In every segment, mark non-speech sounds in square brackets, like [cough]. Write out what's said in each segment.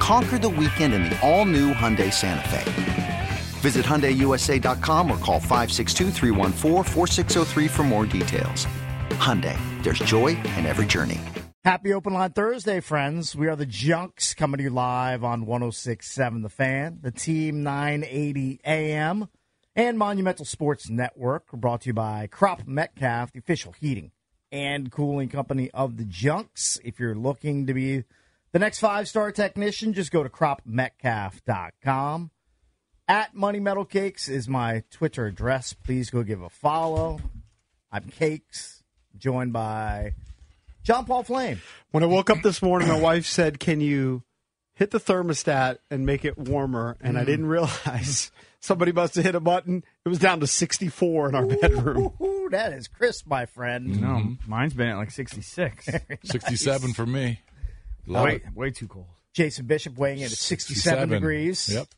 Conquer the weekend in the all new Hyundai Santa Fe. Visit HyundaiUSA.com or call 562-314-4603 for more details. Hyundai, there's joy in every journey. Happy Open Line Thursday, friends. We are the Junks coming to you live on 1067 The Fan, the Team 980 AM, and Monumental Sports Network. We're brought to you by Crop Metcalf, the official heating and cooling company of the Junks. If you're looking to be the next five star technician, just go to cropmetcalf.com. At Money Metal Cakes is my Twitter address. Please go give a follow. I'm Cakes, joined by John Paul Flame. When I woke up this morning, my wife said, "Can you hit the thermostat and make it warmer?" And Mm. I didn't realize [laughs] somebody must have hit a button. It was down to 64 in our [laughs] bedroom. Ooh, that is crisp, my friend. No, mine's been at like 66. [laughs] 67 for me. Love way, it. way too cold. Jason Bishop weighing in at 67, 67. degrees. [laughs] Yep.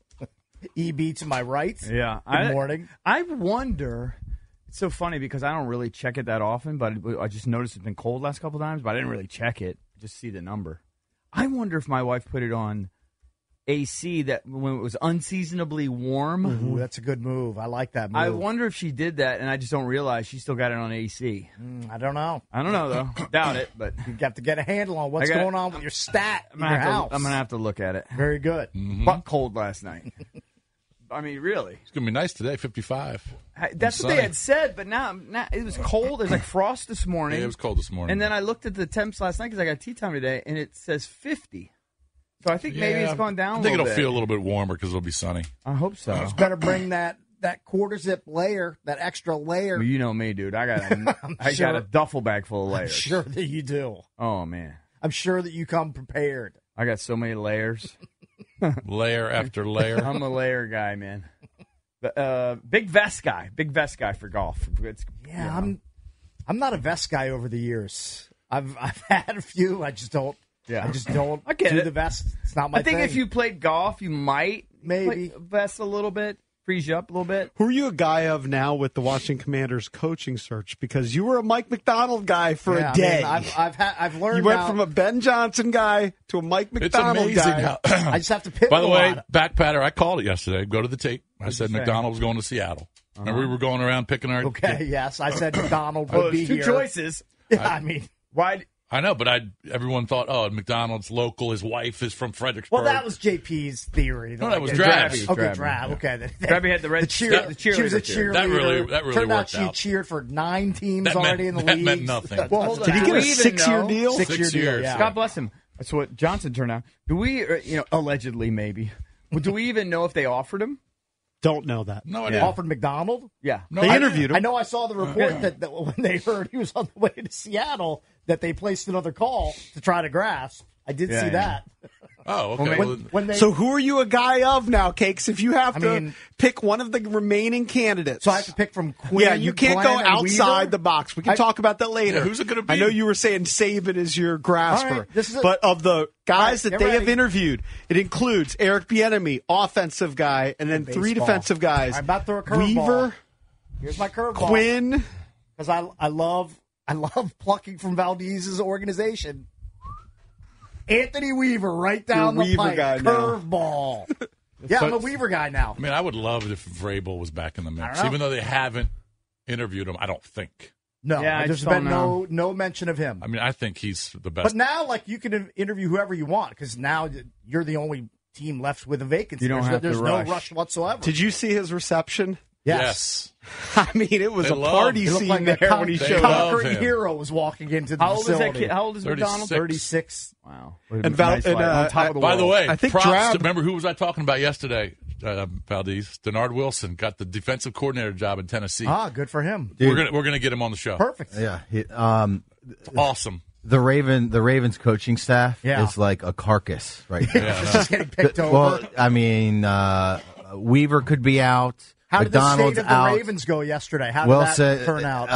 EB to my right. Yeah. Good morning. I wonder. It's so funny because I don't really check it that often, but I just noticed it's been cold last couple times, but I didn't really check it. Just see the number. I wonder if my wife put it on AC that when it was unseasonably warm. Ooh, that's a good move. I like that move. I wonder if she did that, and I just don't realize she still got it on AC. Mm, I don't know. I don't [coughs] know though. Doubt it, but I'm You have to get a handle on what's I gotta- going on with your stat in gonna, your have house. to, I'm gonna have to look at it. Very good. But cold last night. I mean, really. Mm-hmm. It's going to be nice today, 55. I- That's what sunny. they had said, but now, now it was cold. [coughs] It was like frost this morning. Yeah, it was cold this morning. And then I looked at the temps last night because I got tea time today, and it says 50. So I think maybe it's Yeah. gone down. I think a little it'll bit. feel a little bit warmer because it'll be sunny. I hope so. Better bring that that quarter zip layer, that extra layer. Well, you know me, dude. I [laughs] got a, I sure. got a duffel bag full of I'm layers. sure that you do. Oh man, I'm sure that you come prepared. I got so many layers. [laughs] Layer after layer. I'm a layer guy, man. But, uh, big vest guy, big vest guy for golf. It's, Yeah, you know, I'm. I'm not a vest guy over the years. I've [laughs] I've had a few. I just don't. Yeah. I just don't I get do it. the vest. It's not my. I think thing. if you played golf, you might Maybe. play vest a little bit, freeze you up a little bit. Who are you a guy of now with the Washington Commanders coaching search? Because you were a Mike McDonald guy for Yeah, a day. I mean, I've I've, ha- I've learned. you went now- from a Ben Johnson guy to a Mike It's McDonald amazing guy. how. I just [clears throat] have to pivot. By the a way, lot. back patter, I called it yesterday. Go to the tape. I said you say? Uh-huh. McDonald was going to Seattle. And we were going around picking our. [laughs] Okay. Yes, I said [laughs] Donald would Well, be there's Oh, two here. choices. [laughs] Yeah, I mean, Why? I know, but I everyone thought, oh, McDonald's local. His wife is from Fredericksburg. well, that was JP's theory. though, that I was guess. Drabby. Okay, Drabby, Drab. yeah. [laughs] Okay, that- that- Drabby had the red- cheer. that- the she was a cheerleader. cheerleader theoter. That really- that really Turned out worked she out. cheered for nine teams That meant- already in the that league. meant nothing. [laughs] Well, hold Did he on. get Do a we even six-year know? deal? Six, year Six deal. years. Yeah. God bless him. That's what Johnson turned out. Do we, or, you know, allegedly maybe? Well, do we even know if they offered him? Don't know that. no, I Yeah. didn't. Alfred McDonald. Yeah. No, They I- interviewed him. Uh, I know I saw the report that, that when they heard he was on the way to Seattle, that they placed another call to try to grasp. I did Yeah, see yeah. that Oh, okay. when, Well, when they. So So, who are you a guy of now, Cakes? If you have I to mean- pick one of the remaining candidates, I have to pick from Quinn. Yeah, you can't Glenn, go and outside Weaver? the box. We can I- talk about that later. Yeah, who's it gonna I know be? you were saying Saban is your grasper, All right, this is a- but of the guys All right, that get they ready. have interviewed, it includes Eric Bieniemy, offensive guy, and then three Baseball. defensive guys. I'm about to throw a curveball. Weaver, Here's my curveball. Quinn. because I I love I love [laughs] plucking from Valdez's organization. Anthony Weaver, right down You're a the Weaver pipe, guy now. curveball. [laughs] yeah, I'm a Weaver guy now. I mean, I would love it if Vrabel was back in the I mix, don't know. even though they haven't interviewed him. I don't think. No, Yeah, I there's just don't been no no mention of him. I mean, I think he's the best. But now, like, you can in- interview whoever you want because now you're the only team left with a vacancy. You don't there's have to there's no rush. rush whatsoever. Did you see his reception? yes. [laughs] I mean, it was They a love- party He He looked scene like there a con- when he They showed love up. conquering him. hero was walking into the How old is facility. that kid? How old is 36. McDonald? 36. Wow. And Val- and, uh, on top of the By the world. way, I think props Drab- to- remember who was I talking about yesterday? Uh, Valdez, Denard Wilson got the defensive coordinator job in Tennessee. Ah, good for him. we're gonna we're gonna get him on the show. Perfect. Yeah. He, um, Awesome. the Raven the Ravens coaching staff Yeah. is like a carcass right now. [laughs] It's just getting picked The- over. Well, I mean, uh, Weaver could be out. How did McDonald's the state of the out. Ravens go yesterday? How did Wilson that turn out? [laughs] Uh,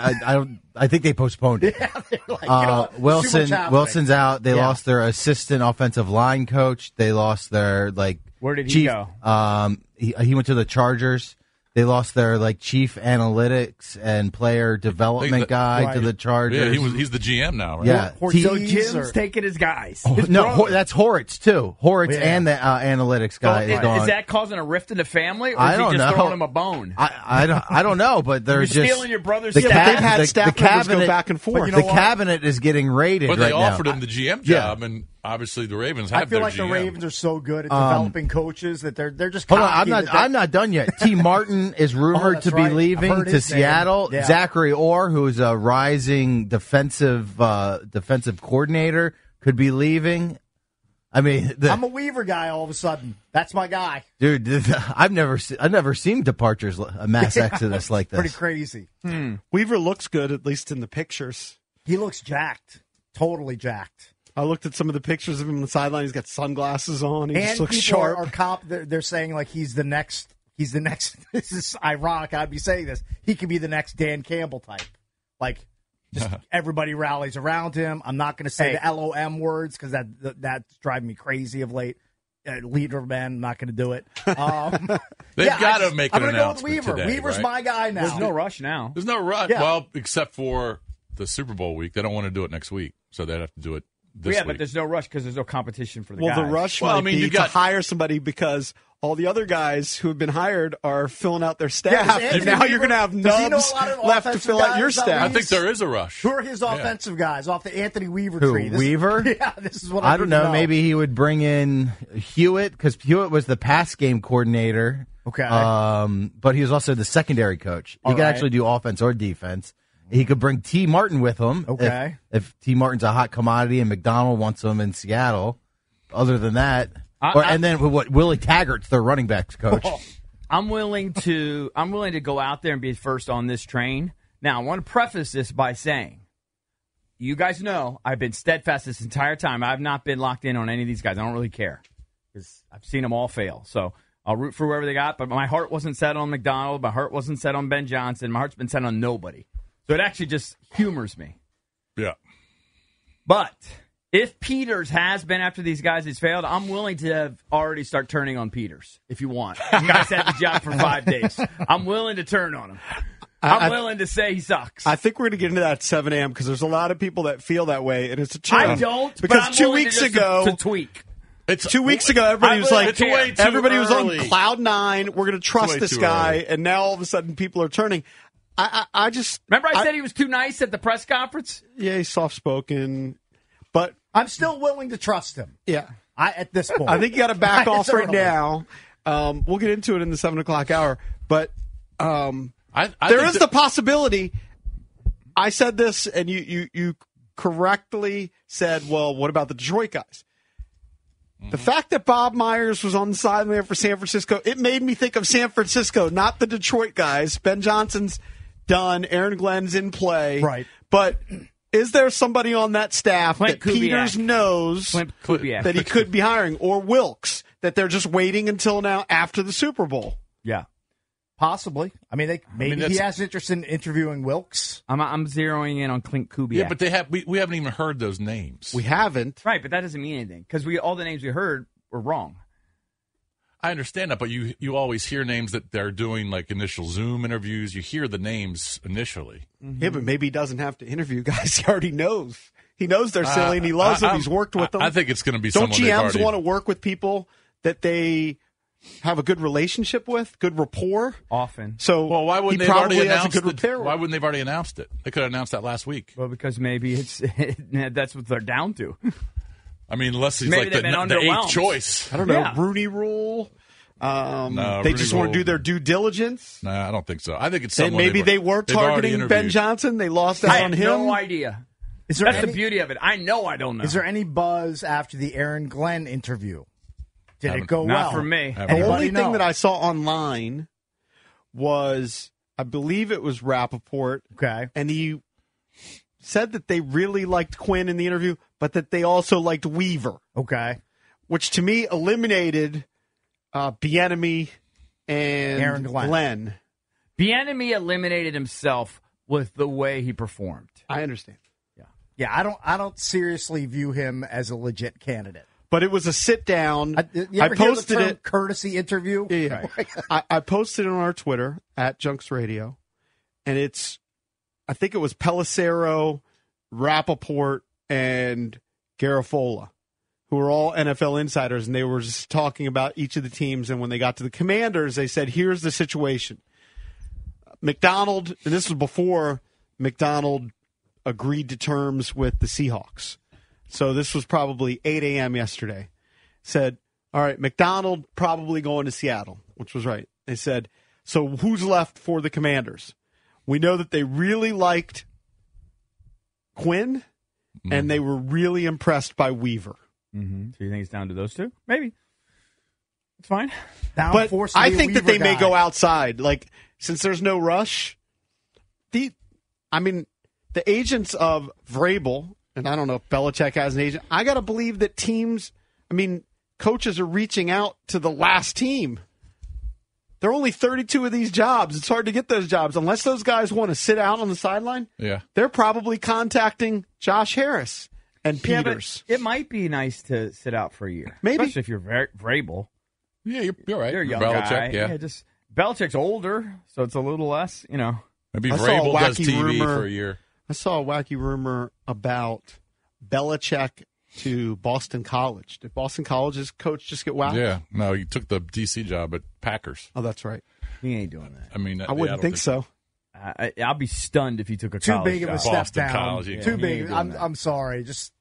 I, I don't. I think they postponed it. Like, you know, Uh, too much Wilson happening. Wilson's out. They Yeah. lost their assistant offensive line coach. They lost their like Where did he chief, go? Um, he, he went to the Chargers. They lost their like chief analytics and player development that- guy to Right. the Chargers. Yeah, he was. He's the GM now, right? Yeah. Ortiz So Jim's or- taking his guys. Oh, His no, bro- Hor- that's Horitz too. Horitz Yeah. and the uh, analytics guy is, is gone. is that causing a rift in the family, or I is he don't just know. throwing him a bone? I, I don't I don't know, but they're You're just stealing your brother's the staff. cab- They've had the, staff the members go cabinet, back and forth. But you the know what? cabinet is getting raided But right they offered now. him the GM job, and obviously the Ravens have I feel their like the GM. Ravens are so good at developing coaches that they're they're just. Hold on, cocky I'm not. that they- I'm not done yet. [laughs] T. Martin is rumored Oh, that's to be right. I've leaving heard to his name. Seattle. Yeah. Zachary Orr, who is a rising defensive uh, defensive coordinator, could be leaving. I mean, the, I'm a Weaver guy. All of a sudden, that's my guy. dude, [laughs] I've never se- I've never seen departures li- [laughs] a mass exodus like this. Pretty crazy. Hmm. Weaver looks good, at least in the pictures. He looks jacked, totally jacked. I looked at some of the pictures of him on the sideline. He's got sunglasses on. He and just looks people sharp. are, are cop. They're, they're saying like he's the next. He's the next. [laughs] This is ironic. I'd be saying this. He could be the next Dan Campbell type. Like [laughs] just everybody rallies around him. I'm not going to say the LOM words because that, that that's driving me crazy of late. Uh, leader of men, I'm not going to do it. Um, They've yeah, I gotta just- make I'm an gonna go with announcement Weaver. today, Weaver's right? my guy now. There's no rush now. There's no rush. Yeah. Well, except for the Super Bowl week, they don't want to do it next week, so they'd have to do it this yeah, week. but there's no rush because there's no competition for the well, guys. the rush Well, I might mean, be you got- to hire somebody because all the other guys who have been hired are filling out their Yeah, staff, does and Anthony now Weaver- you're going to have does he know a nubs lot of left to offensive fill out your guys on staff. I think there is a rush. Who are his Yeah. offensive guys off the Anthony Weaver Who, tree? This- Weaver? [laughs] Yeah, this is what I, I don't need to know. Maybe he would bring in Hewitt because Hewitt was the pass game coordinator. Okay. Um, but he was also the secondary coach. He All could right. actually do offense or defense. He could bring T. Martin with him. if- Okay. If, T. Martin's a hot commodity and McDonald wants him in Seattle. Other than that, I- or I- and then what? Willie Taggart's their running backs [laughs] coach. I'm willing to I'm willing to go out there and be first on this train. Now I want to preface this by saying, you guys know I've been steadfast this entire time. I've not been locked in on any of these guys. I don't really care because I've seen them all fail. So I'll root for whoever they got. But my heart wasn't set on McDonald. My heart wasn't set on Ben Johnson. My heart's been set on nobody. So it actually just humors me. Yeah. But if Peters has been after these guys, he's failed. I'm willing to have already start turning on Peters if you want. You guys had the job for [laughs] five days. I'm willing to turn on him. I'm I- willing to say he sucks. I think we're going to get into that at 7 a.m. because there's a lot of people that feel that way, and it's a challenge. I don't but because I'm two willing to weeks just- ago, to tweak. It's two weeks ago, I everybody was really like, don't care. It's way too everybody was on early. cloud nine. We're going to way trust this too guy, early. and now all of a sudden, people are turning. I, I, I just Remember, I, said he was too nice at the press conference. yeah, he's soft spoken, but I'm still willing to trust him. yeah, I at this point. I think you got to [laughs] back I off right certainly- now. Um, we'll get into it in the seven o'clock hour, but um, I, I there think is that- the possibility. I said this, and you you you correctly said, "Well, what about the Detroit guys?" The fact that Bob Myers was on the sideline for San Francisco, it made me think of San Francisco, not the Detroit guys. Ben Johnson's done. Aaron Glenn's in play. Right. But is there somebody on that staff Clint that Kubiak. Peters knows Clint Kubiak. that he could be hiring, or Wilkes, that they're just waiting until now after the Super Bowl? Yeah. Possibly. I mean, they, maybe he that's- has interest in interviewing Wilkes. I'm, I'm zeroing in on Clint Kubiak. Yeah, but they have. We, we haven't even heard those names. We haven't. right, but that doesn't mean anything because we all the names we heard were wrong. I understand that, but you you always hear names that they're doing like initial Zoom interviews. You hear the names initially. Yeah, but maybe he doesn't have to interview guys. [laughs] He already knows. He knows they're silly and he Uh, loves I- them. I'm- He's worked with I- them. I think it's gonna be Don't someone they've GMs already- want to work with people that they have a good relationship with, good rapport? Often. So Well, why wouldn't he they have probably already has a announced good it? rapport? Why wouldn't they've already announced it? They could have announced that last week. Well, because maybe it's [laughs] that's what they're down to. I mean, unless he's Maybe like they've the, been the underwhelmed. eighth choice. I don't know. Yeah. Rooney Rule. Um, No, they Rooney just want Rule. to do their due diligence. No, I don't think so. I think it's And someone. maybe they've- they were they've already targeting Ben interviewed. Johnson. They lost out I on have him. no idea. Is there That's any, the beauty of it. I know I don't know. Is there any buzz after the Aaron Glenn interview? Did it Haven't- go well? Not for me. Haven't Anybody The only know? thing that I saw online was, I believe it was Rappaport, okay. and he said that they really liked Quinn in the interview, but that they also liked Weaver, Okay. which to me eliminated uh, Bienemy and Aaron Glenn. Bienemy eliminated himself with the way he performed. I understand. Yeah, I don't. I don't seriously view him as a legit candidate. But it was a sit down. I, you ever I hear the posted term it. courtesy interview. Yeah, yeah. I, I posted it on our Twitter at Junks Radio, and it's, I think it was Pelissero, Rappaport, and Garofola, who are all NFL insiders, and they were just talking about each of the teams. And when they got to the Commanders, they said, "Here's the situation." McDonald, and this was before McDonald agreed to terms with the Seahawks. So this was probably 8 a.m. yesterday said, All right, McDonald probably going to Seattle, which was right. They said, So who's left for the commanders? We know that they really liked Quinn and they were really impressed by Weaver. Mm-hmm. So you think it's down to those two? Maybe. It's fine. Down But force I Lee think that Weaver they may guy. go outside. Like, since there's no rush, the I mean, the agents of Vrabel, and I don't know if Belichick has an agent, I gotta believe that teams I mean, coaches are reaching out to the last team. There are only 32 of these jobs. It's hard to get those jobs. Unless those guys want to sit out on the sideline, Yeah. they're probably contacting Josh Harris and Peters. it might be nice to sit out for a year. Maybe. Especially if you're very Vrabel. Yeah, you're, you're right. You're a young Belichick, guy. yeah. just Belichick's older, so it's a little less, you know. Maybe I saw a Vrabel does wacky TV rumor. for a year. I saw a wacky rumor about Belichick to Boston College. Did Boston College's coach just get whacked? Yeah. No, you took the DC job at Packers. Oh, that's right. He ain't doing that. I mean, I wouldn't think, so. I, I, I'll be stunned if he took a Too college big of a job. step Boston down. College, yeah. Too He ain't big. doing I'm, that. I'm sorry. Just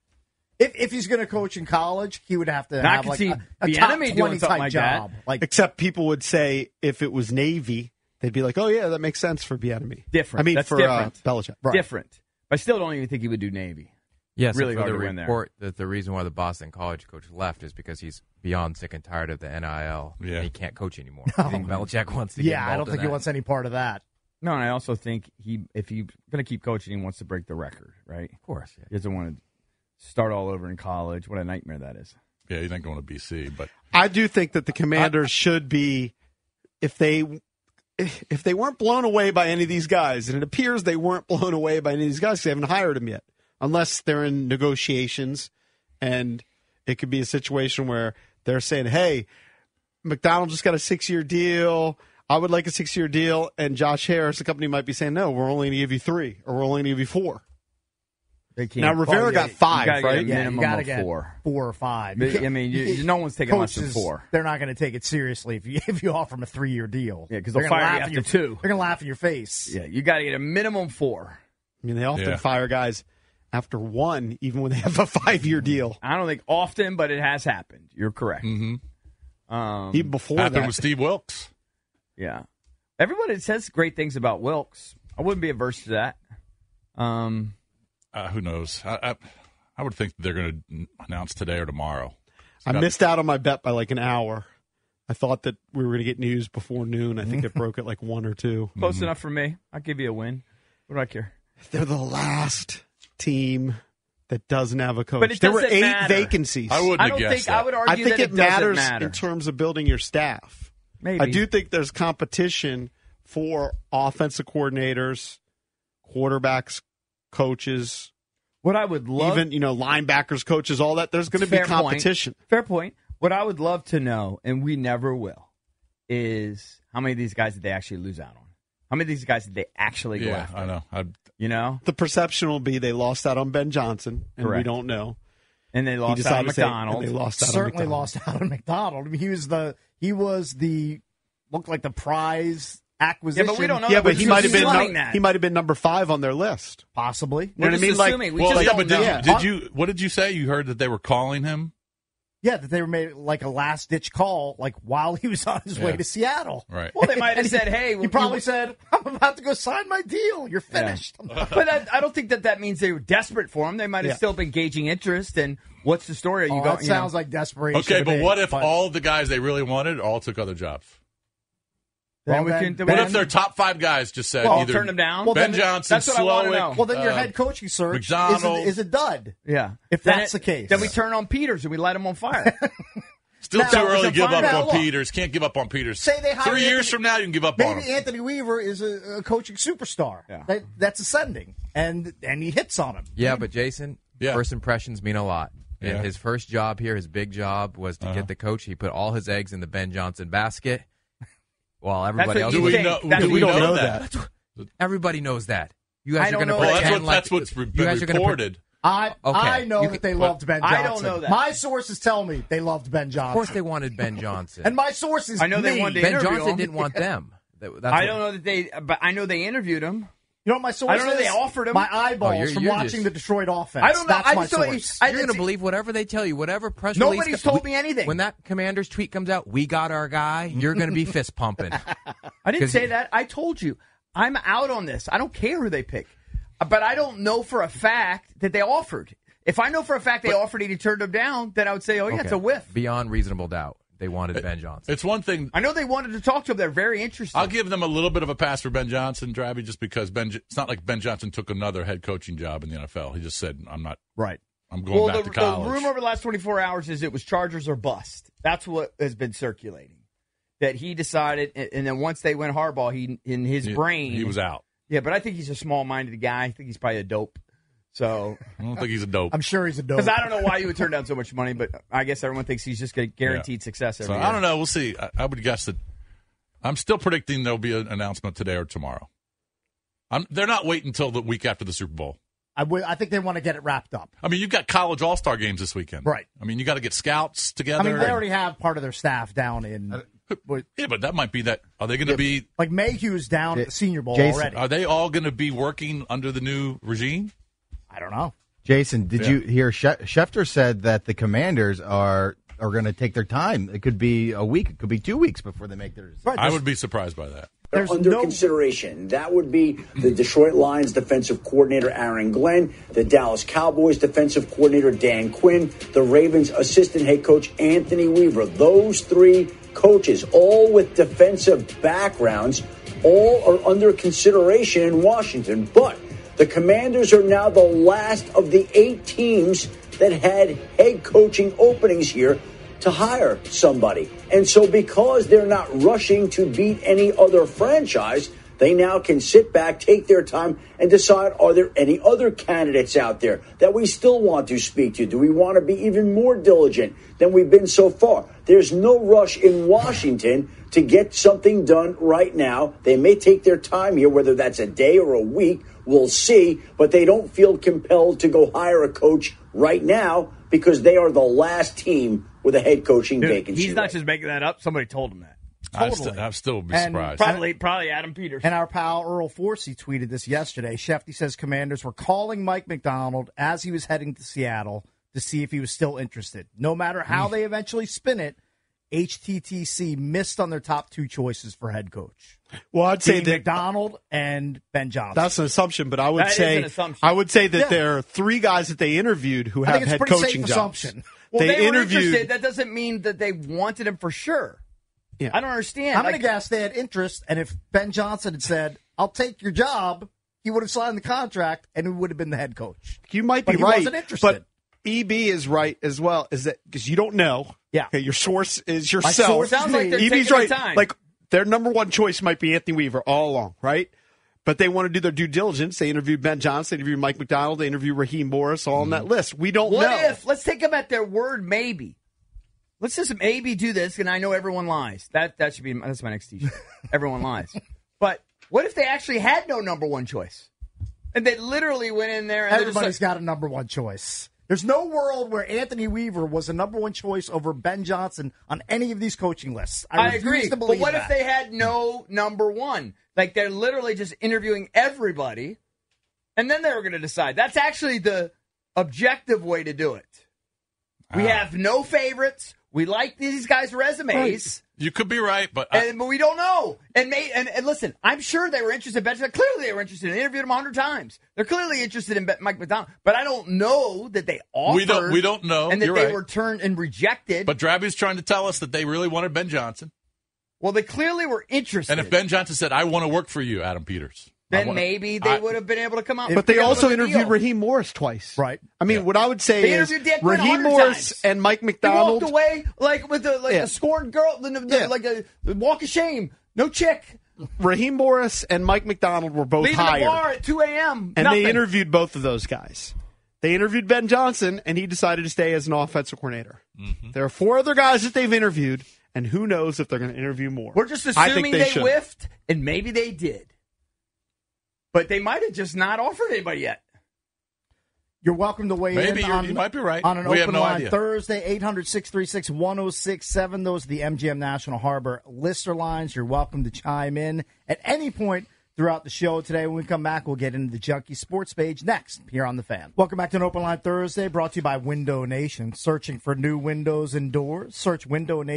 if, if he's going to coach in college, he would have to I have could like see a, a the top enemy doing twenty something type like that. job. Like Except people would say if it was Navy, they'd be like, oh, yeah, that makes sense for Bienemy. Different. I mean, That's for different. Uh, Belichick. Different. I still don't even think he would do Navy. Yes, Really really for hard the to win there. report that the reason why the Boston College coach left is because he's beyond sick and tired of the NIL. Yeah. and he can't coach [laughs] anymore. I think Belichick wants to. get Oh, yeah, I don't involved in think he that. wants any part of that. No, and I also think he, if he's going to keep coaching, he wants to break the record, right? Of course, yeah. He doesn't want to start all over in college. What a nightmare that is. Yeah, he's not going to BC, but I do think that the commanders should be if they if they weren't blown away by any of these guys, and it appears they weren't [laughs] blown away by any of these guys, 'cause they haven't hired them yet, unless they're in negotiations, and it could be a situation where they're saying, "Hey, McDonald just got a six year deal. I would like a six year deal," and Josh Harris, the company might be saying, "No, we're only going to give you three, or we're only going to give you four. They can't. Now Rivera Oh, yeah, got you five, gotta get a right? Yeah, you minimum gotta of get four. four or five. You I can't- mean, you, you- no one's taking less than coaches, four. They're not going to take it seriously if you [laughs] if you offer them a three year deal. Yeah, 'cause They're they'll gonna fire you laugh in after your, two. They're going to laugh in your face. Yeah, you got to get a minimum four. I mean, they often Yeah. fire guys after one, even when they have a five year deal, I don't think often, but it has happened. You're correct. Um, even before Mm-hmm. happened that. with Steve Wilkes. yeah, everybody says great things about Wilkes. I wouldn't be averse to that. Um, Uh, who knows? I, I, I would think they're going to announce today or tomorrow. I Got- missed out on my bet by like an hour. I thought that we were going to get news before noon. I think it broke at like one or two. close Mm-hmm. enough for me. I'll give you a win. What do [laughs] I care? They're the last team that doesn't have a coach. But it there were doesn't eight matter. vacancies. I wouldn't I have don't guessed think that. I would argue I think that it, it, matters doesn't matter. in terms of building your staff. Maybe I do think there's competition for offensive coordinators, quarterbacks, coaches, what I would love. even you know linebackers, coaches, all that. There's going to be Fair point. competition. fair point. What I would love to know, and we never will, is how many of these guys did they actually lose out on? How many of these guys did they actually go Yeah, after? I know. I'd, You know, The perception will be they lost out on Ben Johnson, and we Correct. don't know. and they He lost out on decided to say- McDonald. and They lost out on certainly McDonald. lost out on McDonald. I mean, he was the he was the looked like the prize yeah, acquisition. but we don't know. Yeah, that. but We're he just might have been assuming num- that. he might have been number five on their list. possibly. We're know just what I mean? Like- assuming. we well, just yeah, don't but know. did, know. you, did you? What did you say? You heard that they were calling him, Yeah, that they were made like a last ditch call, like while he was on his way Yeah. to Seattle. right? Well, they [laughs] might have said, "Hey, He we- probably we- said, "I'm about to go sign my deal. [laughs] You're finished." but [laughs] I, I don't think that that means they were desperate for him. They might have Yeah. still been gauging interest. And what's the story? Are you Oh, going? that sounds like desperation. Okay, to but me, what if all the guys they really wanted all took other jobs? Then Well, we then- can, then What What we if their top five guys just said Well, either turn them down? Ben Well, then- Johnson, that's what I wanna know. Slowick, Well, then your uh, head coaching search is a, McDonald. is a dud. Yeah. If Then that's it- the case. Then we turn on Peters and we light him on fire. Still Now, too it's early a to give fine- up now, on look. Peters. Can't give up on Peters. Say they hire Three Anthony- years from now, you can give up on Maybe him. Anthony Weaver is a, a coaching superstar. Yeah. That, that's ascending, and and he hits on him. Yeah, but Jason, Yeah. first impressions mean a lot. And Yeah. Uh-huh. his first job here, his big job, was to get the coach. He put all his eggs in the Ben Johnson basket, while everybody what else. you Do we think. know? That's Do what we you know, think. that? Everybody knows that. You I guys are don't going to know Well, pretend that's, what, like that's what's re- you been guys are gonna reported. I Okay. I know You that can- they but- loved Ben Johnson. I don't know that. My sources tell me they loved Ben Johnson. Of course, they wanted Ben Johnson. and my sources. I know they me. wanted to Ben interview Johnson him. [laughs] didn't want them. That- that's I what- don't know that they, but I know they interviewed him. You know what my sources. I don't know they offered him. my eyeballs Oh, you're- from you're watching just- the Detroit offense. I don't know. That's I my just don't- source. I- You're going it's- to believe whatever they tell you, whatever press Nobody's release. told we- me anything. When that [laughs] commander's tweet comes out, we got our guy. You're going to be fist pumping. [laughs] I didn't 'Cause say you- that. I told you. I'm out on this. I don't care who they pick. But I don't know for a fact that they offered. If I know for a fact they offered and he turned them down, then I would say, oh, yeah, it's Okay. a whiff. Beyond reasonable doubt, they wanted Ben [laughs] Johnson. It's one thing. I know they wanted to talk to him. They're very interested. I'll give them a little bit of a pass for Ben Johnson, Drabby, just because Ben. J- It's not like Ben Johnson took another head coaching job in the NFL. He just said, "I'm not. right. I'm going Well, back the, to the college." rumor over the last 24 hours is it was Chargers or bust. That's what has been circulating. That he decided, and and then once they went hardball, he in his He- brain He was out. Yeah, but I think he's a small-minded guy. I think he's probably a dope. So I don't think he's a dope. I'm sure he's a dope. Because I don't know why you would turn down so much money, but I guess everyone thinks he's just going to guaranteed success every So year. I don't know. We'll see. I, I would guess that I'm still predicting there'll be an announcement today or tomorrow. I'm, they're not waiting until the week after the Super Bowl. I would- I think they want to get it wrapped up. I mean, you've got college all star games this weekend, Right. I mean, you got to get scouts together. I mean, they and- already have part of their staff down in [laughs] yeah, but that might be that. Are they going to be? like Mayhew's down at the Senior Bowl Jason- already. Are they all going to be working under the new regime? I don't know. Jason, did Yeah. you hear she- Schefter said that the commanders are are going to take their time? It could be a week, it could be two weeks before they make their decision. Right, I there's- would be surprised by that. They're There's under no- consideration. That would be the Detroit Lions defensive coordinator Aaron Glenn, the Dallas Cowboys defensive coordinator Dan Quinn, the Ravens assistant head coach Anthony Weaver. Those three coaches, all with defensive backgrounds, all are under consideration in Washington. But the Commanders are now the last of the eight teams that had head coaching openings here to hire somebody. And so, because they're not rushing to beat any other franchise, they now can sit back, take their time, and decide are there any other candidates out there that we still want to speak to? Do we want to be even more diligent than we've been so far? There's no rush in Washington to get something done right now. They may take their time here, whether that's a day or a week, we'll see, but they don't feel compelled to go hire a coach right now because they are the last team with a head coaching Dude, vacancy. he's not right just making that up. Somebody told him that. I Totally. still, I still be And surprised. Probably, probably Adam Peters. And our pal Earl Forsey tweeted this yesterday. Shefty says commanders were calling Mike McDonald as he was heading to Seattle to see if he was still interested. No matter how Mm. they eventually spin it, HTTC missed on their top two choices for head coach. Well, I'd say Being that McDonald and Ben Johnson. that's an assumption, but I would That is say an assumption. I would say that Yeah. there are three guys that they interviewed who I have think it's a head pretty coaching safe jobs. [laughs] assumption. well, they, were interviewed. interested. That doesn't mean that they wanted him for sure. Yeah. I don't understand. I'm going Like, to guess they had interest, and if Ben Johnson had said, I'll take your job, he would have signed the contract and he would have been the head coach. you might But be he right. wasn't interested. But EB is right as well. Is that because you don't know? Yeah. Okay, your source is yourself. source is Sounds like me. they're EB's taking right. their time. Like their number one choice might be Anthony Weaver all along, right? But they want to do their due diligence. They interviewed Ben Johnson, they interviewed Mike McDonald, they interviewed Raheem Morris, all on that list. We don't Mm-hmm. what know. if? Let's take them at their word. Maybe. Let's just maybe do this. And I know everyone lies. That that should be that's my next [laughs] T-shirt. everyone lies. But what if they actually had no number one choice? And they literally went in there and they're just like, Everybody's got a number one choice. There's no world where Anthony Weaver was a number one choice over Ben Johnson on any of these coaching lists. I, I refuse agree. To But believe what that. if they had no number one? Like they're literally just interviewing everybody, and then they were going to decide. That's actually the objective way to do it. We Ah. have no favorites. We like these guys' resumes, You could be right, but I, and but we don't know. And, may, and and listen, I'm sure they were interested. in Benjamin. Clearly, they were interested. They interviewed him hundred times. They're clearly interested in Ben- Mike McDonald. But I don't know that they offered. We don't- we don't know. and that You're they right. were turned and rejected. but Drabby's trying to tell us that they really wanted Ben Johnson. Well, they clearly were interested. And if Ben Johnson said, "I want to work for you, Adam Peters," I then wanna- maybe they I- would have been able to come out. But they also interviewed Raheem. Raheem Morris twice. Right. I mean, what I would say They is interviewed Dan Quinn a Raheem hundred Morris times. and Mike He walked McDonald. away like with the like Yeah. a scorned girl, the, the, Yeah. like a the walk of shame. No chick. Raheem Morris and Mike McDonald were both Leaving hired, the bar at two a.m. and Nothing. they interviewed both of those guys. They interviewed Ben Johnson, and he decided to stay as an offensive coordinator. There are four other guys that they've interviewed, and who knows if they're going to interview more. We're just I think assuming they they, should. whiffed, and maybe they did. But they might have just not offered anybody yet. You're welcome to weigh Maybe in you're- on, you might be right. on an We have open no line idea. Thursday, 800 636 1067. Those are the MGM National Harbor lister lines. You're welcome to chime in at any point throughout the show today. When we come back, we'll get into the Junkie Sports page next here on The Fan. Welcome back to an open line Thursday brought to you by Window Nation. Searching for new windows and doors? Search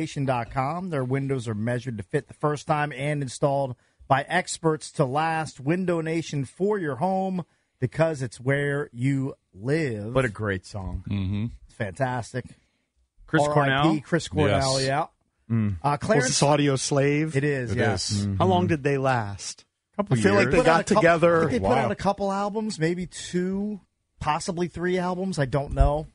windownation.com. Their windows are measured to fit the first time and installed by experts to last. Window Nation for your home because it's where you live. What a great song, It's fantastic. Chris R.I.P. Cornell. Chris Cornell, Yes. yeah. Uh, Mm. Was Clarence, this audio slave? it is, It yes. is. How long did they last? Couple I feel like years. they Put out got a couple- I together. think they put out a couple albums, maybe two, possibly three albums. I don't know.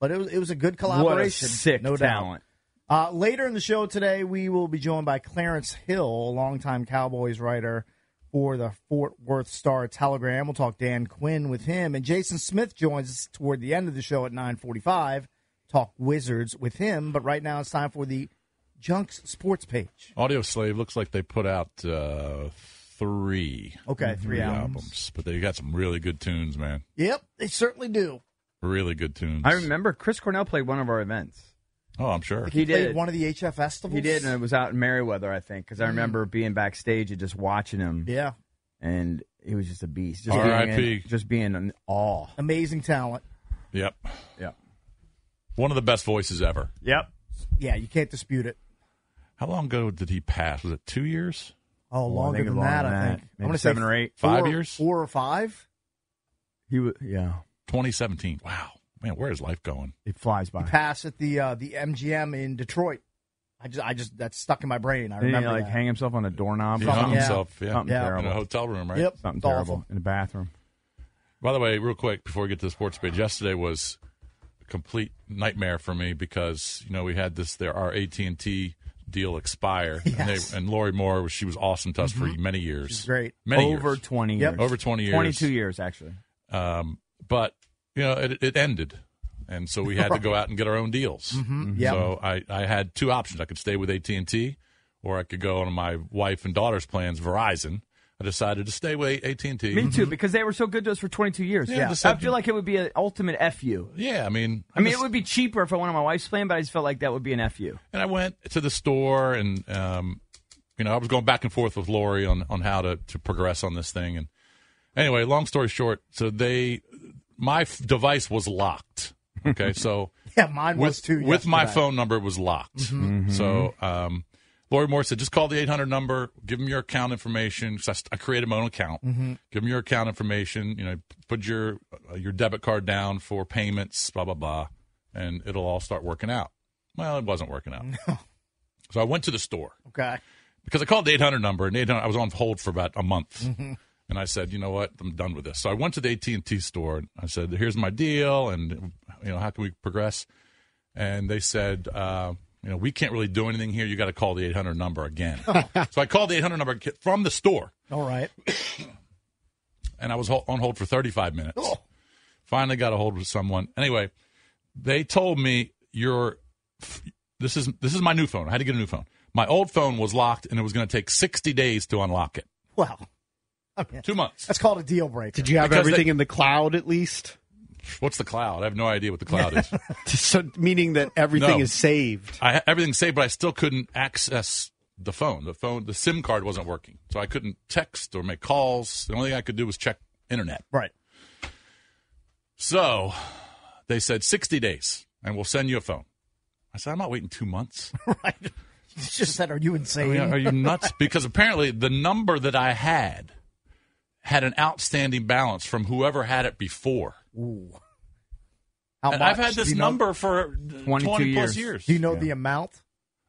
But it was, it was a good collaboration. what a sick no doubt. talent. Uh, later in the show today, we will be joined by Clarence Hill, longtime Cowboys writer for the Fort Worth Star Telegram. We'll talk Dan Quinn with him, and Jason Smith joins us toward the end of the show at nine forty-five. Talk Wizards with him, but right now it's time for the Junks Sports page. Audio Slave looks like they put out uh, three Okay, three albums. albums, but they got some really good tunes, man. Yep, they certainly do. Really good tunes. I remember Chris Cornell played one of our events. Oh, I'm sure. He Played did. one of the HF festivals. He did, and it was out in Merriweather, I think, because I remember being backstage and just watching him, yeah, and he was just a beast. Just R.I.P.. being in- Just being in awe. amazing talent. Yep. Yep. One of the best voices ever. Yep. Yeah, you can't dispute it. How long ago did he pass? Was it two years? Oh, I longer think than longer that, than I that. think. Maybe I'm gonna seven say or eight. Five four- years? four or five. He was. Yeah. 2017. Wow. Man, where is life going? It flies by. pass at the uh, the MGM in Detroit. I just I just that's stuck in my brain. I Didn't remember he like that. [laughs] hang himself on a doorknob? He or Something, hung something? yeah. himself yeah, Something Yeah. in a terrible. hotel room, right? Yep, Something it's awful. terrible in the bathroom. By the way, real quick before we get to the sports page, yesterday was a complete nightmare for me because you know we had this there our AT and T deal expire, Yes. and, they, and Lori Moore she was awesome to us for many years, Great. many Mm-hmm. Over years. twenty Yep. years. Over 20 years. Twenty-two years actually. Um, but you know it, it ended, and so we had to go out and get our own deals. Mm-hmm. Yep. So I, I had two options. I could stay with AT and T, or I could go on my wife and daughter's plans, Verizon. I decided to stay with AT and T. Me too, because they were so good to us for twenty-two years. Mm-hmm. Yeah, just I like- feel like it would be an ultimate fu. Yeah, I mean, I mean, just- it would be cheaper if I went on my wife's plan, but I just felt like that would be an fu. and I went to the store and um, you know I was going back and forth with Lori on on how to to progress on this thing and anyway long story short so they my f- device was locked [laughs] okay so Yeah, mine was with too. with my yesterday. Mm-hmm. phone number it was locked so um, Lori Moore said just call the 800 number give them your account information because I, st- I created my own account Mm-hmm. give them your account information you know put your uh, your debit card down for payments blah blah blah and it'll all start working out well it wasn't working out so I went to the store Okay. because I called the 800 number and 800, I was on hold for about a month. Mm-hmm. And I said, you know what, I'm done with this. So I went to the AT&T store and I said, here's my deal and, you know, how can we progress? And they said, uh, you know, we can't really do anything here. You got to call the 800 [laughs] number again. so I called the 800 number from the store All right. [coughs] and I was hol- on hold for 35 minutes. Oh. Finally got a hold of someone. Anyway, they told me your f- this is this is my new phone. I had to get a new phone. My old phone was locked and it was going to take 60 days to unlock it. Well, [laughs] I mean, 2 months. that's called a deal breaker. Did you have Because everything they- in the cloud at least? What's the cloud? I have no idea what the cloud is. [laughs] So, meaning that everything No. is saved. I everything saved but I still couldn't access the phone. The phone the SIM card wasn't working. So I couldn't text or make calls. The only thing I could do was check internet. Right. So they said 60 days and we'll send you a phone. I said, I'm not waiting [laughs] two months. Right. [laughs] You just said, are you I insane? mean, Oh, are you [laughs] nuts? Because apparently the number that I had had an outstanding balance from whoever had it before. Ooh. How And much? I've had Do this you know- number for 20 plus years. years. Do you know the amount?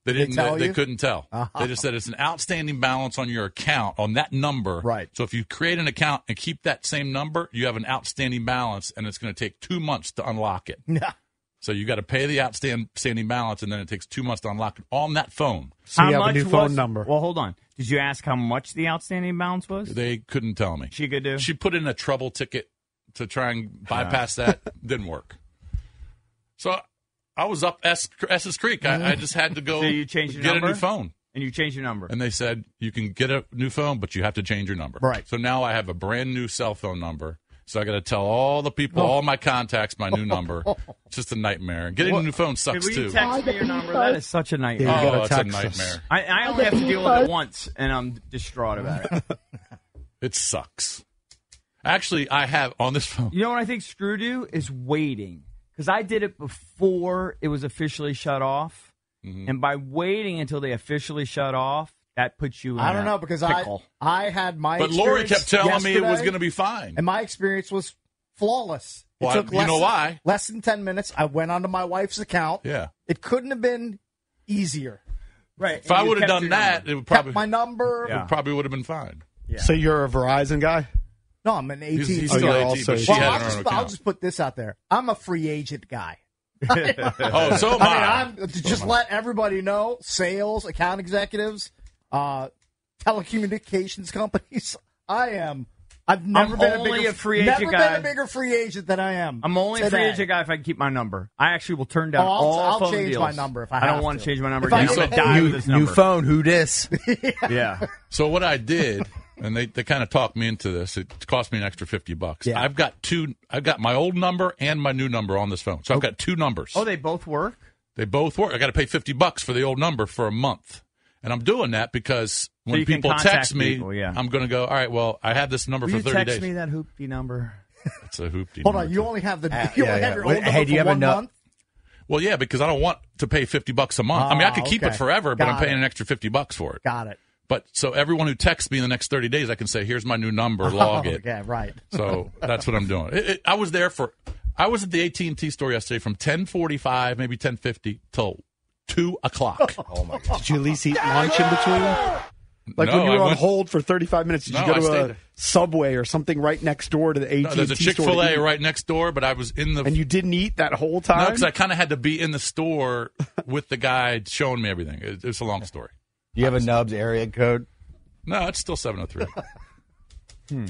They didn't. They, tell they you? couldn't tell. Uh-huh. They just said it's an outstanding balance on your account on that number. Right. So if you create an account and keep that same number, you have an outstanding balance, and it's going to take two months to unlock it. Yeah. So you got to pay the outstand- outstanding balance, and then it takes two months to unlock it on that phone. So you How have a much new phone was- number. Well, hold on. Did you ask how much the outstanding balance was? They couldn't tell me. she could do. She put in a trouble ticket to try and bypass that. Didn't work. So I was up S- S's Creek. I, I just had to Mm-hmm. [laughs] go So you changed your get a number? new phone. and you changed your number. And they said, you can get a new phone, but you have to change your number. Right. So now I have a brand new cell phone number. So I got to tell all the Oh. people, all my contacts, my [laughs] new number. It's just a nightmare. And Getting a new phone Hey, sucks will you too. text me your number? That is such a nightmare. oh, gotta it's a text us. nightmare. I, I only have to deal with it once, and I'm distraught about it. [laughs] It sucks. Actually, I have on this phone. You know what I think Screw do is waiting because I did it before it was officially shut off, Mm-hmm. and by waiting until they officially shut off, that puts you. in I don't a know because pickle. I I had my. But Lori experience kept telling me it was yesterday, going to be fine. and my experience was flawless. It Why- took you less, know why? Less than ten minutes. I went onto my wife's account. Yeah. It couldn't have been easier. right. If I would have done that, it would probably Kept my number. Yeah. probably would have been fine. So you're a Verizon guy? No, I'm an AT. He's, he's Oh, still yeah, 18, also- but she Well, had I'll, her own just, I'll account. just put this out there. I'm a free agent [laughs] guy. oh, so am I. I mean, I'm to just let everybody know: sales, account executives, uh, telecommunications companies. [laughs] I am. I've never been a only bigger a free never agent been guy. a bigger free agent than I am. I'm only a free today. agent guy if I can keep my number. I actually will turn down Oh, I'll- all I'll phone change deals. my number if I don't have want to. to change my number. If I again. get I'm gonna paid- die with New, this number. new phone. [laughs] Who dis? Yeah. [laughs] So what I did, and they, they kind of talked me into this. It cost me an extra fifty bucks. Yeah. I've got two. I've got my old number and my new number on this phone. So I've got two numbers. Oh, they both work. They both work. I got to pay fifty bucks for the old number for a month, and I'm doing that because when you can people contact text me, people, yeah. I'm going to go. All right, well, I had this number Will for you thirty text days. me that hoopty number? It's a hoopty. Hold number, on, you too. only have the Uh, you yeah, only yeah. have your Wait, old number hey, do you for have one enough- month. Well, yeah, because I don't want to pay fifty bucks a month. I mean, I could Ah, keep Oh, okay. it forever, but I'm Got paying it. an extra fifty bucks for it. Got it. But so everyone who texts me in the next thirty days, I can say, "Here's my new [laughs] number. Oh, Log it." [laughs] Yeah, right. So that's what I'm doing. It, it, I was there for. I was at the AT and T store yesterday from 10:45, maybe 10:50 till two [laughs] o'clock. Did you at least eat lunch in between? Like No, when you were I on went- hold for 35 minutes, did No, you go I to stayed a there. Subway or something right next door to the AT&T No, there's a store Chick to Fil A eat? right next door, but I was in the And you didn't eat that whole time? no because I kind of had to be in the [laughs] store with the guy showing me everything. It, it's a long story. Do you have a Nubs area code? No, it's still [laughs] 703. Hmm.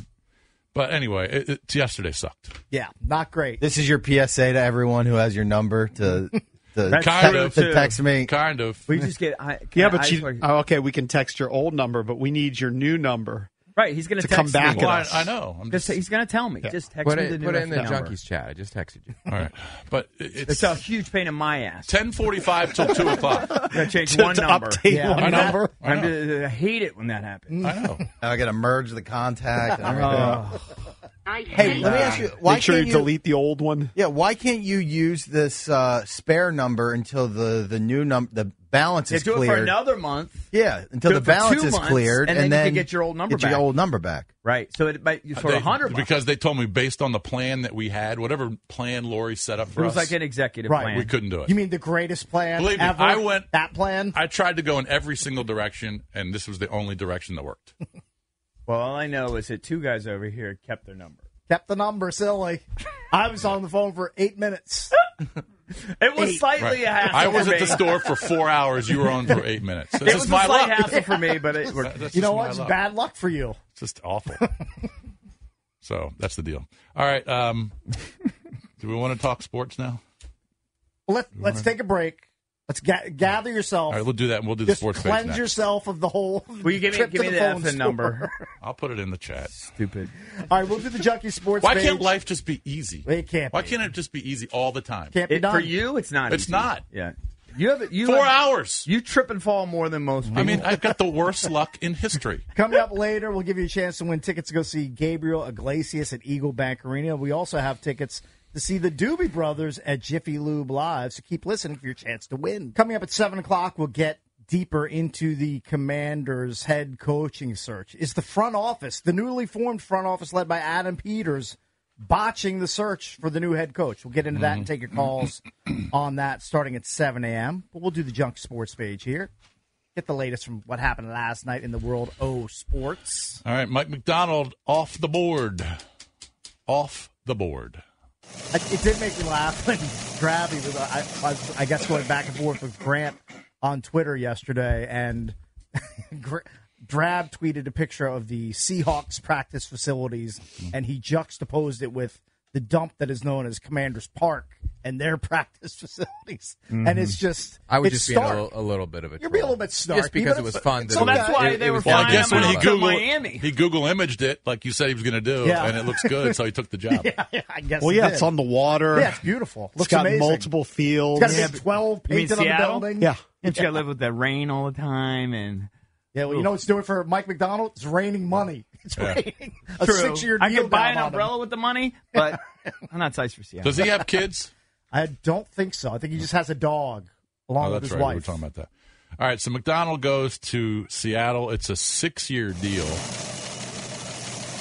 But anyway, it, it, yesterday sucked. Yeah, not great. This is your PSA to everyone who has your number [laughs] to to, Kind of. to text me. Kind of. We just get. I, yeah, I but swear- you, oh, okay, we can text your old number, but we need your new number. right. He's gonna to text come back Me. Well, at I, us. I know. I'm Just, just he's gonna tell me. Just text Put me it, the new put it in the number. junkies chat. I just texted you. all right. But it, It's it's a huge pain in my ass. 10:45 till [laughs] two o'clock. I change To- one to number. update Yeah. one I know. number? I I'm know. just- I hate it when that happens. Oh. I know. I got to merge the contact. and everything. hey, let me ask you. Why Make sure you can't delete the old one. Yeah, why can't you use this uh, spare number until the the new num the balance Yeah, is do it for cleared? another month. yeah, until do the it for two balance is months, cleared, and and, then you then can get your old number get your back. old number back. Right. So it, but you sort They- of hundred because they told me based on the plan that we had, whatever plan Lori set up it for was us, like an executive Right. plan. we couldn't do it. You mean the greatest plan Believe me, ever? I went- that plan. I tried to go in every single direction, and this was the only direction that worked. well, all I know is that two guys over here kept their number. kept the number silly. I was on the phone for eight minutes. [laughs] It was slightly Right. a hassle. I was for at the me. store for four hours. You were on for [laughs] eight minutes. This It is was a my slight luck. hassle for me, but [laughs] it worked. That's You know just my what? It's luck. bad luck for you. It's just awful. [laughs] so that's the deal. All right. Um, do we want to talk sports now? Let Let's take a break. Let's ga- gather yourself. All right, we'll do that, and we'll do the just sports page cleanse next. yourself of the whole. Will you give me trip give to me the the phone effing store. number? I'll put it in the chat. Stupid. [laughs] All right, we'll do the junkie sports. Why page. can't life just be easy? It can't Why be. can't it just be easy all the time? Can't be It, done for you, it's not. It's easy. not. Yeah. You have you Four have- hours. You trip and fall more than most people. I mean, [laughs] I've got the worst luck in history. Coming up later, we'll give you a chance to win tickets to go see Gabriel Iglesias at Eagle Bank Arena. We also have tickets to see the Doobie Brothers at Jiffy Lube Live. So keep listening for your chance to win. Coming up at 7 o'clock, we'll get deeper into the commander's head coaching search. Is the front office, the newly formed front office led by Adam Peters, botching the search for the new head coach. We'll get into that and take your calls on that starting at 7 a.m. But we'll do the Junk Sports page here. Get the latest from what happened last night in the world O sports. All right, Mike McDonald off the board. Off the board. I- It did make me laugh [laughs] when Grabby was, I, I, was- I guess, going back and forth with Grant on Twitter yesterday, and [laughs] Gra- Drab tweeted a picture of the Seahawks practice facilities, and he juxtaposed it with the dump that is known as Commander's Park and their [laughs] practice facilities, and it's Mm-hmm. just Mm-hmm. I would it's just stark. be a little, a little bit of a. You're being a troll. little bit snarky, Just because but it was it's- fun. it's that it was- okay. That's why it- they it were was Well, flying I guess when out he to Googled Miami. he Google imaged it like you said he was going to do, Yeah. and it looks good, so he took the job. [laughs] yeah, I guess. Well, it yeah, did. it's on the water. Yeah, it's beautiful. It's Looks got amazing. multiple It's fields. got a big twelve You mean painted on the Seattle? building. yeah. And you got to live with that rain all the time, and Yeah, well, you know what it's doing for Mike McDonald? It's raining money. [laughs] It's raining a True. six-year deal. I could buy down on an him. umbrella with the money, but [laughs] I'm not sized for Seattle. Does he have kids? I don't think so. I think he just has a dog along Oh, with his that's right. We were wife. talking about that. All right, so McDonald goes to Seattle. It's a six-year deal.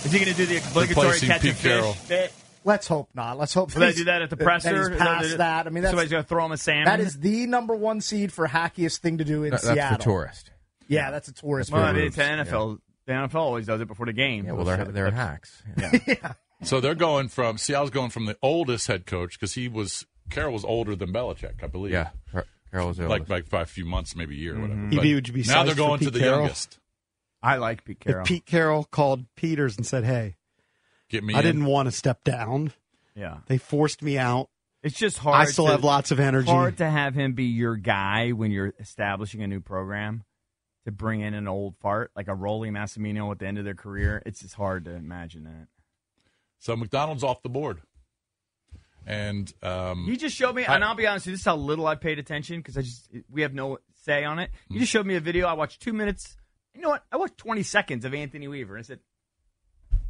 Is he going to do the obligatory Replacing catch Pete and Carroll. fish bit? Let's hope not. Let's hope Will they he's- do that at the that- presser? That he's past that. I mean, that's, somebody's going to throw him a salmon. that is the number one seed for hackiest thing to do in That- Seattle. That's for tourists. Yeah, that's a tourist. Well, I move. mean, it's an NFL. The NFL always does it before the game. Yeah, well, they're they're hacks. [laughs] Yeah. So they're going from Seattle's going from the oldest head coach because he was Carroll was older than Belichick, I believe. yeah. Car- Carroll's the like oldest. like by a few months, maybe a year, or whatever. He But would be now they're sized for going to Pete the Carroll. youngest. I like Pete Carroll. If Pete Carroll called Peters and said, "Hey, Get me. I in. didn't want to step down. yeah, They forced me out. it's just hard. I still to, have lots of energy." Hard to have him be your guy when you're establishing a new program. To bring in an old fart like a Rolly Massimino at the end of their career, it's just hard to imagine that. So McDonald's off the board, and um, You just showed me, and I'll be honest with you, this is how little I paid attention because I just we have no say on it. Hmm. You just showed me a video. I watched two minutes. You know what? I watched twenty seconds of Anthony Weaver and I said,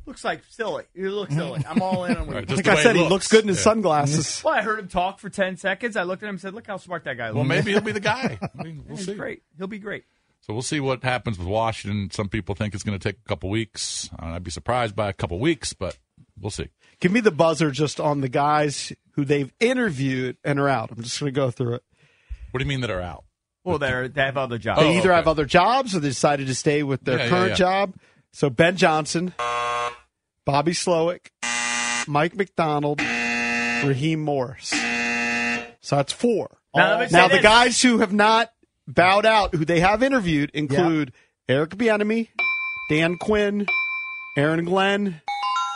"Looks like silly. You [laughs] look silly." I'm all in on Right, Weaver. just like the I way said, it he looks good in his Yeah. [laughs] sunglasses. Well, I heard him talk for ten seconds. I looked at him and said, "Look how smart that guy looks." Well, maybe he'll be [laughs] the guy. I mean, we'll he's see. great. He'll be great. So we'll see what happens with Washington. Some people think it's going to take a couple weeks. Uh, I'd be surprised by a couple weeks, but we'll see. Give me the buzzer just on the guys who they've interviewed and are out. I'm just going to go through it. What do you mean that are out? Well, they they have other jobs. Oh, They either okay. have other jobs or they decided to stay with their Yeah, yeah, current yeah. job. So Ben Johnson, Bobby Slowick, Mike McDonald, Raheem Morris. So that's four. Now, let me say Now the this. guys who have not bowed out, who they have interviewed, include Eric Bieniemy, Dan Quinn, Aaron Glenn,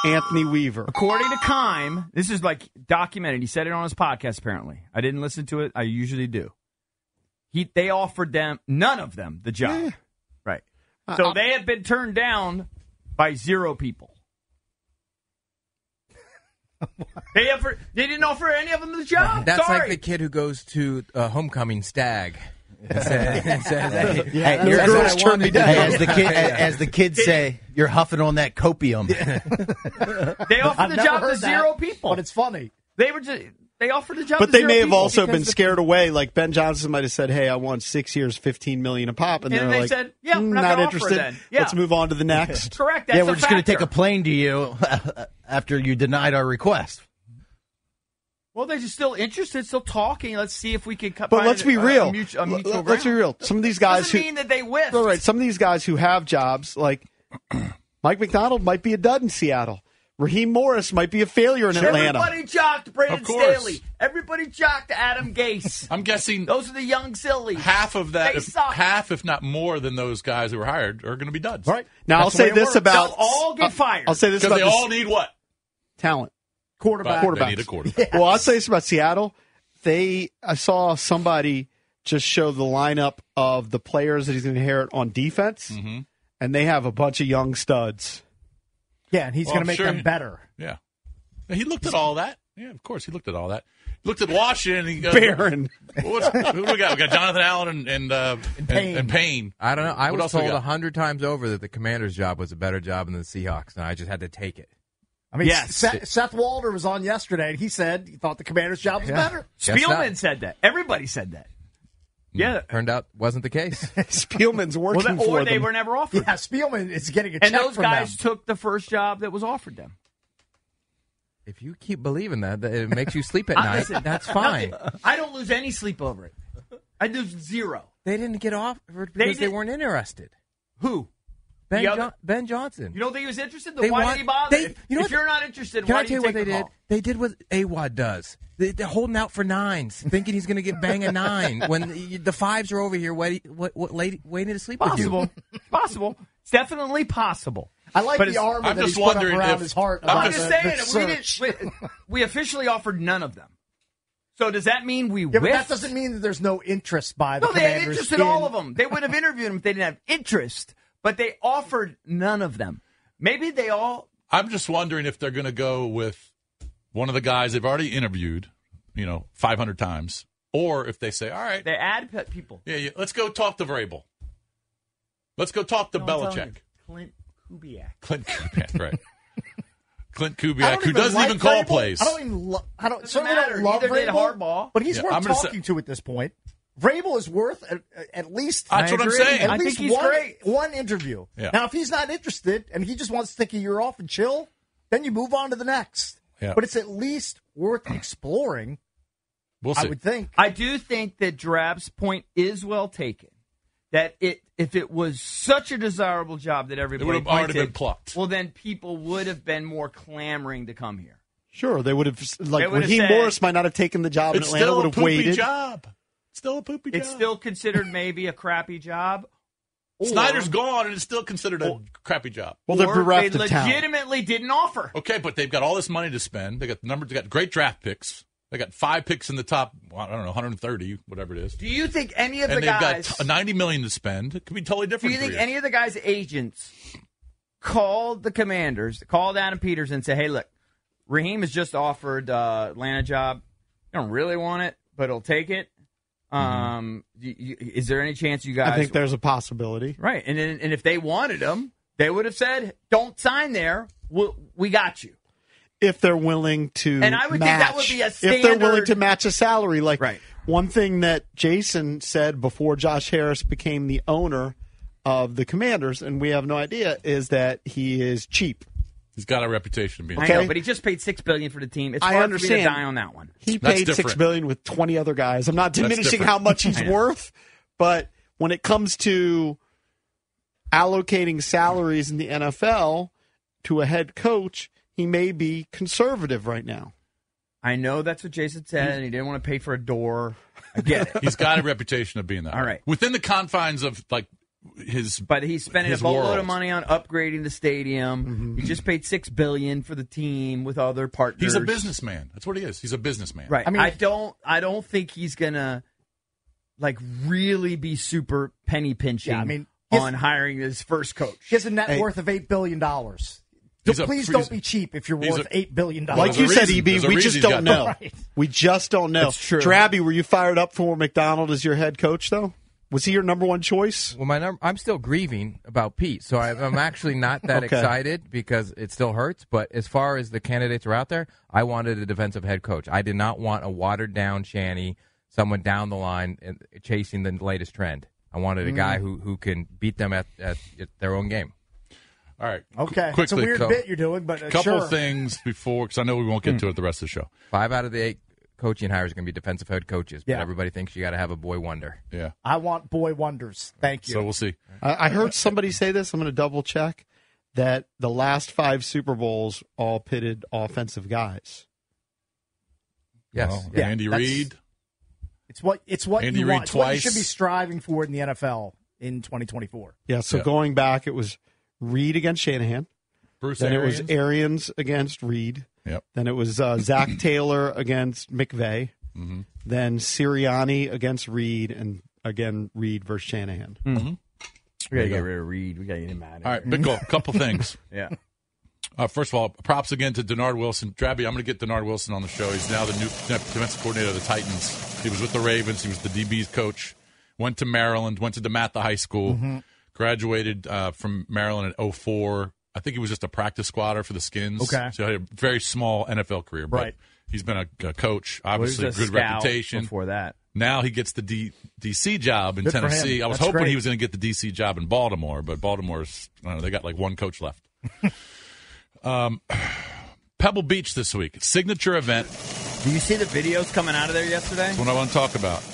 Anthony Weaver. According to Kime, this is like documented. He said it on his podcast. Apparently, I didn't listen to it. I usually do. He they offered them none of them the job, right? So they have been turned down by zero [laughs] people. they offer, they didn't offer any of them the job. That's Sorry. like the kid who goes to uh, homecoming stag. And [laughs] says, and says, hey, Hey, that's you're- what girls I [laughs] turned me wanted. down. Hey, as [laughs] the kid, as the kids say, you're huffing on that copium. they offered I've the never job to heard that, zero people. but it's funny. they were just they offered the job, But to they zero may have people. also because been the- scared away. Like Ben Johnson might have said, "Hey, I want six years, fifteen million a pop," and, And they're they like, said, "Yeah, "Mm, we're not not gonna offer interested. then." Yeah. Let's move [laughs] on to the next." correct. That's yeah, we're a just going to take a factor. plane to you [laughs] after you denied our request. Well, they're just still interested, still talking. Let's see if we can cut. But let's be real. A mutual, a Let- mutual Let's be ground. real. Some of these guys Doesn't who, mean that they whiffed. all right, some of these guys who have [clears throat] jobs, like Mike McDonald, might be a dud in Seattle. Raheem Morris might be a failure in Atlanta. Everybody jocked Brandon Of course. Staley. Everybody jocked Adam Gase. [laughs] I'm guessing Those are the young sillies. half of that, They if, suck. half if not more than those guys who were hired are going to be duds. Right. Now That's the I'll way say it this works. about uh, They'll all get fired. I'll say this Because about they this all need what? talent. Quarterback. But They Quarterbacks. need a quarterback. Well, I'll say this about Seattle. They, I saw somebody just show the lineup of the players that he's going to inherit on defense, Mm-hmm. and they have a bunch of young studs. Yeah, and he's Well, going I'm to make sure them he- better. Yeah. He looked at all that. Yeah, of course he looked at all that. He looked at Washington. And he goes, Baron, What's, who do we got? We got Jonathan Allen and and, uh, and, Payne. and Payne. I don't know. I What was else we told got? a hundred times over that the commander's job was a better job than the Seahawks, and I just had to take it. mm, I mean, Yes. Seth, Seth Walder was on yesterday, and he said he thought the commander's job was better. Guess Spielman not. said that. Everybody said that. Yeah. Turned out wasn't the case. Spielman's working Well, that, for or they them. were never Yeah, offered. Spielman is getting a And check those from guys them. took the first job that was offered them. If you keep believing that, [laughs] that it makes you sleep at night, Listen, [laughs] that's fine. nothing. I don't lose any sleep over it. I lose zero. They didn't get offered because they, did- weren't interested. Who? Ben, The other- Jo- ben Johnson. You don't think he was interested? Then They why want- did he bother? they- if you know if what- you're not interested, Can why I do tell you you take what they the did? call? They did what Awad does. They, they're holding out for [laughs] nines, thinking he's going to get bang a nine when the, the fives are over here, waiting, wait, wait, waiting to sleep with Possible. It's [laughs] possible. It's definitely possible. I like But the it's- armor I'm that just he's put up wondering around if- his heart. I'm I'm about just the- saying the it. We, search. didn't, we, we officially offered none of them. So does that mean we Yeah, but whiffed? that doesn't mean that there's no interest by the No, they had Commanders interest in all of them. They would have interviewed them if they didn't have interest, but they offered none of them. Maybe they all. I'm just wondering if they're going to go with one of the guys they've already interviewed, you know, 500 times, or if they say, all right, They add pe- people. yeah, yeah, let's go talk to Vrabel. Let's go talk to No, I'm telling Belichick. you, Clint Kubiak. Clint Kubiak, [laughs] right. Clint I Kubiak, don't who even doesn't like even call Vrabel. plays. I don't even. Lo- I don't Doesn't certainly matter. don't love Neither did Vrabel, Harbaugh. but he's Yeah, worth I'm gonna say- talking to at this point. Vrabel is worth at, at least. That's what I'm agree. saying. at I think least he's one, great. one interview. Yeah. Now, if he's not interested and he just wants to take a year off and chill, then you move on to the next. Yeah. But it's at least worth exploring, we'll I see. would think. I do think that Drab's point is well taken. That it, if it was such a desirable job that everybody would've already pointed, been plucked. Well, then people would have been more clamoring to come here. Sure, they would have like They would have Raheem said- Morris might not have taken the job it's in Atlanta. still Would a have poopy waited. job. It's still a poopy It's job. still considered maybe a crappy job. Or, [laughs] Snyder's gone, and it's still considered a crappy job. Well, they're or bereft they of talent. legitimately didn't offer. Okay, but they've got all this money to spend. They got the numbers. They got great draft picks. They got five picks in the top. well, I don't know, 130, whatever it is. Do you think any of and the they've guys? got t- 90 million to spend. It could be totally do different. you in think three any years. of the guys' agents called the commanders, called Adam Peters, and said, "Hey, look, Raheem has just offered uh, Atlanta job. You don't really want it, but he'll take it. Um, y- y- is there any chance you guys? Mm-hmm. I think there's a possibility. right. And then, and if they wanted him, they would have said, "Don't sign there. we we got you." if they're willing to And I would think that would be a match- if they're willing standard- to match a salary like Right. one thing that Jason said before Josh Harris became the owner of the Commanders and we have no idea is that he is cheap. He's got a reputation of being. I Okay. know, but he just paid six billion for the team. It's I hard for me understand. to die on that one. He That's paid different. 6 billion with 20 other guys. I'm not diminishing different. how much [laughs] he's I know. worth, but when it comes to allocating salaries in the NFL to a head coach, he may be conservative right now. I know that's what Jason said, and he didn't want to pay for a door. I [laughs] get it. He's got a reputation of being that. All right. Within the confines of like his. but he's spending His a boatload world. of money on upgrading the stadium. Mm-hmm. He just paid six billion for the team with other partners. He's a businessman. That's what he is. He's a businessman. right? I I mean- mean, I don't, I don't think he's gonna like really be super penny pinching. Yeah, I mean, his- on hiring his first coach. He has a net Hey. worth of $8 billion. He's a- Please he's- don't be cheap if you're he's worth a- $8 billion. Like There's a you said, reason- EB, there's a we reason just he's don't got know. both. Right. We just don't know. It's true. Drabby, were you fired up for McDonald as your head coach, though? Was he your number one choice? Well, my num- I'm still grieving about Pete, so I, I'm actually not [laughs] that Okay. excited because it still hurts. But as far as the candidates are out there, I wanted a defensive head coach. I did not want a watered down shanty, someone down the line and chasing the latest trend. I wanted a Mm. guy who, who can beat them at, at, at their own game. All right. Qu- Okay. it's a quickly, weird co- bit you're doing, but uh, couple sure. Hmm. things before, because I know we won't get to it the rest of the show. Five out of the eight coaching hires are going to be defensive head coaches, Yeah. but everybody thinks you got to have a boy wonder. Yeah. I want boy wonders. Thank you. So we'll see. I, I heard somebody say this. I'm going to double check that the last five Super Bowls all pitted offensive guys. Yes. Well, Yeah. Andy that's- Reid. it's what it's what Andy you Reid want. It's what you twice. should be striving for in the NFL in 2024. Yeah. So Yeah. going back, it was Reed against Shanahan. Bruce then Arians. it was Arians against Reed. Yep. Then it was [clears throat] uh, Zach Taylor against McVeigh. Mm-hmm. Then Sirianni against Reed, and again Reed versus Shanahan. Mm-hmm. we gotta get rid of Reed. We gotta get him out of Mm-hmm. All right, [laughs] big goal. Couple things. Yeah. Uh, first of all, props again to Denard Wilson. Drabby, I'm going to get Denard Wilson on the show. He's now the new defensive coordinator of the Titans. He was with the Ravens. He was the DB's coach. Went to Maryland. Went to DeMatha High School. Mm-hmm. Graduated uh, from Maryland at 04. I think he was just a practice squatter for the Skins. Okay. So he had a very small NFL career. But Right. He's been a, a coach, Well, he obviously, was a good scout reputation. before that. Now he gets the D- DC job in Good for him. Tennessee. I was That's hoping great. he was going to get the DC job [laughs] in Baltimore, but Baltimore's I don't know, they got like one coach left. um, Pebble Beach this week. Signature event. Do you see the videos coming out of there yesterday? That's what I want to talk about.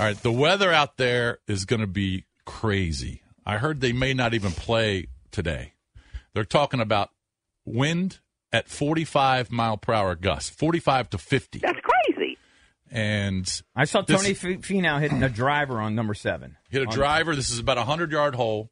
All right, the weather out there is going to be crazy. I heard they may not even play today. They're talking about wind at 45 mile per hour gusts, 45 to 50. That's crazy. And I saw This- Tony F- Finau hitting a driver on number seven. hit a On- driver. This is about a hundred yard hole.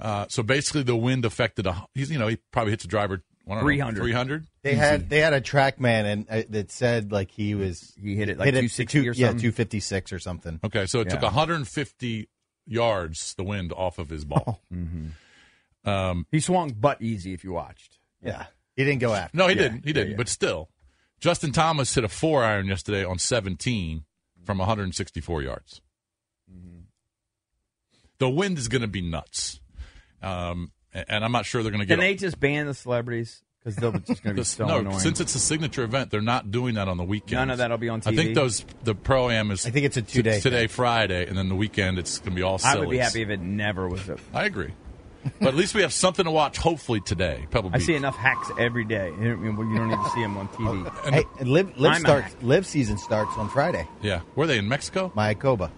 Uh, so basically, the wind affected a. He's you know he probably hits a driver Uh, 300. Three hundred. They had they had a track man and uh, that said like he was He hit it like it 260 two- or yeah something. two fifty six or something. Okay, so it took Yeah. 150 yards the wind off of his ball. um, Oh, mm-hmm. He swung butt easy if you watched. Yeah, he didn't go after. no, he didn't. He didn't. But still, Justin Thomas hit a four iron yesterday on 17 from 164 yards. Mm-hmm. The wind is going to be nuts, um, a- and I'm not sure they're going to get. Can they just ban the celebrities? Because they're just [laughs] going to be This- so no, annoying. since it's a signature event, they're not doing that on the weekend. None of that'll be on I think TV. those the pro am is. I think it's a t- two-day today, Friday, and then the weekend it's going to be all. I would be sillies. happy if it never was. A, I agree, but at least we have something to watch. Hopefully today, Pebble I Beach. see enough hacks every day. You don't you don't need to see them [laughs] on Oh, TV. Hey, and live live I'm a starts hack. live season starts on Friday. Yeah, were they in Mexico? Mayakoba.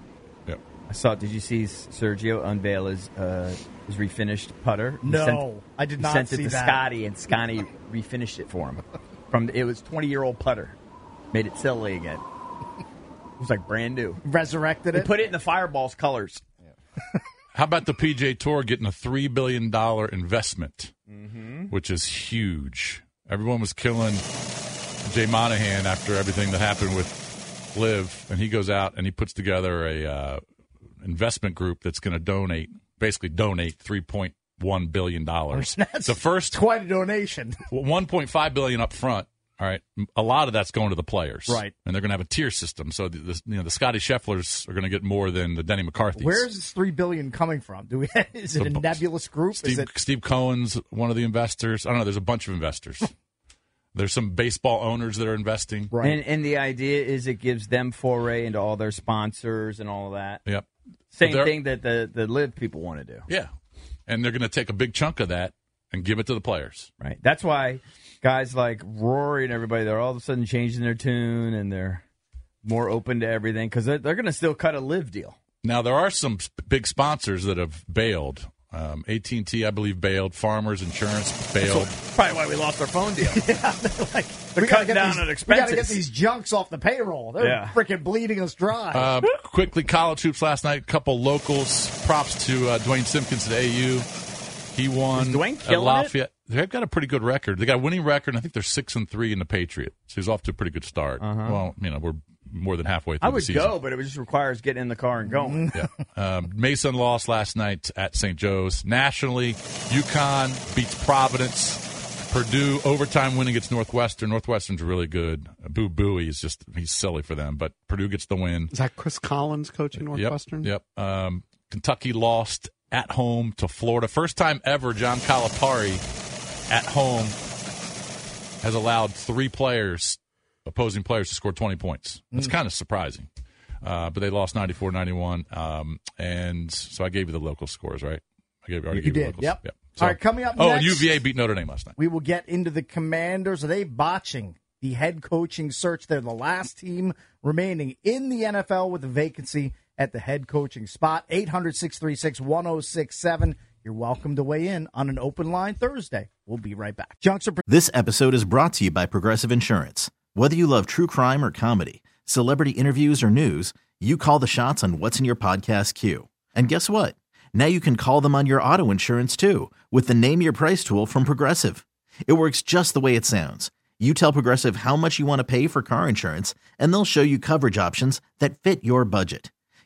Yeah. I saw. Did you see Sergio unveil his uh, his refinished putter? He No, I did he not Sent see it to that. Scotty, and Scotty refinished it for him. From the, it was twenty year old putter, made it silly again. It was like brand new. Resurrected They it. put it in the fireball's colors. How about the PJ Tour getting a three billion dollar investment, which is huge. Everyone was killing Jay Monahan after everything that happened with Live, and he goes out and he puts together a uh, investment group that's going to donate, basically donate three point one [laughs] billion dollars. the first Quite a donation. [laughs] one point five billion up front. All right, a lot of that's going to the players, Right. And they're going to have a tier system, so the, the you know the Scotty Schefflers are going to get more than the Denny McCarthy's. Where's this three billion coming from? Do we? [laughs] Is it a The- nebulous group? Steve, Is it? Steve Cohen's one of the investors. I don't know. There's a bunch of investors. there's some baseball owners that are investing. Right. And, and the idea is it gives them foray into all their sponsors and all of that. Yep. Same They're- thing that the, the live people want to do. Yeah. And they're going to take a big chunk of that and give it to the players. Right. That's why guys like Rory and everybody, they're all of a sudden changing their tune and they're more open to everything because they're, they're going to still cut a live deal. Now there are some sp- big sponsors that have bailed. Um, AT&T, I believe, bailed. Farmers Insurance bailed. Probably why we lost our phone deal. [laughs] like, They're we gotta cutting get down these, We gotta on get expenses. these junks off the payroll. They're Yeah. freaking bleeding us dry. Uh, quickly, college hoops last night. couple locals. Props to uh, Dwayne Simpkins at AU. He won Is Dwayne at killing it? Lafayette. They've got a pretty good record. They got a winning record. And I think they're six and three in the Patriots. So he's off to a pretty good start. Well, you know, we're more than halfway through Uh-huh. I would the season. go, but it just requires getting in the car and going. Yeah. Um, Mason lost last night at St. Joe's. Nationally, UConn beats Providence. Purdue overtime win against Northwestern. Northwestern's really good. Boo Booey is just he's silly for them, but Purdue gets the win. Is that Chris Collins coaching Northwestern? Yep. yep. Um, Kentucky lost at home to Florida. First time ever John Calipari at home has allowed three players, opposing players, to score 20 points. That's Hmm. kind of surprising. Uh, but they lost 94 91. Um, and so I gave you the local scores, right? I gave, already you gave you the did. locals. Yep. All right, coming up Oh, and next- UVA beat Notre Dame last night. we will get into the commanders. Are they botching the head coaching search? They're the last team remaining in the NFL with a vacancy at the head coaching spot. 800 636 1067. You're welcome to weigh in on an open line Thursday. We'll be right back. Junks are This episode is brought to you by Progressive Insurance. Whether you love true crime or comedy, celebrity interviews or news, you call the shots on what's in your podcast queue. And guess what? Now you can call them on your auto insurance too with the Name Your Price tool from Progressive. It works just the way it sounds. You tell Progressive how much you want to pay for car insurance, and they'll show you coverage options that fit your budget.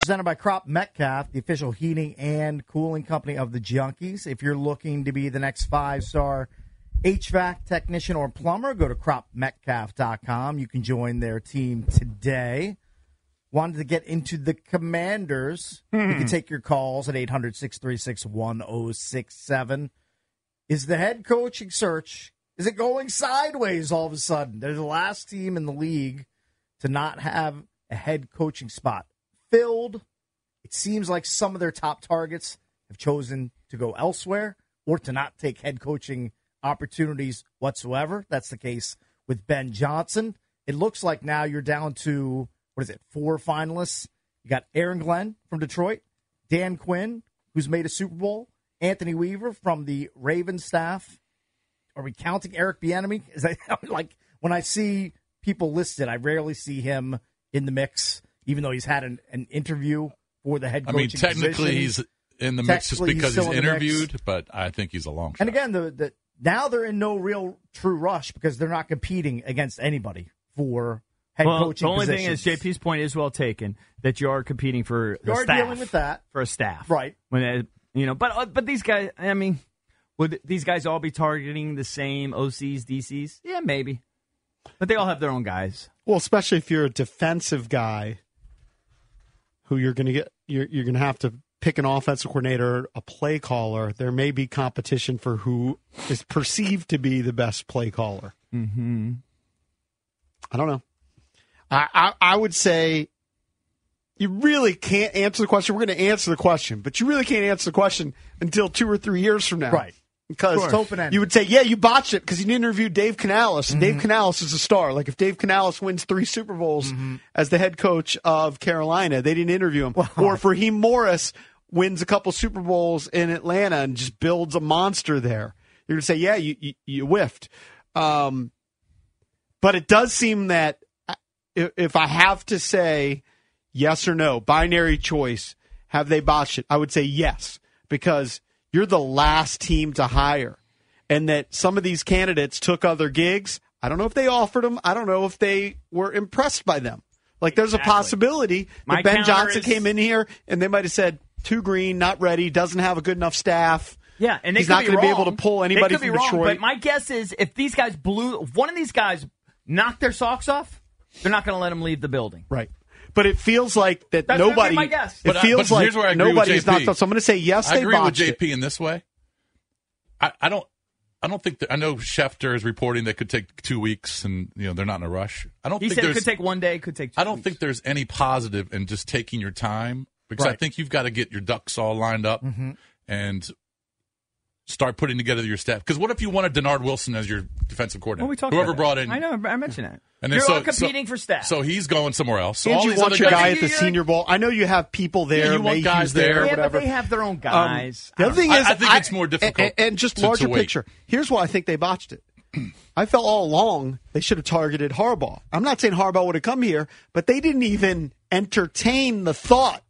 Presented by Crop Metcalf, the official heating and cooling company of the Junkies. If you're looking to be the next five star HVAC technician or plumber, go to cropmetcalf.com. You can join their team today. Wanted to get into the commanders. You can take your calls at 800 636 1067. Is the head coaching search is it going sideways all of a sudden? They're the last team in the league to not have a head coaching spot filled. It seems like some of their top targets have chosen to go elsewhere or to not take head coaching opportunities whatsoever. That's the case with Ben Johnson. It looks like now you're down to, what is it, four finalists. You got Aaron Glenn from Detroit, Dan Quinn, who's made a Super Bowl, Anthony Weaver from the Ravens staff. Are we counting Eric Bieniemy? [laughs] Is that like when I see people listed, I rarely see him in the mix, even though he's had an, an interview for the head I coaching. mean, technically position. he's in the mix just Technically, he's because still he's in the mix. interviewed, but I think he's a long shot. And again, the, the now they're in no real true rush because they're not competing against anybody for head well, coaching. the only positions. thing is, JP's point is well taken that you are competing for You the are staff, dealing with that. for a staff, Right. When it- you know, but uh, but these guys, I mean, would these guys all be targeting the same OCs, DCs? Yeah, maybe, but they all have their own guys. Well, especially if you're a defensive guy who you're going to get, you're, you're going to have to pick an offensive coordinator, a play caller. There may be competition for who is perceived to be the best play caller. Mm-hmm. I don't know. I, I, I would say you really can't answer the question. We're going to answer the question, but you really can't answer the question until two or three years from now. Right. Because It's open-ended. you would say, yeah, you botched it because you didn't interview Dave Canales. And Dave Canales is a star. Like if Dave Canales wins three Super Bowls as the head coach of Carolina, they didn't interview him. Or if Raheem Morris wins a couple Super Bowls in Atlanta and just builds a monster there, you're going to say, yeah, you, you, you whiffed. Um, but it does seem that I- if if I have to say yes or no, binary choice, have they botched it? I would say yes, because you're the last team to hire. And that some of these candidates took other gigs. I don't know if they offered them. I don't know if they were impressed by them. Like there's a possibility that My Ben counter Johnson is- came in here and they might have said, too green, not ready, doesn't have a good enough staff. Yeah, and they He's could not be, gonna be able wrong. to pull anybody they could be from wrong, Detroit. But my guess is if these guys blew, if one of these guys knocked their socks off, they're not going to let them leave the building. Right. But it feels like that That's gonna be nobody. my guess. It But I- feels but like here's where I agree with nobody's JP. not. So I'm going to say yes. I they agree with botched JP it. in this way. I, I don't. I don't think that, I know Schefter is reporting that could take two weeks, and you know they're not in a rush. I don't He think said it there's. could take one day, it could take. Two I don't weeks. think there's any positive in just taking your time because I Right. think you've got to get your ducks all lined up Mm-hmm. and start putting together your staff. Because what if you wanted Denard Wilson as your defensive coordinator? Well, we talked Whoever about that. brought in, I know. I mentioned that. And then You're so- all competing so- for staff. So he's going somewhere else. So And all you these want other your guys- guy at the Yeah, Senior Bowl. I know you have people there. Yeah, you want Mayhew's guys there, there. yeah, whatever. but they have their own Um, guys. the other thing I- is, I think it's more difficult And, and just to- to larger wait. picture. Here's why I think they botched it. I felt all along they should have targeted Harbaugh. I'm not saying Harbaugh would have come here, but they didn't even entertain the thought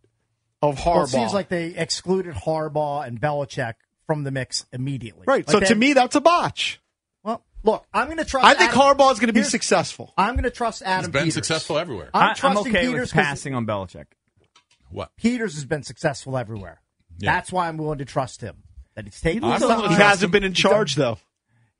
of Harbaugh. Well, it seems like they excluded Harbaugh and Belichick from the mix immediately. right. Like so they- to me, that's a botch. well, look, I'm going to trust. I think Adam- Harbaugh is going to be Here's- successful. I'm going to trust Adam. He's been Peters. successful everywhere. I- I'm trusting okay Peters with 'cause passing on Belichick. What? Peters has been successful everywhere. Yeah. That's why I'm willing to trust him. That he's taking. He looks a I'm not He little- gonna trust hasn't been in charge though.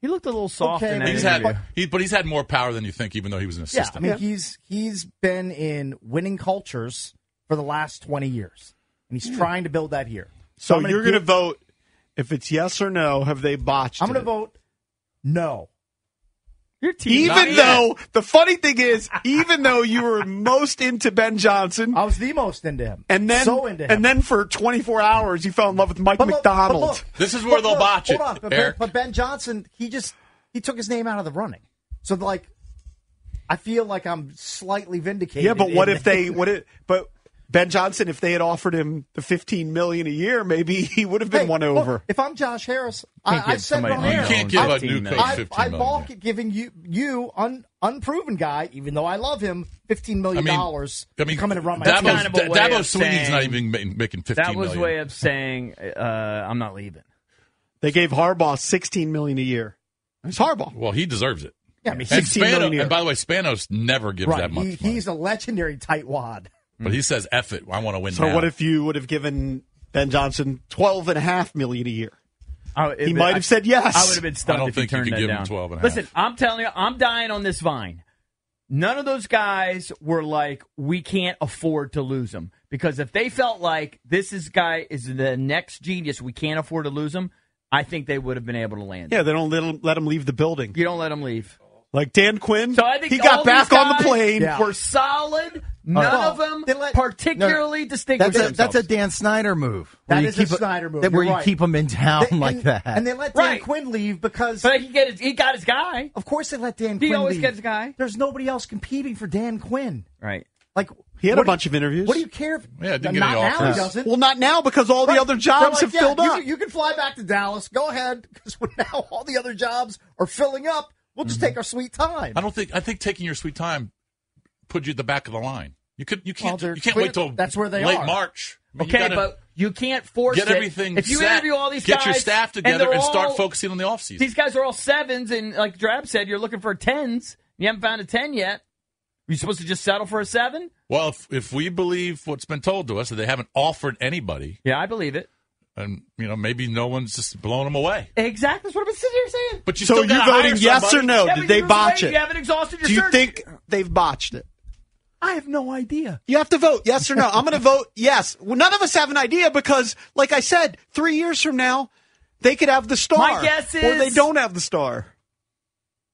He looked a little soft Okay, in but that He's interview. had, he, but he's had more power than you think, even though he was an Yeah, I assistant. mean he's he's been in winning cultures for the last 20 years, and Hmm. he's trying to build that here. So I'm gonna you're going to give- vote if it's yes or no. Have they botched? I'm going it? to vote no. Your team, Even Not yet. though the funny thing is, even though you were most into Ben Johnson, I was the most into him, and then so into him, and then for 24 hours you fell in love with Mike But look- but McDonald. look- This is where but they'll look, botch it, Hold on, but ben, Eric. but Ben Johnson, he just he took his name out of the running. So like, I feel like I'm slightly vindicated. yeah, but what in if that. they? What if? But Ben Johnson, if they had offered him the fifteen million a year, maybe he would have been won over. Look, if I'm Josh Harris, Can't I, I give said it somebody on an air. undrawn You can't I- give a new coach I- 15 I, million, balk at giving you you un, unproven guy, even though I love him, fifteen million dollars I mean, to come in and run my Dabo, team. kind of a way Dabo of Sweeney's not saying- even ma- making fifteen That million. was way of saying uh, I'm not leaving. They gave Harbaugh sixteen million a year. It's Harbaugh. Well, he deserves it. Yeah, I mean, and 16 million a Spano, year. and by the way, Spanos never gives right. that much, he, he's a legendary tightwad. but he says, "F it, I want to win." So now." what if you would have given Ben Johnson twelve and a half million a year? I- He I- might have said yes. I would have been I stunned don't if he think you turned could that give him down. 12 and a half. Listen, I'm telling you, I'm dying on this vine. None of those guys were like, we can't afford to lose him because if they felt like this is guy is the next genius, we can't afford to lose him. I think they would have been able to land. him. Yeah, they don't let him, let him leave the building. You don't let him leave. Like Dan Quinn, So I think he got all these back on the guys plane. Yeah. Were solid. None Well, of them they let- particularly distinguished That's a, themselves. that's a Dan Snyder move. That Where you is a keep Snyder move. that- where You're you right. keep them in town They- like and, that. and they let Dan Right. Quinn leave because but he get his, he got his guy. of course they let Dan He Quinn. always leave. gets a guy. There's nobody else competing for Dan Quinn. Right. Like He had what a do you- bunch of interviews. What do you care? If, Yeah, didn't get not any now offers. he doesn't. Well, not now because all the Right. other They're jobs like, have yeah, filled you, up. can- You can fly back to Dallas. Go ahead, because [laughs] now all the other jobs are filling up. We'll Mm-hmm. just take our sweet time. I don't think I think taking your sweet time put you at the back of the line. You could you Well, can't they're you can't clear- wait till that's where they late are. March. I mean, you Okay, gotta but you can't force get it. everything. If you set, interview all these get guys, your staff together they're and, start all- focusing on the offseason. These guys are all sevens, and like Drab said, you're looking for tens. You haven't found a ten yet. You're supposed to just settle for a seven. well, if, if we believe what's been told to us that they haven't offered anybody, Yeah, I believe it. and you know maybe no one's just blown them away. Exactly. That's what I've been sitting here saying. But you so still you gotta voting hire yes or somebody. no? Yeah, but Did they you're botch right. it? You haven't exhausted your Do you search. think they've botched it? I have no idea. You have to vote yes or no. I'm going to vote yes. Well, none of us have an idea because, like I said, three years from now, they could have the star. My guess or they is- don't have the star.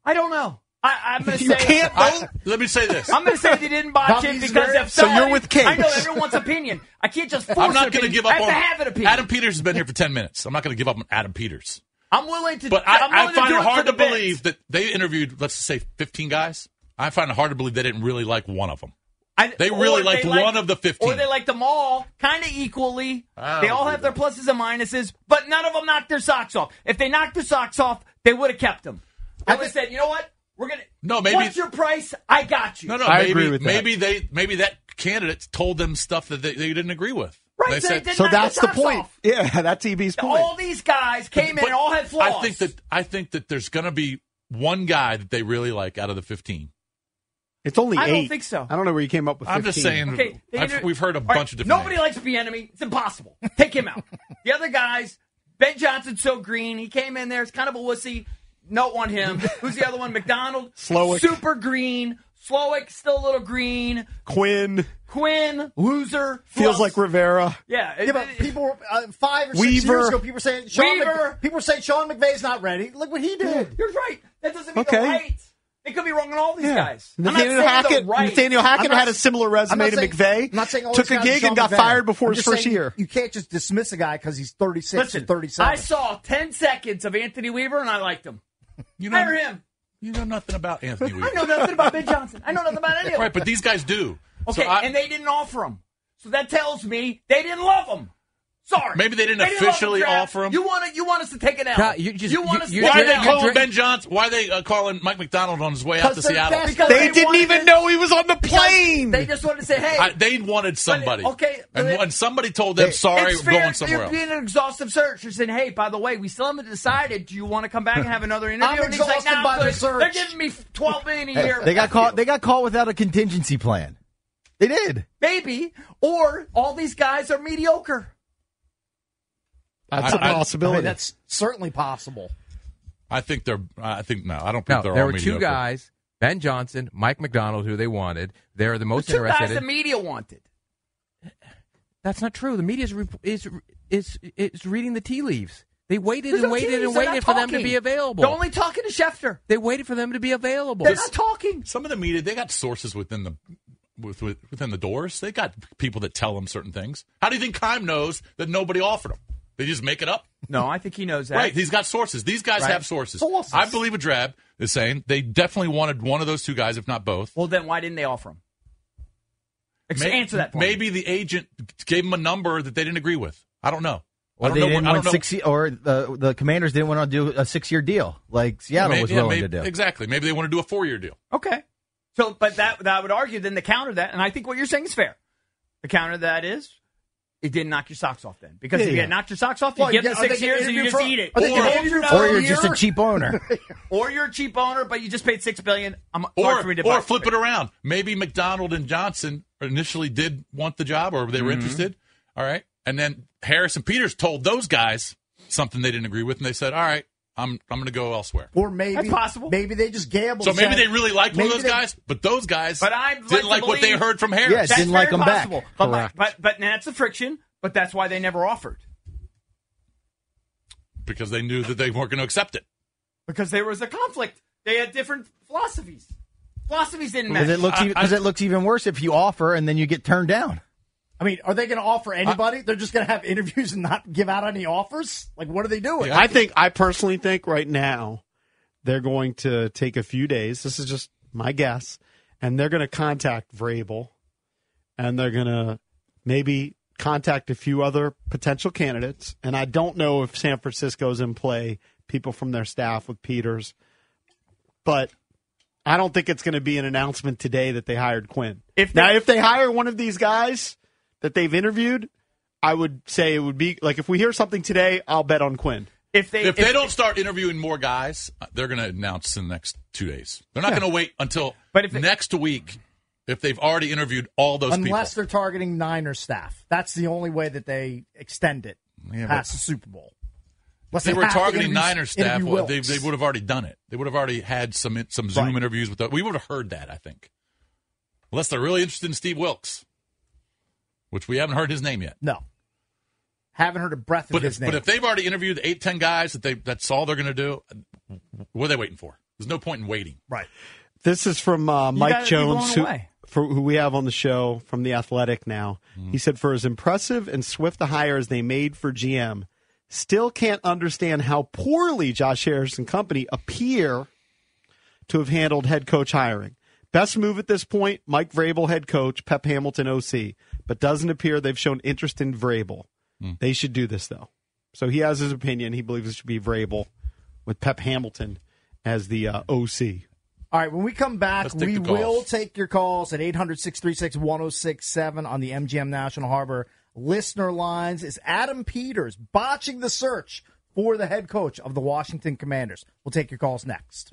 I don't know. I, I'm going to [laughs] You say can't I- vote. let me say this. I'm going to say they didn't botch it Bobby's because very- if So you're somebody- with Kings. I know everyone's opinion. I can't just force. I'm not going to give up I have on to have an opinion. Adam Peters has been here for ten minutes. I'm not going to give up on Adam Peters. I'm willing to. But I'm I, willing I find do it hard for to the bets. believe that they interviewed, let's say, 15 guys. I find it hard to believe they didn't really like one of them. I, They really or liked one of the 15. Or they liked them all kind of equally. I don't They all agree have their with pluses and minuses, but none of them knocked their socks off. If they knocked their socks off, they would have kept them. They would have said, you know what? We're going to. No, maybe- What's your price? I got you. No, no, I maybe, agree with that. maybe they maybe that candidate told them stuff that they, they didn't agree with. Right, They so they said, didn't So knock their that's the socks point. off. [laughs] Yeah, that's EB's point. All these guys came in But and all had flaws. I think that I think that there's going to be one guy that they really like out of the 15. It's only I don't eight. think so. I don't know where you came up with. 15. I'm just saying. [laughs] Okay, they I've, inter- we've heard a All right, bunch of different. Nobody names. likes Bienemy. It's impossible. Take him out. the other guys, Ben Johnson's so green. He came in there. It's kind of a wussy. No on him. Who's the other one? McDonald. Slowick. Super green. Slowick still a little green. Quinn Quinn loser. Who feels else? like Rivera. yeah. it- Yeah, but it- people were, uh, five or six Weaver. years ago, people were saying Sean Mc- Weaver. people were saying Sean McVay's not ready. Look what he did. you're right. That doesn't mean Okay. they're right. They could be wrong on all these guys. I'm not saying Nathaniel they're Hackett. right. Nathaniel Hackett I'm not had a s- similar resume I'm to not saying- McVeigh. I'm not saying all took these a guys are gig Sean and got McVay. fired before I'm his just first saying year. You can't just dismiss a guy because he's 36 Listen, and 37. I saw 10 seconds of Anthony Weaver and I liked him. You Hire know, him. you know nothing about Anthony Weaver. [laughs] I know nothing about Ben Johnson. I know nothing about any of them. Right, but these guys do. So Okay, I- and they didn't offer him. So that tells me they didn't love him. Sorry. Maybe they didn't love officially Trav. offer him. You want you want us to take an L. Ty, you just- want you- us you- to Why take are they an L. call calling drink- Ben Johnson? Why are they uh, calling Mike McDonald on his way out to Because they're Seattle? best- Because They, didn't wanted even to- know he was on the plane. They just wanted to say, hey, I, they wanted somebody. okay, and, but- and somebody told them, "Sorry, it's we're fair. going somewhere You're else." being an exhaustive search. You're saying, hey, by the way, we still haven't decided. Do you want to come back and have another interview? I'm and he's like, exhausted "Nah, I'm by the good. search." They're giving me 12 million a Hey, year. they got F caught. you. They got caught without a contingency plan. They did. Maybe. Or all these guys are mediocre. That's a I- I- possibility. I mean, that's certainly possible. I think they're. I think no. I don't think No, they're there all were two mediocre. guys: Ben Johnson, Mike McDonald, who they wanted. They're the most Two interested. guys the in- media wanted. That's not true. The media is re- is is is reading the tea leaves. They waited There's and no waited teams. and They're not waited for them to talking. be available. They're only talking to Schefter. they waited for them to be available. They're not talking. Some of the media, they got sources within the with, with, within the doors. They got people that tell them certain things. How do you think Kime knows that nobody offered him? They just make it up, No, I think he knows that. right? He's got sources. These guys have sources. Sources. I believe a drab is saying they definitely wanted one of those two guys, if not both. Well, then why didn't they offer him? Ex- May- answer that for me. Maybe the agent gave him a number that they didn't agree with. I don't know. I Or don't they know didn't what, I want don't know. six, or the the Commanders didn't want to do a six year deal like Seattle Maybe- was yeah, willing maybe- to do. Exactly. Maybe they want to do a four year deal. Okay. So, but that, that I would argue then the counter to that, and I think what you're saying is fair. The counter to that is it didn't knock your socks off then. Because if Yeah, you yeah. had knocked your socks off, you Well, get yeah, the are six they years and you interviewed just for- eat it. are they interviewed for or you're just a year? [laughs] cheap owner. or you're a cheap owner, but you just paid six billion. I'm it's hard Or, for me to or buy. flip it around. Maybe McDonald and Johnson initially did want the job or they were Mm-hmm. interested. All right. And then Harris and Peters told those guys something they didn't agree with, and they said, All right, I'm I'm gonna go elsewhere. Or maybe That's possible. Maybe they just gambled. So maybe said- they really liked one of maybe those they- guys, but those guys But I'd like didn't to like what they believe- heard from Harris. Yes. That's Didn't like very 'em back. possible. But, my, Correct. but but that's the friction. But that's why they never offered Because they knew that they weren't gonna accept it. because there was a conflict. They had different philosophies. Philosophies didn't Because match. it looks I- because I- it looks even worse if you offer and then you get turned down. I mean, are they going to offer anybody? They're just going to have interviews and not give out any offers. Like, what are they doing? I think I personally think right now they're going to take a few days. This is just my guess, and they're going to contact Vrabel, and they're going to maybe contact a few other potential candidates. And I don't know if San Francisco's in play, people from their staff with Peters, but I don't think it's going to be an announcement today that they hired Quinn. If now, they- if they hire one of these guys that they've interviewed. I would say it would be like if we hear something today, I'll bet on Quinn. if they If they don't start interviewing more guys, uh, they're going to announce in the next two days. They're not going to wait until But if it- next week if they've already interviewed all those Unless people. they're targeting Niner staff, that's the only way that they extend it Yeah, but- past the Super Bowl. Unless If they were have to targeting interview- Niners staff, interview well, they, Wilkes. they would have already done it. They would have already had some in- some Zoom Right. interviews with. The, we would have heard that, I think. Unless they're really interested in Steve Wilkes, which we haven't heard his name yet. No, haven't heard a breath of But his if, name. but if they've already interviewed the eight ten guys that they that's all they're going to do, uh, what are they waiting for? There's no point in waiting. right. This is from uh, Mike gotta be blown Jones, who, away. for, who we have on the show from The Athletic now. He said, For as impressive and swift a hire as they made for GM, still can't understand how poorly Josh Harris and company appear to have handled head coach hiring. Best move at this point, Mike Vrabel head coach, Pep Hamilton OC, but doesn't appear they've shown interest in Vrabel. They should do this, though. So he has his opinion. He believes it should be Vrabel with Pep Hamilton as the uh, OC. All right, when we come back, Let's take we the calls. will take your calls at 800 636 1067 on the MGM National Harbor listener lines. Is Adam Peters botching the search for the head coach of the Washington Commanders? We'll take your calls next.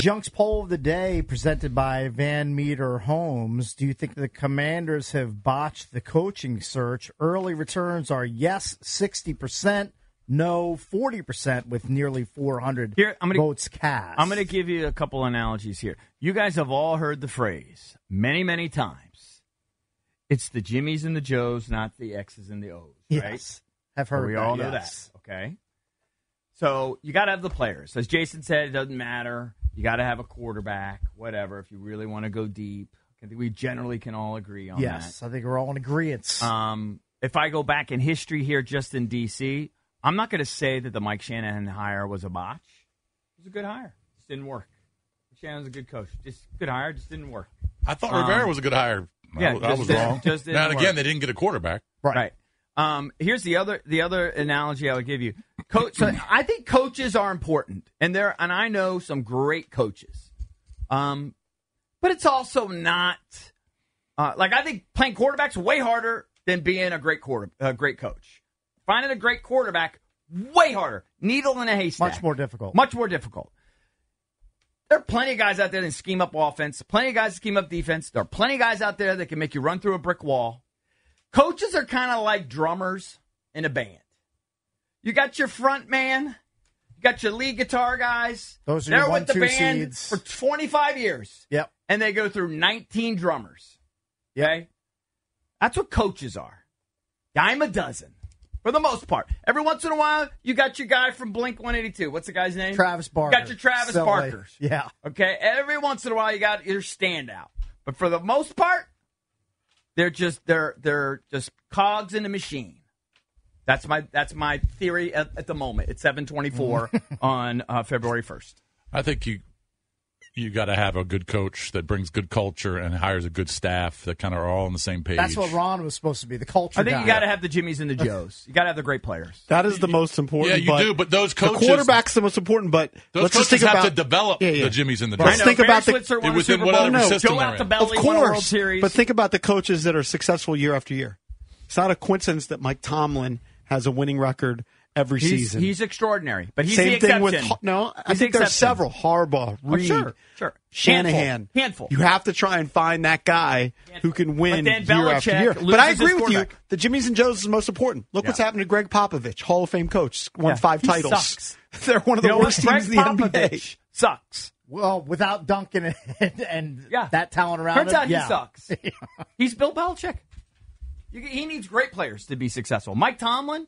Junk's poll of the day presented by Van Meter Homes. Do you think the commanders have botched the coaching search? Early returns are yes, 60%, no, 40%, with nearly 400 Here, I'm gonna- votes cast. I'm going to give you a couple analogies here. You guys have all heard the phrase many, many times. It's the Jimmies and the Joes, not the X's and the O's, right? Yes. Have heard we that, all know yes. that. Okay. So you got to have the players. As Jason said, it doesn't matter. You got to have a quarterback, whatever, if you really want to go deep. I think we generally can all agree on Yes, I think we're all in agreement. that. Um, if I go back in history here, just in D.C., I'm not going to say that the Mike Shanahan hire was a botch. It was a good hire. Just didn't work. Shanahan's a good coach. Just good hire. Just didn't work. I thought Um, Rivera was a good hire. I yeah, was- I, just was didn't- wrong. just didn't now and again, work. they didn't get a quarterback. Right. Um, here's the other the other analogy I would give you. Coach, so I think coaches are important, and there and I know some great coaches. Um, but it's also not uh, like I think playing quarterback's way harder than being a great quarter a great coach. Finding a great quarterback way harder, needle in a haystack, Much more difficult. much more difficult. There are plenty of guys out there that scheme up offense, plenty of guys that scheme up defense. There are plenty of guys out there that can make you run through a brick wall. Coaches are kind of like drummers in a band. You got your front man, you got your lead guitar guys. Those are They're your one, with the two band seeds. for 25 years, Yep. and they go through 19 drummers. Okay? That's what coaches are. Dime a dozen. For the most part. Every once in a while, you got your guy from Blink 182. What's the guy's name? Travis Barker. Got your Travis Silly. Barkers. Yeah. Okay. Every once in a while, you got your standout. But for the most part, they're just they're they're just cogs in the machine. That's my that's my theory at, at the moment. It's seven twenty [laughs] four on uh, February first. I think you you got to have a good coach that brings good culture and hires a good staff that kind of are all on the same page. That's what Ron was supposed to be, the culture I think guy. you got to have the Jimmies and the Joes. You got to have the great players. That is the most important. Yeah, you do, but those coaches- the quarterback's the most important. But Those let's coaches just think have about to develop the Jimmies and the Let's Joes. think I know, about Barry the Switzer won a Within Super Bowl. whatever system Joe they're in. Altabelli of won a World course, Series. but think about the coaches that are successful year after year. It's not a coincidence that Mike Tomlin has a winning record every He's, season. he's extraordinary, but he's Same the thing with exception. Ho- no. I He's the think there's exception. several Harbaugh, Oh, Reed, sure, sure. Shanahan, handful. handful. You have to try and find that guy who can win But then year after Belichick year. But I loses agree his with you. quarterback. The Jimmys and Joes is the most important. Look what's happened to Greg Popovich, Hall of Fame coach, won Yeah, five he titles. sucks. [laughs] They're one of the You know worst what? teams in the Greg NBA. Popovich Sucks. Well, without Duncan and, and Yeah. that talent around Turns him, out he yeah. [laughs] sucks. He's Bill Belichick. You, he needs great players to be successful. Mike Tomlin.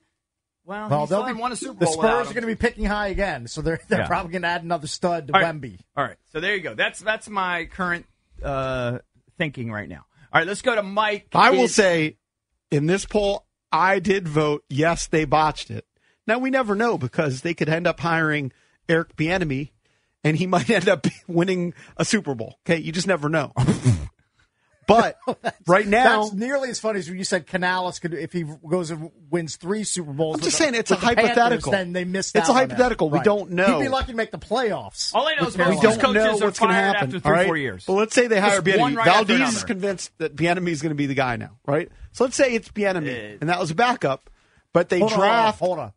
Well, Well, he they'll still be, hasn't won a Super the Bowl. without Spurs are him. going to be picking high again, so they're they're Yeah. probably going to add another stud to All right. Wemby. All right. So there you go. That's that's my current uh, thinking right now. All right, let's go to Mike. I will Is- say, in this poll, I did vote yes. They botched it. Now we never know because they could end up hiring Eric Bieniemy, and he [laughs] might end up winning a Super Bowl. Okay, you just never [laughs] know. but Oh, right now, That's nearly as funny as when you said Canales could if he goes and wins three Super Bowls. I'm with just the- saying it's a with the Panthers, hypothetical. then they missed. It's out a on that. hypothetical. We Right. don't know. He'd be lucky to make the playoffs. All I know is with most of we Carolina. these don't coaches know are what's going to fired happen. after three, all right? four years. But let's say they hire Just one Bienemy. right after Valdez is another. convinced that Bienemy is going to be the guy now, right? So let's say it's Bienemy, and that was a backup, but they Hold on, draft. Hold on,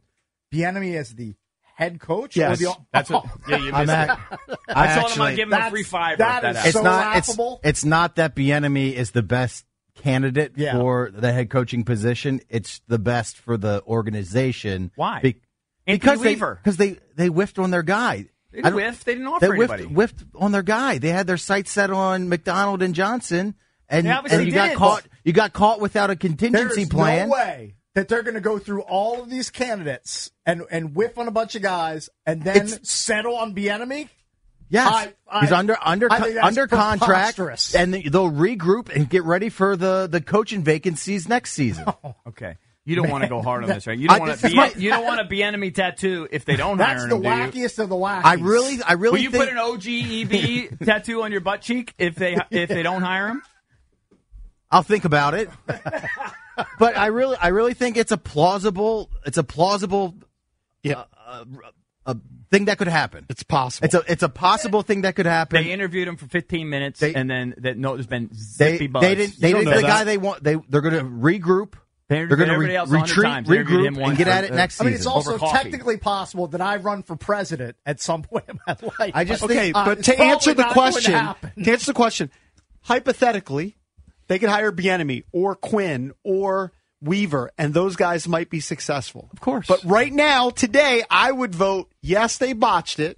the enemy is the head coach. Yes. or the, [laughs] That's what. Yeah, you I'm missed at, it. I I told him actually- I'd give him a That's- free five. that if that is happens. it's so not it's, laughable. it's not that Bienemy is the best candidate Yeah. for the head coaching position. It's the best for the organization. Why? Be- Anthony because they, Weaver. because they they whiffed on their guy. They I didn't don't- whiff. They didn't offer They whiffed, anybody. whiffed on their guy. They had their sights set on McDonald and Johnson, and, They obviously and you got did. caught. You got caught without a contingency There's plan. no way that they're going to go through all of these candidates and and whiff on a bunch of guys and then It's- settle on the enemy. Yes, I- I- he's under under I think that's under contract, preposterous. and they'll regroup and get ready for the the coaching vacancies next [laughs] season. Oh. Okay. You don't want to go hard on this, right? You I- don't want this to [laughs] is be my- you don't want to be enemy tattoo if they don't That's hire the him, do you? wackiest of the wackiest. I really, I really Will you think put an [laughs] OGEB tattoo on your butt cheek if they if they don't hire [laughs] him? I'll think [laughs] about it. but I really, I really think it's a plausible, it's a plausible uh, Yeah, Uh, thing that could happen. it's possible. It's a, it's a possible thing that could happen. They interviewed him for 15 minutes, They- and then that no, there's been zippy they, they buzz. didn't, they You don't didn't know the guy that. they want. They they're going to regroup. They are going interviewed everybody to else a hundred retreat, times. They interviewed him regroup, and once get for- at it next I mean, it's season. Over also coffee. technically possible that I run for president at some point in my [laughs] life. I just okay, think- uh, but it's to answer probably the not going to question, happen. to answer the question, hypothetically, they could hire Bienemy or Quinn or Weaver, and those guys might be successful. Of course. But right now, today, I would vote yes, they botched it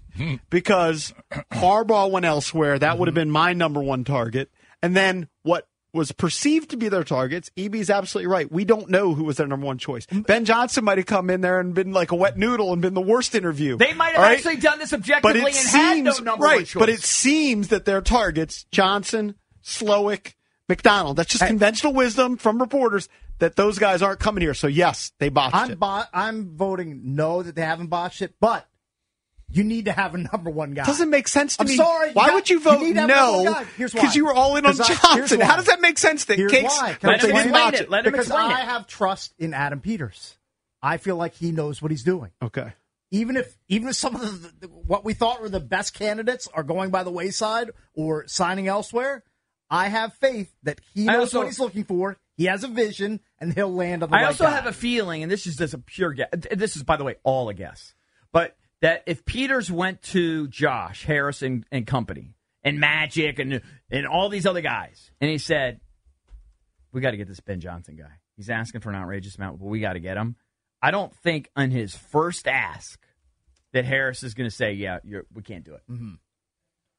because Harbaugh went elsewhere. That would have been my number one target. And then what was perceived to be their targets, EB's absolutely right. We don't know who was their number one choice. Ben Johnson might have come in there and been like a wet noodle and been the worst interview. They might have All right? actually done this but objectively it and seems had no number right. one choice. But it seems that their targets Johnson, Slowick, McDonald. That's just conventional wisdom from reporters that those guys aren't coming here. So yes, they botched I'm it. bo- I'm voting no that they haven't botched it, but you need to have a number one guy. doesn't make sense to I'm me. sorry, you Why got- would you vote need to have a number one no? guy. Here's why. Because you were all in on 'Cause I- here's Johnson. How why. does that make sense? That Here's cakes why. Can I that they explain didn't botch it? it. Let him because explain I it. have trust in Adam Peters. I feel like he knows what he's doing. Okay. Even if even if some of the, the- what we thought were the best candidates are going by the wayside or signing elsewhere, I have faith that he I knows also- what he's looking for. He has a vision, and he'll land on the I right also guy. have a feeling, and this is just a pure guess. This is, by the way, all a guess. But that if Peters went to Josh Harris and, and company and Magic and and all these other guys, and he said, "We got to get this Ben Johnson guy. He's asking for an outrageous amount, but we got to get him." I don't think on his first ask that Harris is going to say, "Yeah, you're, we can't do it."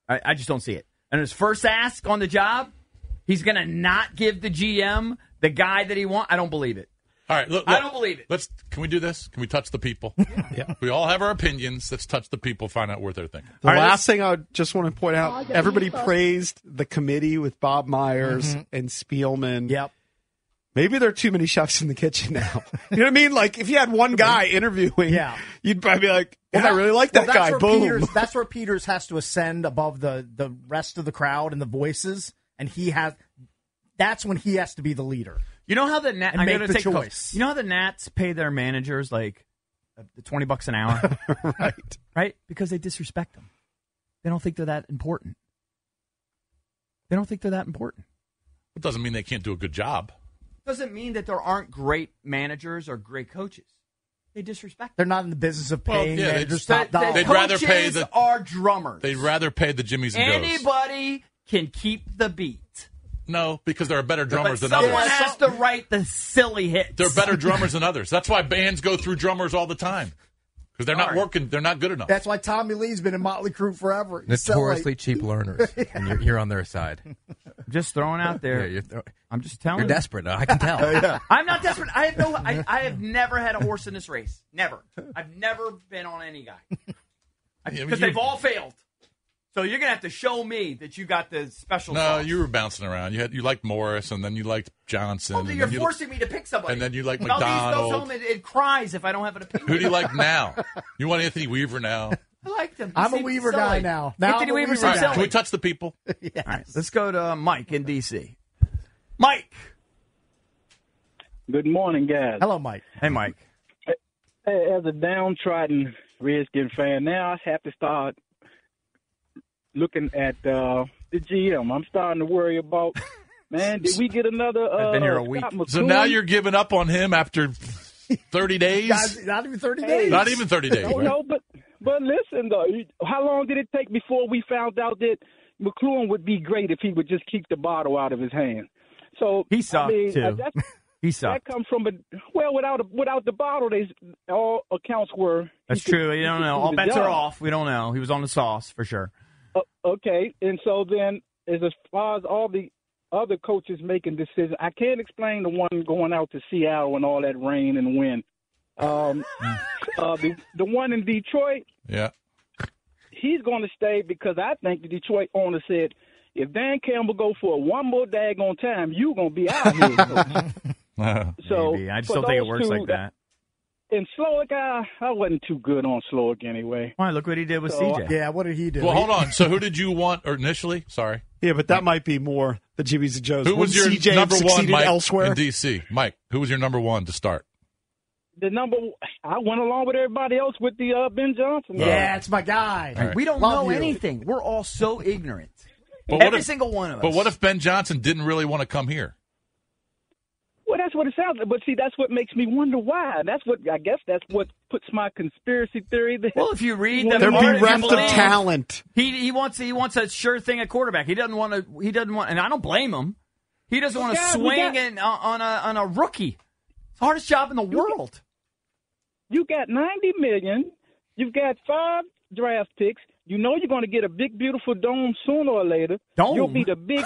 I, I just don't see it. And his first ask on the job, he's going to not give the GM The guy that he want, I don't believe it. All right, look, I don't believe it. Let's. Can we do this? Can we touch the people? yeah. We all have our opinions. Let's touch the people. Find out what they're thinking. The last thing I would just want to point out: everybody praised the committee with Bob Myers Mm-hmm. Mhm. and Spielman. Yep. Maybe there are too many chefs in the kitchen now. [laughs] you know what I mean? Like if you had one guy interviewing, Yeah. you'd probably be like, "Well, I really like Well, that that's guy." Where Boom. [laughs] Peters, that's where Peters has to ascend above the the rest of the crowd and the voices, and he has. That's when he has to be the leader. You know how the Nat And I'm make gonna the take choice. Coach. You know how the Nats pay their managers like uh, twenty bucks an hour, [laughs] right? Right, because they disrespect them. They don't think they're that important. They don't think they're that important. It doesn't mean they can't do a good job. Doesn't mean that there aren't great managers or great coaches. They disrespect. They're not in the business of Well, paying yeah, they managers just- top they- dollar. They'd rather coaches pay the- are drummers. They'd rather pay the Jimmies and Joes. Anybody can keep the beat, No, because there are better but drummers than someone others. has to write the silly hits. They're [laughs] better drummers than others. That's why bands go through drummers all the time because they're not working. They're not good enough. That's why Tommy Lee's been in Motley Crue forever. He's so, like- [laughs] Notoriously cheap learners, and you're, you're on their side. Just throwing out there. Yeah, you're, thro- I'm just telling. you're you. Oh, desperate. I [laughs] can tell. [laughs] I'm not desperate. I have no. I, I have never had a horse in this race. Never. I've never been on any guy Yeah, but because you- they've all failed. So you're gonna have to show me that you got the special. No, sauce. you were bouncing around. You had you liked Morris, and then you liked Johnson. Well, and Oh, you're then you- forcing me to pick somebody. and then you like Valdez goes McDonald. home and it cries if I don't have an opinion. Who do you like now? You want Anthony Weaver now? [laughs] I liked him. He I'm a seemed Weaver silly. guy now. Now Anthony I'm a Weaver Weaver All seems right, can we silly. touch [laughs] the people? All right, let's go to uh, Mike in DC. Mike. Good morning, guys. hello, Mike. Hey, Mike. Hey, As a downtrodden Redskin fan, now I have to start looking at uh, the GM. I'm starting to worry [laughs] about. Man, did we get another? [laughs] Uh, I've been here a week. Scott So McCoon? now you're giving up on him after 30 days? Guys, not even thirty Hey. days. Not even 30 days. [laughs] No, no, but but listen though, you- how long did it take before we found out that McLuhan would be great if he would just keep the bottle out of his hand? So He I sucked, mean, too. uh, that's- [laughs] He That comes from a well without a, without the bottle. They all accounts were. That's he could- true. You he don't could know. do All the bets are job. off. We don't know. He was on the sauce for sure. O- okay, and so then as as far as all the other coaches making decisions, I can't explain the one going out to Seattle and all that rain and wind. Um, uh, the the one in Detroit, Yeah. he's going to stay because I think the Detroit owner said, if Dan Campbell go for one more daggone time, you going to be out here. so Maybe. I just for don't think it those works two, like that. And Slowick, I, I wasn't too good on Slowick anyway. Why? Look what he did with So, CJ. Yeah, what did he do? well, hold on. So who did you want or initially? Sorry. Yeah, but that might be more the Jimmies and Joes. Who was your Wouldn't CJ have number one succeeded Mike elsewhere? in D.C.? Mike, who was your number one to start? The number, I went along with everybody else with the uh, Ben Johnson. Yeah. Yeah, it's my guy. All right. We don't Love know you. anything. We're all so ignorant. But Every what if, single one of us. but what if Ben Johnson didn't really want to come here? Well, that's what it sounds like. But see, that's what makes me wonder why. That's what I guess that's what puts my conspiracy theory. That, Well, if you read the Well, There'd be part, if you raft of believe- talent. He he wants he wants a sure thing at quarterback. He doesn't want to. He doesn't want, and I don't blame him. He doesn't want to Yeah, we swing got- in, uh, on a on a rookie. It's the hardest job in the world. you got 90 million, you've got five draft picks. You know you're going to get a big, beautiful dome sooner or later. Dome? You'll be [laughs] the big.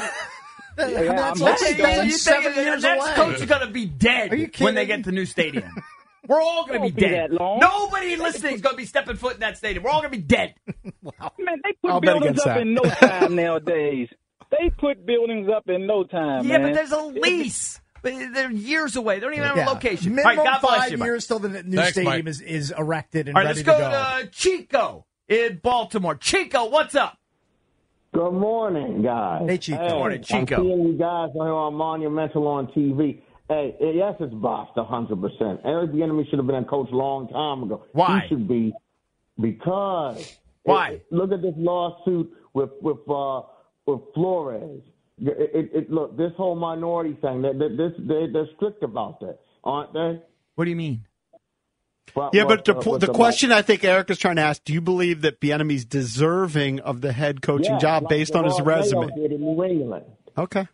Yeah, That's I'm like- saying- that's like you think seven the years next away. coach is going to be dead Are you when they kidding? get the [laughs] new stadium. We're all going to be Won't be dead. that long. Nobody listening is going to be stepping foot in that stadium. We're all going to be [laughs] dead. man, they put I'll bet buildings against up that. in no time nowadays. They put buildings up in no time. yeah, man. but there's a lease. But They're years away. They don't even have Yeah. a location. Minimum all right, God five bless you. Mike. years till the new Thanks, stadium Mike. is, is erected and All right, ready let's go, to go. to uh, Chico in Baltimore. Chico, what's up? Good morning, guys. Hey, Chico. Good morning, Chico. I'm seeing you guys on here on Monumental on TV. Hey, eh, yes, it's Bost, 100%. Eric Bieniemy should have been a coach a long time ago. Why? He should be because. Why? It- look at this lawsuit with with uh, with Flores. It, it, it, look, this whole minority thing. They, they, this, they, they're strict about that, aren't they? What do you mean? What- Yeah, what- but the, what- po- what the question I think Eric is trying to ask: Do you believe that Bienemi's deserving of the head coaching Yeah, job like based on his Gerard Mayo resume? did in New England. Okay.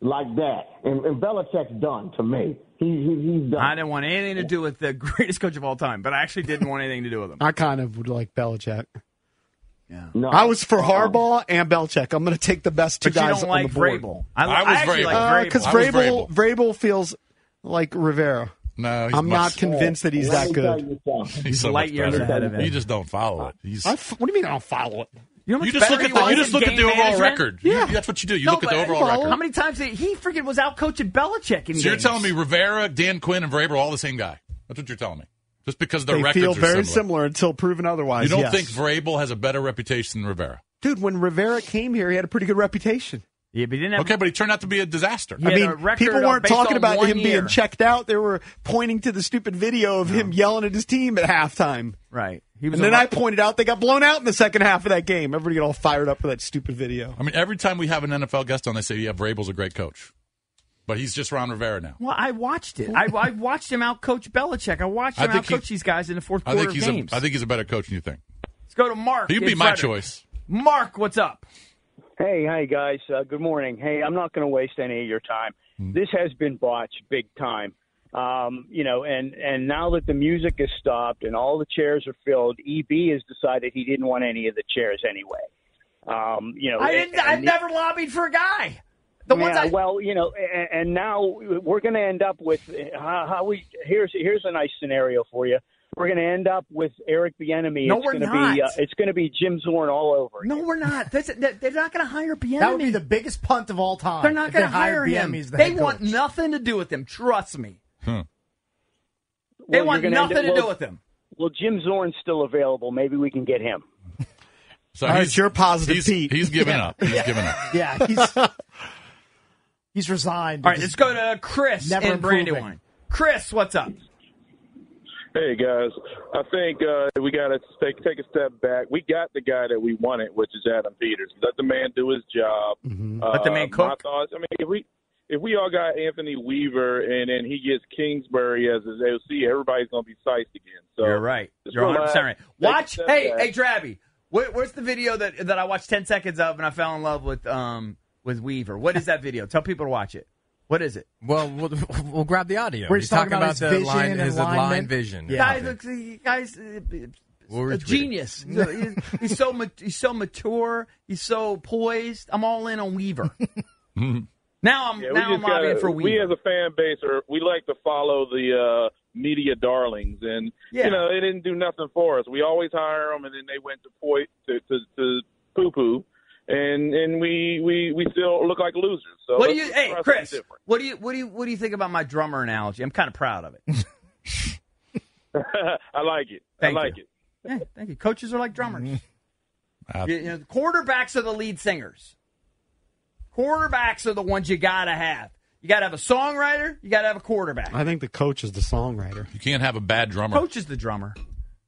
like that. And, and Belichick's done to me. He, he, he's done. I didn't want anything to do [laughs] with the greatest coach of all time, but I actually didn't want anything to do with him. I kind of would like Belichick. No. I was for Harbaugh and Belichick. I'm going to take the best two But you guys don't on like the board. Vrabel. I li- I I was actually Vrabel. like Uh, Vrabel. 'cause I was Vrabel, Vrabel feels like Rivera. No, he's I'm much- not convinced that he's that good. [laughs] He's so much better. You just don't follow it. He's, I f- what do you mean I don't follow it? how you much just look better at he the was you just in look at game the overall management? record. You- that's what you do. You look at the but- overall record. How many times did he freaking was out coaching Belichick in So you're telling me Rivera, Dan Quinn, and Vrabel are all the same guy? That's what you're telling me. Just because their They records feel are very similar. similar until proven otherwise. You don't yes. think Vrabel has a better reputation than Rivera? dude? When Rivera came here, he had a pretty good reputation. Yeah, but he didn't have okay, but he turned out to be a disaster. I mean, people weren't talking about him being checked out. They were pointing to the stupid video of him yelling at his team at halftime. Right. He and then I pointed out they got blown out in the second half of that game. Everybody got all fired up for that stupid video. I mean, every time we have an NFL guest on, they say, "Yeah, Vrabel's a great coach," but he's just Ron Rivera now. Well, I watched it. I, I watched him out coach Belichick. I watched I him think out coach he- these guys in the fourth I quarter think he's of games. a, I think he's a better coach than you think. Let's go to Mark. He'd in be my Frederick. choice. Mark, what's up? Hey, hi guys. Uh, good morning. Hey, I'm not going to waste any of your time. Hmm. This has been botched big time. Um, you know, and and now that the music is stopped and all the chairs are filled, EB has decided he didn't want any of the chairs anyway. Um, you know, I and- didn't. I've and- never lobbied for a guy. The ones yeah, I well, you know, and, and now we're going to end up with uh, how, how we here's here's a nice scenario for you. We're going to end up with Eric Bieniemy. No, it's we're gonna not. Be, uh, it's going to be Jim Zorn all over. No, we're not. That's, that, they're not going to hire Bieniemy. That would be the biggest punt of all time. They're not if they going to hire hired him. Bieniemy as the they head want coach. nothing to do with him. Trust me. Hmm. They Well, want you're gonna nothing end to up- do well- with him. Well, Jim Zorn's still available. Maybe we can get [laughs] him. So All right, he's, you're positive, he's, Pete. He's giving [laughs] Yeah. up. He's giving up. Yeah, [laughs] Mm-hmm. he's he's resigned. All right, let's go to Chris Never in improving. Brandywine. Chris, what's up? Hey guys, I think uh, we got to take take a step back. We got the guy that we wanted, which is Adam Peters. Let the man do his job. Mm-hmm. Uh, Let the man My cook. thoughts. I mean, if we if we all got Anthony Weaver and then he gets Kingsbury as his AOC, everybody's gonna be psyched again. So You're right. just You're 100 relax, percent right. take a Watch. step Hey, back. hey, Drabby. What, what's the video that that I watched ten seconds of and I fell in love with um with Weaver? What is that video? Tell people to watch it. What is it? Well, we'll, we'll grab the audio. We're He's just talking talking about, about the his line, vision and his line alignment. vision. Guy looks. he- Guys, uh, We'll a retweet it. [laughs] genius. he's, he's so mat- he's so mature. He's so poised. I'm all in on Weaver. now I'm Yeah, we now I'm just gotta- lobbying for Weaver. We as a fan base are we like to follow the uh, media darlings, and Yeah. you know they didn't do nothing for us. We always hire them, and then they went to poi to to, to poo poo, and and we we we still look like losers. [laughs] So what do let's you? try Hey, something Chris. different. What do you? What do you? What do you think about my drummer analogy? I'm kind of proud [laughs] of it. I like it. Thank I like you. it. Yeah, thank you. Coaches are like drummers. Uh, You- you know, quarterbacks are the lead singers. Quarterbacks are the ones you gotta have. You gotta have a songwriter. You gotta have a quarterback. I think the coach is the songwriter. You can't have a bad drummer. Coach is the drummer.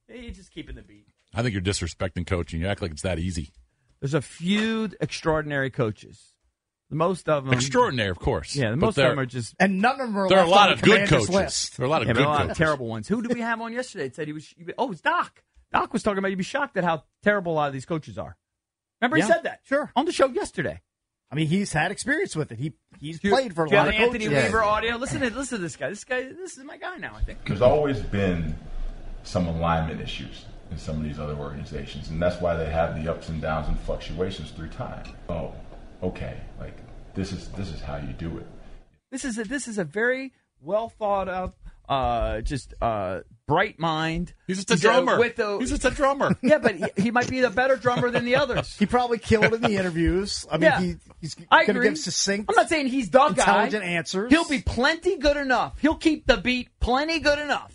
Yeah, You're just keeping the beat. I think you're disrespecting coaching. You act like it's that easy. There's a few extraordinary coaches. The most of them. Extraordinary, of course. Yeah, the But most of there- them are just. And none of them are. There are a left lot on of the good commander's coaches. List. There are a lot of Yeah, but good a lot of coaches. terrible ones. Who did we have on yesterday? It said he was. Oh, it was Doc. Doc was talking about. You'd be shocked at how terrible a lot of these coaches are. Remember he Yeah, said that. Sure. On the show yesterday. I mean, he's had experience with it. He he's Do you- played for a do you lot have of the Anthony coaches. Weaver audio. Listen to listen to this guy. This guy. This is my guy now. I think. There's always been some alignment issues in some of these other organizations, and that's why they have the ups and downs and fluctuations through time. Oh, okay, like this is this is how you do it. This is a, this is a very well thought out, uh, just uh, bright mind. He's just a uh, drummer. with a, He's just a drummer. [laughs] yeah, but he, he might be the better drummer than the others. [laughs] He probably killed in the interviews. I mean, Yeah. he, he's I going to agree. give succinct. I'm not saying he's the guy. Intelligent answers. He'll be plenty good enough. He'll keep the beat plenty good enough.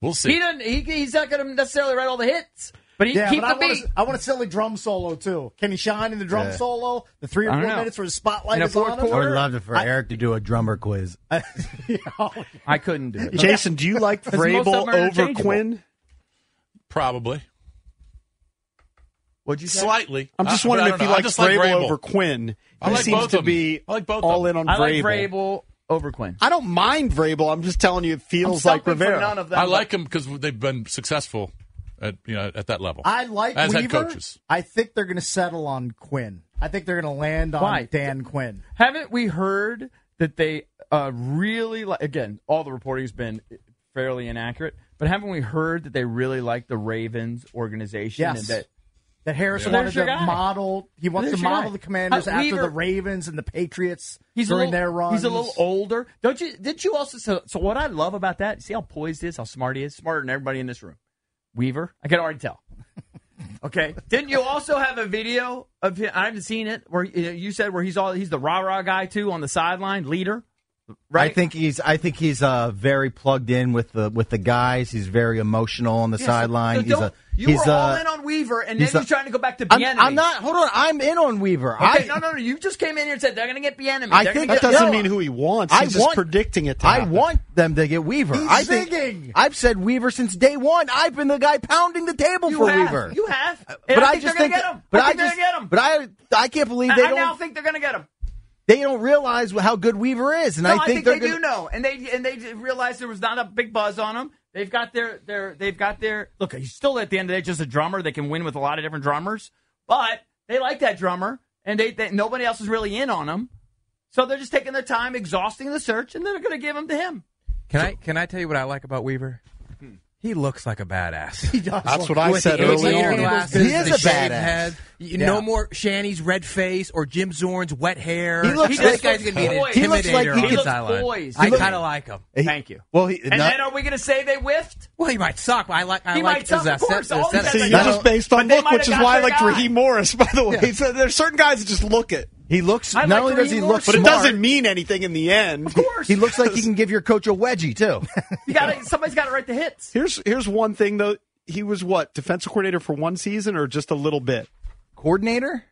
We'll He see. doesn't. He, he's not going to necessarily write all the hits, but he yeah, keep but the I beat. Want a, I want a silly drum solo too. Can he shine in the drum Yeah. solo? The three or I four don't know. minutes where the spotlight In the is on fourth I would quarter? him. love it for Eric to do a [laughs] drummer quiz. oh, I couldn't do it. Jason, do you like Because most of them Vrabel are over interchangeable. Quinn? Probably. What'd you say? Slightly. I'm just I- wondering I if don't he know. I likes just Vrabel, like over Quinn. I He like seems both to of 'em. be I like both of all 'em. in on I like Vrabel. Vrabel over Quinn. I don't mind Vrabel. I'm just telling you, it I'm feels stumping like Rivera. For none of them, I but- like them because they've been successful at you know at that level. I like as Weaver. head coaches. I think they're going to settle on Quinn. I think they're going to land on Why? Dan Quinn. Haven't we heard that they uh, really like? Again, all the reporting's been fairly inaccurate, but haven't we heard that they really like the Ravens organization Yes. and that That Harris Yeah. wanted There's your to guy. model. He wants There's to your model guy. the Commanders Uh, after Weaver- the Ravens and the Patriots He's during a little, their runs. He's a little older. Don't you? Did you also? So, so what I love about that, see how poised he is, how smart he is, smarter than everybody in this room. Weaver, I can [laughs] already tell. Okay, didn't you also have a video of him? I haven't seen it. Where you know, you said where he's all he's the rah rah guy too on the sideline leader. Right. I think he's. I think he's uh, very plugged in with the with the guys. He's very emotional on the Yeah, so- so sideline. he's don't- a. you he's were a, all in on Weaver, and then he's a- you're trying to go back to I'm- Bieniemy. I'm not. Hold on. I'm in on Weaver. Okay, I, no, no, no. You just came in here and said they're going to get Bieniemy. I They're think gonna no, get- no, I want- I want them to get Weaver. He's I think zigging. I've said Weaver since day one. I've been the guy pounding the table You for have. Weaver. You have. And I but I, think just they're think. gonna get him. But I I, think they're just. gonna get him. But I. I can't believe I, they I don't. now think they're going to get him. they don't realize how good Weaver is, and no, I think, they they're gonna, do know, and they and they realized there was not a big buzz on him. They've got their their they've got their look. He's still at the end of the day just a drummer. They can win with a lot of different drummers, but they like that drummer, and they, they nobody else is really in on him. So they're just taking their time, exhausting the search, and they're going to give him to him. Can I can I tell you what I like about Weaver? He looks like a badass. He does. That's what I With the said early aviator on. glasses, He is the a shaved badass. head. You- Yeah. No more Shanny's red face or Jim Zorn's wet hair. He looks this like- guy's gonna be an intimidator he looks like he on the could- sideline. poised. I He looks- kind of like him. He- Thank you. Well, he, And then are we going to say they whiffed? Well, he might suck. But I like. I He like might suck, his of course. asset- All these asset- See, guys you're like- just based on they look, might which have is got why I their liked guy. Raheem Morris. By the way, Yeah. so there's certain guys that just look it. He looks. I not like only does Raheem he look, Morris. But it smart, doesn't mean anything in the end. Of course, he looks like he can give your coach a wedgie too. [laughs] You got somebody's got to write the hits. Here's here's one thing though. He was what defensive coordinator for one season or just a little bit. Coordinator.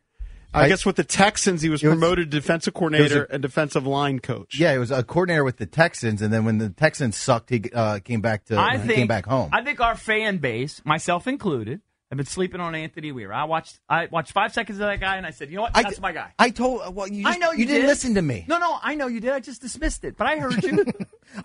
I, I- guess with the Texans, he was, It was- promoted to defensive it coordinator was a- and defensive line coach. Yeah, he was a coordinator with the Texans, and then when the Texans sucked, he uh, came back to I he think came back home. I think our fan base, myself included, have been sleeping on Anthony Weir. I watched I watched five seconds of that guy, and I said, you know what, that's my guy. I told well you. I Just, know you, didn't did. listen to me. No, no, I know you did. I just dismissed it, but I heard you.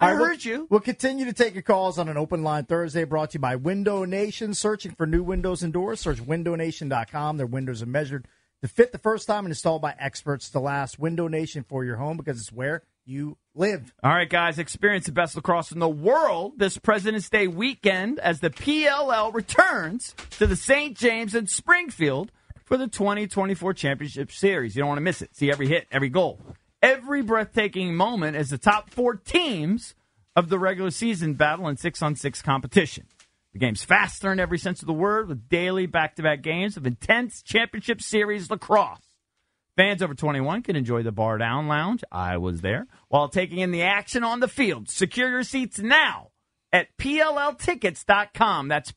I heard you. We'll continue to take your calls on an open line Thursday brought to you by Window Nation. Searching for new windows and doors, search windownation.com. Their windows are measured to fit the first time and installed by experts to last. Window Nation for your home because it's where you live. All right, guys, experience the best lacrosse in the world this President's Day weekend as the PLL returns to the St. James in Springfield for the 2024 Championship Series. You don't want to miss it. See every hit, every goal, every breathtaking moment as the top four teams of the regular season battle in six on six competition. The game's faster in every sense of the word with daily back to back games of intense Championship Series lacrosse. Fans over 21 can enjoy the Bar Down Lounge. I was there while taking in the action on the field. Secure your seats now at PLLtickets.com. That's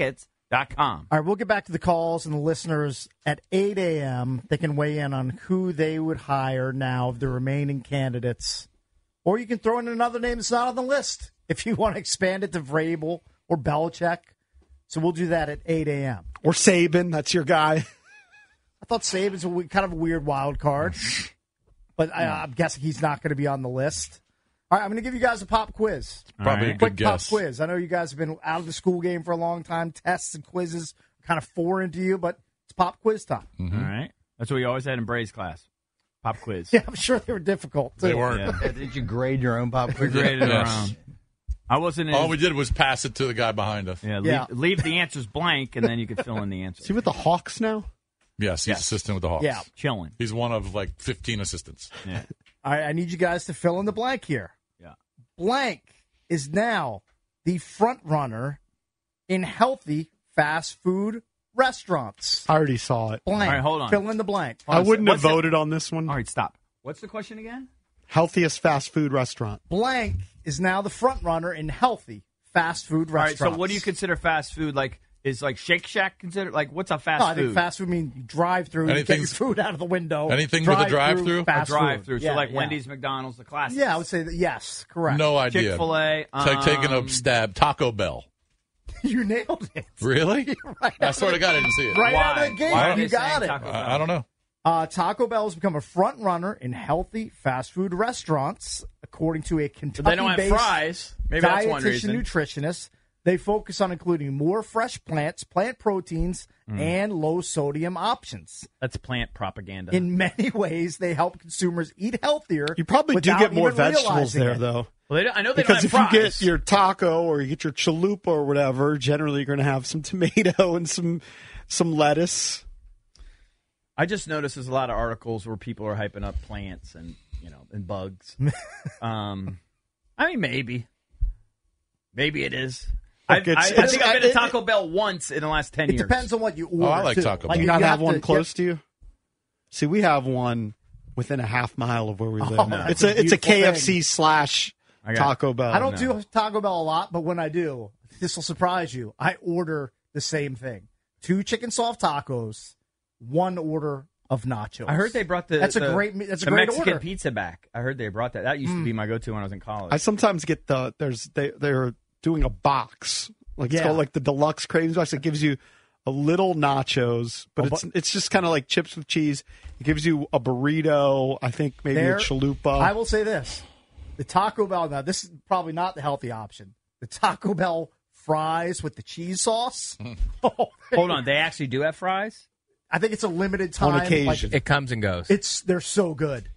PLLtickets.com. All right, we'll get back to the calls and the listeners at 8 a.m. They can weigh in on who they would hire now of the remaining candidates. Or you can throw in another name that's not on the list if you want to expand it to Vrabel or Belichick. So we'll do that at 8 a.m. Or Saban, that's your guy. [laughs] I thought Saban's a we- kind of a weird wild card, but I, I'm guessing he's not going to be on the list. All right, I'm going to give you guys a pop quiz. All Probably right. a good quick pop guess. quiz. I know you guys have been out of the school game for a long time. Tests and quizzes are kind of foreign to you, but it's pop quiz time. Mm-hmm. All right. That's what we always had in Bray's class. Pop quiz. Yeah, I'm sure they were difficult. Too. Did you grade your own pop We quiz? graded around. I wasn't. All we did was pass it to the guy behind us. Yeah. Leave, leave the answers blank, and then you could fill [laughs] in the answers. See with the Hawks now. Yes, he's assistant with the Hawks. Yeah. chilling. He's one of like 15 assistants. Yeah. All right, I need you guys to fill in the blank here. Yeah. Blank is now the front runner in healthy fast food restaurants. I already saw it. Blank. All right, hold on. Fill in the blank. I wouldn't have What's the- voted on this one. All right, stop. What's the question again? Healthiest fast food restaurant. Blank is now the front runner in healthy fast food All right. restaurants. So, what do you consider fast food? Like, is like Shake Shack considered? Like, what's a fast No, I food? think fast food means drive through. You get your Anything's- food out of the window. Anything with a drive-thru? fast a drive through. food. so, like yeah. Wendy's, McDonald's, the classics. Yeah, I would say that. Yes, correct. No idea. Chick-fil-A, It's like taking um, a stab. Taco Bell. [laughs] you nailed it. Really? [laughs] I swear to God, I didn't see it. Right out of the gate, Why? you got it. I, I don't know. Uh, Taco Bell has become a front runner in healthy fast food restaurants, according to a Kentucky-based don't have fries. Maybe dietitian that's one reason. nutritionist. They focus on including more fresh plants, plant proteins, Hmm. and low sodium options. That's plant propaganda. In many [laughs] ways, they help consumers eat healthier. You probably do without get more even vegetables realizing there, it. though. Well, they don't- I know they don't because have if you get fries. your taco or you get your chalupa or whatever, generally you're going to have some [laughs] tomato and some some lettuce. I just noticed there's a lot of articles where people are hyping up plants and you know and [laughs] bugs. um, I mean, maybe, maybe it is. I've- Look, I, it's- I think I've been it- to Taco Bell once in the last ten It years. depends on what you Oh, Oh, order. too. You not have, to- one yeah. close to you. See, we have one within a half mile of where we Oh, live. that's it's a, a it's a beautiful thing. KFC slash Taco Bell. I don't do Taco Bell a lot, but when I do, this will surprise you. I order the same thing: two chicken soft tacos, one order of nachos. I heard they brought the That's the- a great. me- That's a the great Mexican order. Mm. pizza back. I heard they brought that. That used to be my go-to when I was in college. I sometimes get the there's they they're doing a box like it's Yeah. called like the deluxe cravings box. It gives you a little nachos, but A it's it's just kind of like chips with cheese. It gives you a burrito. I think maybe There- a chalupa. I will say this: the Taco Bell. Now, this is probably not the healthy option. The Taco Bell fries with the cheese sauce. [laughs] Hold on, they actually do have fries. I think it's a limited time. like, it comes and goes. it's they're so good.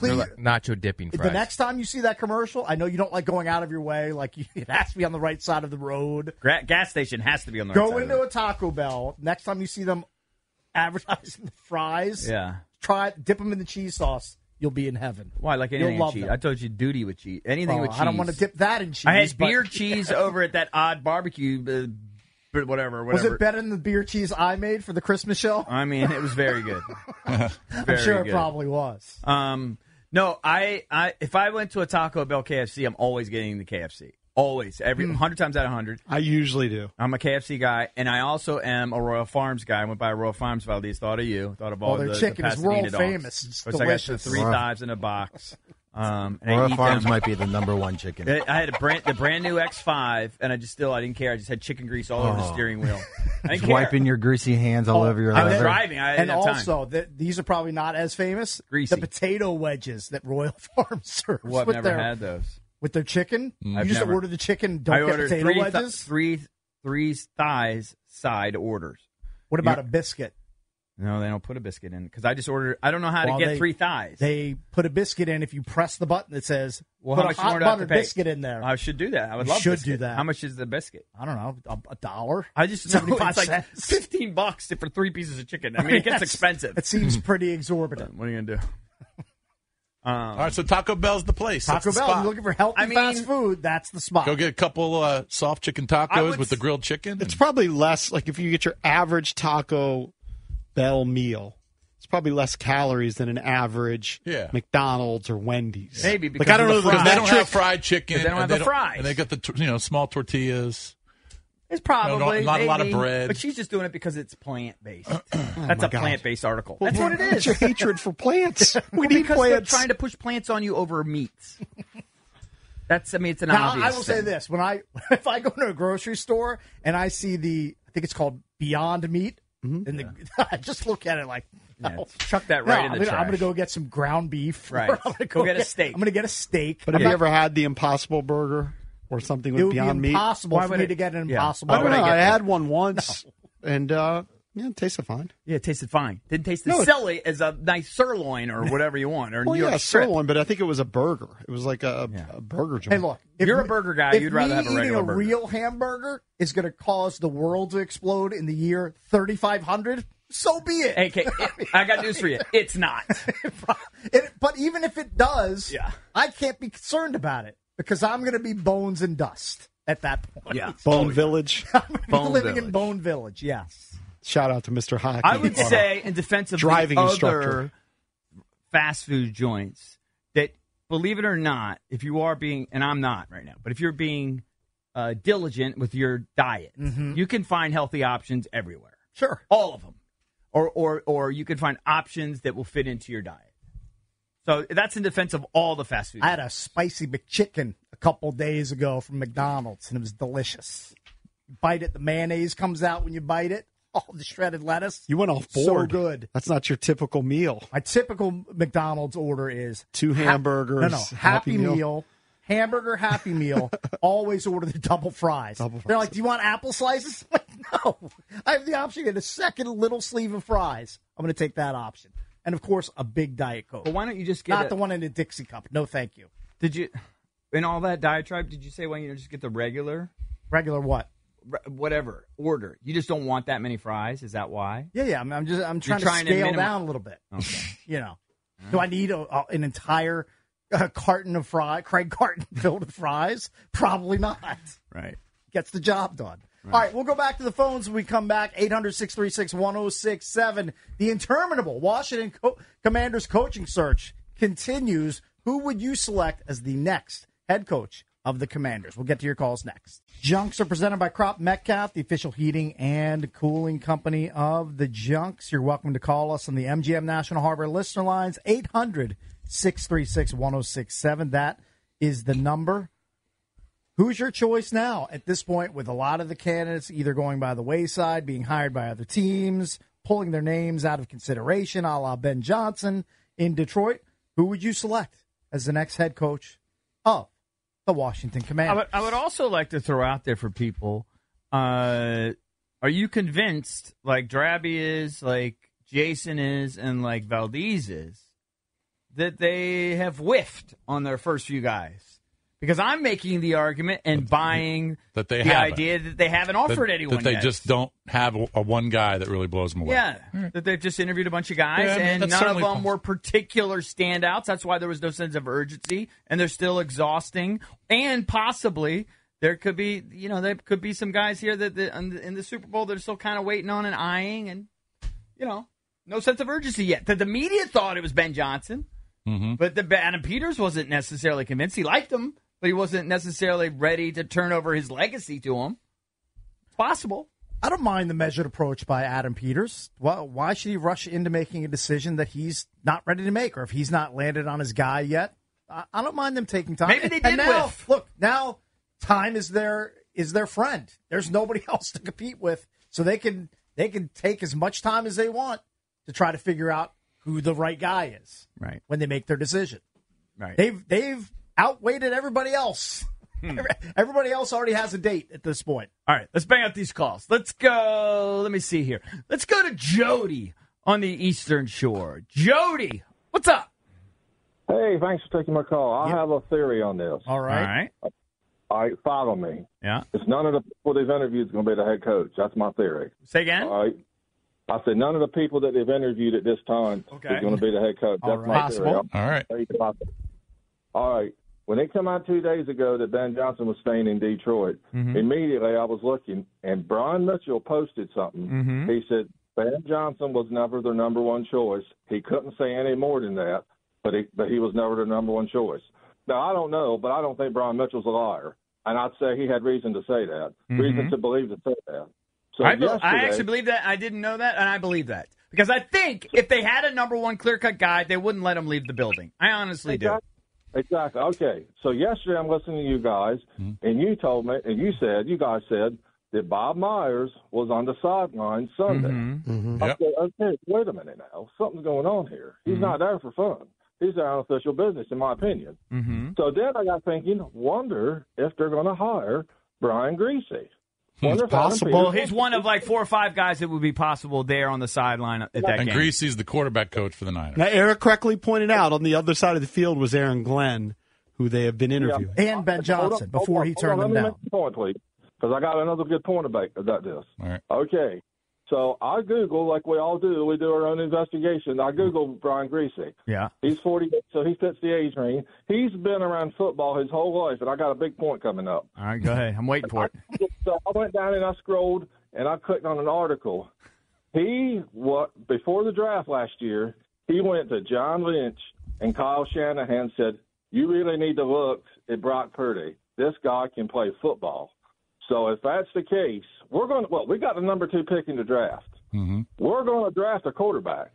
They're like nacho dipping fries. The next time you see that commercial, I know you don't like going out of your way. Like [laughs] you- it has to be on the right side of the road. Gra- gas station has to be on the right Go side of into a Taco Bell. Next time you see them advertising [laughs] the fries, it. Yeah. try it, dip them in the cheese sauce. You'll be in heaven. Why? Like anything You'll love with cheese. them. I told you, duty with cheese. Anything Oh, with cheese. I don't want to dip that in cheese. I had but- [laughs] beer cheese over at that odd barbecue, uh, but whatever, whatever. Was it better than the beer cheese I made for the Christmas show? I mean, it was [laughs] very good. I'm Very sure good. it probably was. Um, no, I, I, if I went to a Taco Bell KFC, I'm always getting the KFC. Always, every Hmm. hundred times out of hundred. I usually do. I'm a KFC guy, and I also am a Royal Farms guy. I went by Royal Farms if I at least thought of you, thought of all Oh, their the, the chicken is Pasadena world dogs. famous. It's Which I got the delicious. three Wow. thighs in a box. Um, and I Royal eat Farms them. might be the number one chicken. Uh, I I had a brand, the brand new X5, and I just still I didn't care. I just had chicken grease [laughs] all over the Oh. [laughs] steering [laughs] wheel. I didn't Just care. wiping your greasy hands all over your Oh, I'm leather. driving. I and didn't have time. also, th- these are probably not as famous. The potato wedges that Royal [laughs] Farm serves Well, I've with never their had those. with their chicken. Mm. You I've just never- order the chicken. Don't I get ordered potato three thi- wedges. three three thighs side orders. what about You- a biscuit? No, they don't put a biscuit in because I just ordered. I don't know how Well, to get they- three thighs. They put a biscuit in if you press the button that says Well, put how a much hot more do I have buttered to pay? biscuit in there. I should do that. I would You love. should biscuit. do that. How much is the biscuit? I don't know, a, a dollar. I [laughs] just know seventy-five [laughs] it's like cents. fifteen bucks for three pieces of chicken. I [laughs] mean, it gets Yes. expensive. It seems pretty exorbitant. What are you gonna do? All right, so Taco Bell's the place. Taco That's the Bell, spot. you're looking for healthy Um, I mean- fast food. That's the spot. Go get a couple uh, soft chicken I tacos would with the grilled chicken. It's probably less like if you get your average Taco Bell meal. It's probably less calories than an average Yeah. McDonald's or Wendy's. Maybe like I don't know the they don't have metric. fried chicken. But they don't and have the fries. and they got the tor- you know small tortillas. It's No, probably no, not a lot of maybe, bread. but she's just doing it because it's plant [clears throat] based. Oh That's my a God. plant based article. Well, That's what it what's is. [laughs] your hatred [laughs] for plants? We Well, need because plants. they're trying to push plants on you over meats. That's I mean it's an now, obvious. I will say thing. this: when I [laughs] if I go to a grocery store and I see the, I think it's called Beyond Meat, and the, [laughs] I just look at it like, Mm-hmm. Yeah, no. chuck that No, right in I'm the gonna, trash. I'm gonna go get some ground beef. [laughs] Right. I'm gonna Go get a steak. I'm gonna get a steak. But I'm have you not- ever had the Impossible Burger or something with it would Beyond be Meat? impossible Why for would me it- to get an yeah. impossible. I don't would know. I get I, that? had one once, and uh, yeah, it tasted fine. Yeah, it tasted fine. Didn't taste No, as it- silly as a nice sirloin or whatever you want or Well, New York yeah, strip. sirloin, but I think it was a burger. It was like a, a burger joint. Hey, look, if You're a me- burger guy. if You'd rather me have a eating regular a burger. real hamburger is going to cause the world to explode in the year 3500. So be it. Hey, Kate, [laughs] I got news for you. It's not. It- [laughs] but even if it does, Yeah. I can't be concerned about it because I'm going to be bones and dust at that point. [laughs] Yeah. Bone Village. Bone living in Village. Bone Village. Yes, Shout out to Mr. Hockey. I would say in defense of Driving the instructor. other fast food joints that believe it or not, if you are being and I'm not right now, but if you're being uh, diligent with your diet, you can find healthy options everywhere. Mm-hmm. sure. All of them. Or or or you can find options that will fit into your diet. So that's in defense of all the fast food. I had a spicy McChicken a couple days ago from McDonald's, and it was delicious. You bite it, the mayonnaise comes out when you bite it. All the shredded lettuce. you went off So board. good. That's not your typical meal. My typical McDonald's order is Two ha- hamburgers, no, no, happy, Happy meal. Meal. hamburger Happy [laughs] Meal, always order the double fries. They're like, "Do you want apple slices?" [laughs] I'm like, no, I have the option to get a second little sleeve of fries. I'm going to take that option, and of course, a big diet coke. But why don't you just get not a- the one in the Dixie cup? No, thank you. Did you, in all that diatribe, did you say why don't you just get the regular? Regular what? whatever order. You just don't want that many fries. Is that why? Yeah, yeah. I'm, I'm just I'm You're trying, trying to to scale minimi- down a little bit. Okay. [laughs] You know, do I need a, a- an entire uh, carton of fry, Craig carton [laughs] filled with fries? Probably not. Right. Gets the job done. All right, we'll go back to the phones when we come back. 800 636 1067. The interminable Washington co- Commanders coaching search continues. Who would you select as the next head coach of the Commanders? We'll get to your calls next. Junks are presented by Crop Metcalf, the official heating and cooling company of the Junks. You're welcome to call us on the MGM National Harbor listener lines, 800 636 1067. That is the number. Who's your choice now at this point with a lot of the candidates either going by the wayside, being hired by other teams, pulling their names out of consideration, a la Ben Johnson in Detroit? Who would you select as the next head coach of the Washington I Commanders? would, I would also like to throw out there for people: uh, Are you convinced, like Drabby is, like Jason is, and like Valdez is, that they have whiffed on their first few guys? Because I'm making the argument and buying that they the haven't. idea that they haven't offered that, anyone that they yet. just don't have a, a one guy that really blows them away. Yeah, that they've just interviewed a bunch of guys, Yeah, I mean, and that's none of them certainly possible. were particular standouts. That's why there was no sense of urgency, and they're still exhausting. And possibly there could be, you know, there could be some guys here that, that in, the, in the Super Bowl they're still kind of waiting on and eyeing, and you know, no sense of urgency yet. That the media thought it was Ben Johnson, Mm-hmm. but the Adam Peters wasn't necessarily convinced. He liked him, but he wasn't necessarily ready to turn over his legacy to him. It's possible. I don't mind the measured approach by Adam Peters. Why, why should he rush into making a decision that he's not ready to make, or if he's not landed on his guy yet? I, I don't mind them taking time. Maybe they And did now, whiff. Look, now time is their is their friend. There's nobody [laughs] else to compete with, so they can they can take as much time as they want to try to figure out who the right guy is Right. when they make their decision. Right. They've they've outweighted everybody else. Hmm. [laughs] Everybody else already has a date at this point. All right, let's bang out these calls. Let's go. Let me see here. Let's go to Jody on the Eastern Shore. Jody, what's up? Hey, thanks for taking my call. I have a theory on this. All right. All right. follow me. Yeah. It's none of the people they've interviewed is going to be the head coach. That's my theory. Say again? All right. I said none of the people that they've interviewed at this time Okay. is going to be the head coach. All right. That's my theory. Possible. All right. All right. When it came out two days ago that Ben Johnson was staying in Detroit, Mm-hmm. Mhm. immediately I was looking, and Brian Mitchell posted something. Hmm? Mm-hmm. Mhm. He said Ben Johnson was never their number one choice. He couldn't say any more than that, but he but he was never their number one choice. Now I don't know, but I don't think Brian Mitchell's a liar, and I'd say he had reason to say that, reason Mhm. to believe to say that. So I, be- I yesterday- actually believe that. I didn't know that, and I believe that because I think if they had a number one clear cut guy, they wouldn't let him leave the building. I honestly do. Exactly. Okay. So yesterday I'm listening to you guys, Hmm? and you told me, and you said, you guys said that Bob Myers was on the sideline Sunday. Mm-hmm. Okay, okay, wait a minute now. Something's going on here. He's not there for fun. He's there on official business, in my opinion. Mm-hmm. So then I got thinking, wonder if they're going to hire Brian Greasy. Hmm. Wonder if Adam Well, Peters- he's one of like four or five guys that would be possible there on the sideline at that And game. Greasy's the quarterback coach for the Niners. Now, Eric correctly pointed out on the other side of the field was Aaron Glenn, who they have been interviewing. And Ben Johnson before he turned on, them let down. me Make a point, please, because I got another good point about, about this. All right. Okay. So I Google, like we all do, we do our own investigation. I Google Brian Greasy. Yeah. He's 40, so he fits the age range. He's been around football his whole life, and I got a big point coming up. All right, go ahead. I'm waiting for it. So I went down and I scrolled and I clicked on an article. He what before the draft last year, he went to John Lynch and Kyle Shanahan said, "You really need to look at Brock Purdy. This guy can play football." So if that's the case, we're going. to Well, we got the number two pick in the draft. Mm-hmm. We're going to draft a quarterback.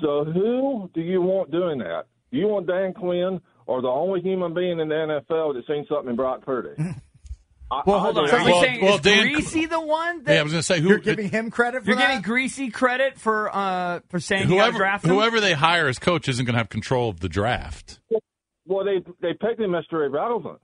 So who do you want doing that? Do you want Dan Quinn or the only human being in the NFL that's seen something in [laughs] Brock Purdy? I- Well, I hold on. don't- Are we saying is Greasy the one? That, Yeah, I was going to say who You're giving him credit for You're that? giving Greasy credit for uh for saying you gotta whoever draft him. whoever they hire as coach isn't going to have control of the draft. Well, they they picked him as irrelevant,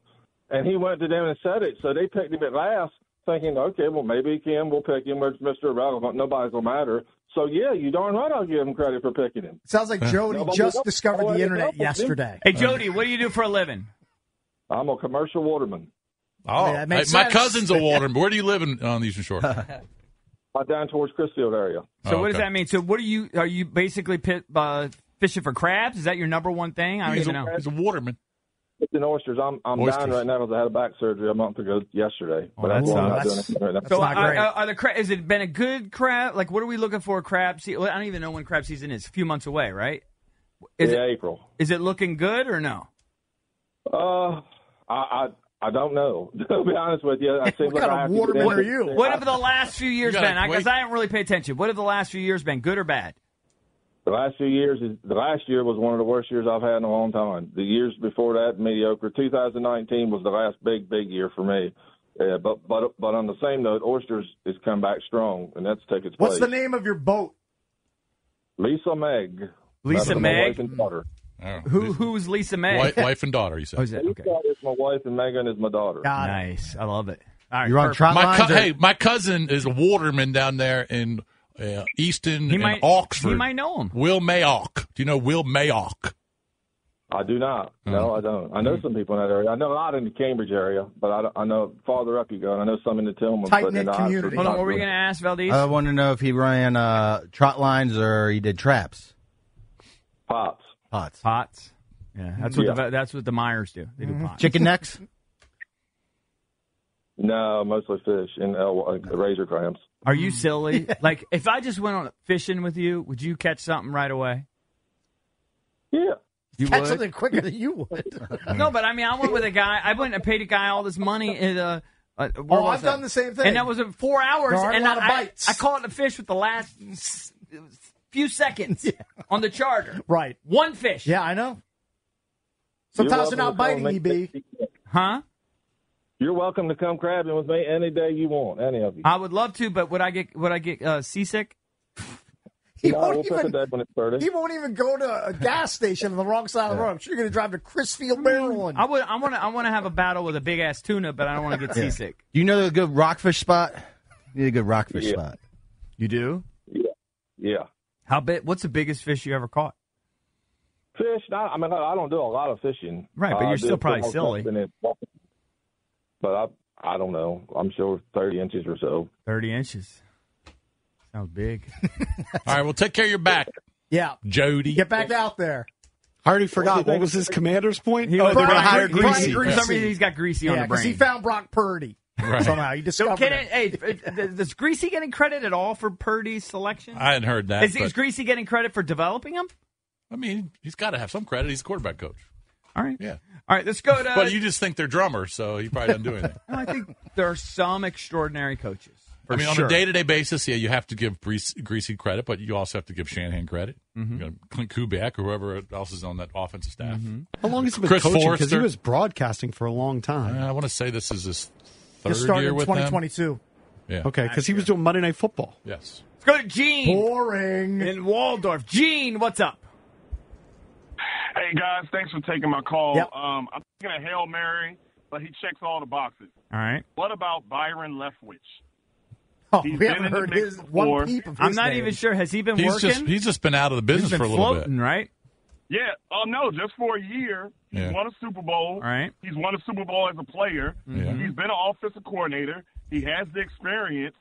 and he went to them and said it. So they picked him at last, thinking, okay, well maybe Kim will pick him as Mr. Irrelevant. Nobody's gonna matter. So yeah, you darn right I'll give him credit for picking him. Sounds like Jody Nobody- just discovered the nobody internet else did. yesterday. Hey, Jody, what do you do for a living? I'm a commercial waterman. Oh, Yeah, that makes Hey, my [laughs] sense. cousin's a waterman. Where do you live in, on the Eastern [laughs] Shore? I'm down towards Chrisfield area. So what does that mean? So what are you? Are you basically pit, uh, fishing for crabs? Is that your number one thing? I don't He's even a- know. he's a waterman. It's in oysters. I'm I'm Oysters. dying right now because I had a back surgery a month ago yesterday. Oh, but that that's why I'm not sucks. doing anything right now. so uh, are, are- are the cra- has it been a good crab? Like what are we looking for? Crab season? I don't even know when crab season is. A few months away, right? Is yeah, it April. is it looking good or no? Uh, I I, I don't know. [laughs] to be honest with you, I seem like I have to get What- into it. What have the last few years You gotta been? I guess wait. I didn't really pay attention. What have the last few years been? Good or bad? The last few years is the last year was one of the worst years I've had in a long time. The years before that mediocre. 2019 was the last big big year for me. Yeah, but but but on the same note, oysters has come back strong, and that's taken its What's the place. name of your boat? Lisa Meg. Lisa That's my Meg? wife and daughter. Who who's Lisa May? Wife, Oh. wife and daughter, you said. Oh, is that- okay. Lisa is my wife, and Megan is my daughter. Nice, I love it. All right, perfect. my cou- Hey, my cousin is a waterman down there in uh, Easton He and might- Oxford. he might know him. Will Mayock. Do you know Will Mayock? I do not. Oh. No, I don't. I know some people in that area. I know a lot in the Cambridge area, but I, don't- I know farther up you go, and I know some in the Tillman. but Tight-knit not- community. Hold on, what were you not- gonna ask, Valdez? I want to know if he ran uh, trot lines or he did traps. Pops. Pots. Pots. Yeah, that's what Yeah. the that's what the Myers do. They do Mm-hmm. pots. Chicken necks. No, mostly fish and uh, like razor crams. [laughs] Are you silly? like, if I just went on fishing with you, would you catch something right away? Yeah. You Catch would? something quicker than you [laughs] would. No, but I mean, I went with a guy. I went and paid a guy all this money. In uh uh, where Oh, was I've that? done the same thing. And that was in four hours. There aren't a and lot of I, I- bites. I, caught a fish with the last s- few [laughs] seconds on the charter. Right. One fish. Yeah, I know. You're Sometimes they're not welcome to biting, call me. EB. Huh? You're welcome to come crabbing with me any day you want, any of you. I would love to, but would I get would I get uh, seasick? [laughs] He no, won't we'll pick even- a day when it's birdie. He won't even go to a gas station on the wrong side of the road. I'm sure you're going to drive to Chrisfield, Maryland. I would. I want to. I want to have a battle with a big ass tuna, but I don't [laughs] want to get Yeah. seasick. Do you know the good rockfish spot? You need a good rockfish Yeah. spot. You do? Yeah. How big? What's the biggest fish you ever caught? Fish? I, I mean, I, I don't do a lot of fishing. Right, but I you're do still probably small silly. something in- But I, I don't know. I'm sure 30 inches or so. Thirty inches. Sounds big. [laughs] All right, well, take care of your back, Yeah. Jody. Get back out there. I already forgot. What was his commander's point? He oh, was they're going to Brian hire Gre- Greasy. Brian For some reason, he's got greasy on Yeah, the 'cause brain. he found Brock Purdy Right. somehow. He discovered Can him. it, hey, th- th- does Greasy getting credit at all for Purdy's selection? I hadn't heard that. Is, is but- Greasy getting credit for developing him? I mean, he's got to have some credit. He's a quarterback coach. All right. Yeah. All right, let's go to. But you just think they're drummers, so he probably doesn't do anything. No, I think there are some extraordinary coaches. [laughs] For I mean, sure. on a day-to-day basis, yeah, you have to give Brees, Greasy credit, but you also have to give Shanahan credit. You know, Clint Kubiak or whoever else is on that offensive staff. How long has he been Chris coaching? Because he Forrester. was broadcasting for a long time. I want to say this is his Just third started year in with them. 2022. Yeah. Okay, because he was doing Monday Night Football. Yes. Let's go to Gene. Boring. In Waldorf. Gene, what's up? Hey guys, thanks for taking my call. Um, I'm thinking a hail mary, but he checks all the boxes. All right. What about Byron Leftwich? Oh, He's we been in haven't the heard mix his one before. peep of his I'm not name. even sure. Has he been He's working? just he's just been out of the business He's for been a little floating, bit. right? Yeah. Oh no, just for a year. He's Yeah. won a Super Bowl. All right. He's won a Super Bowl as a player. Mm-hmm. Yeah. He's been an offensive coordinator. He has the experience.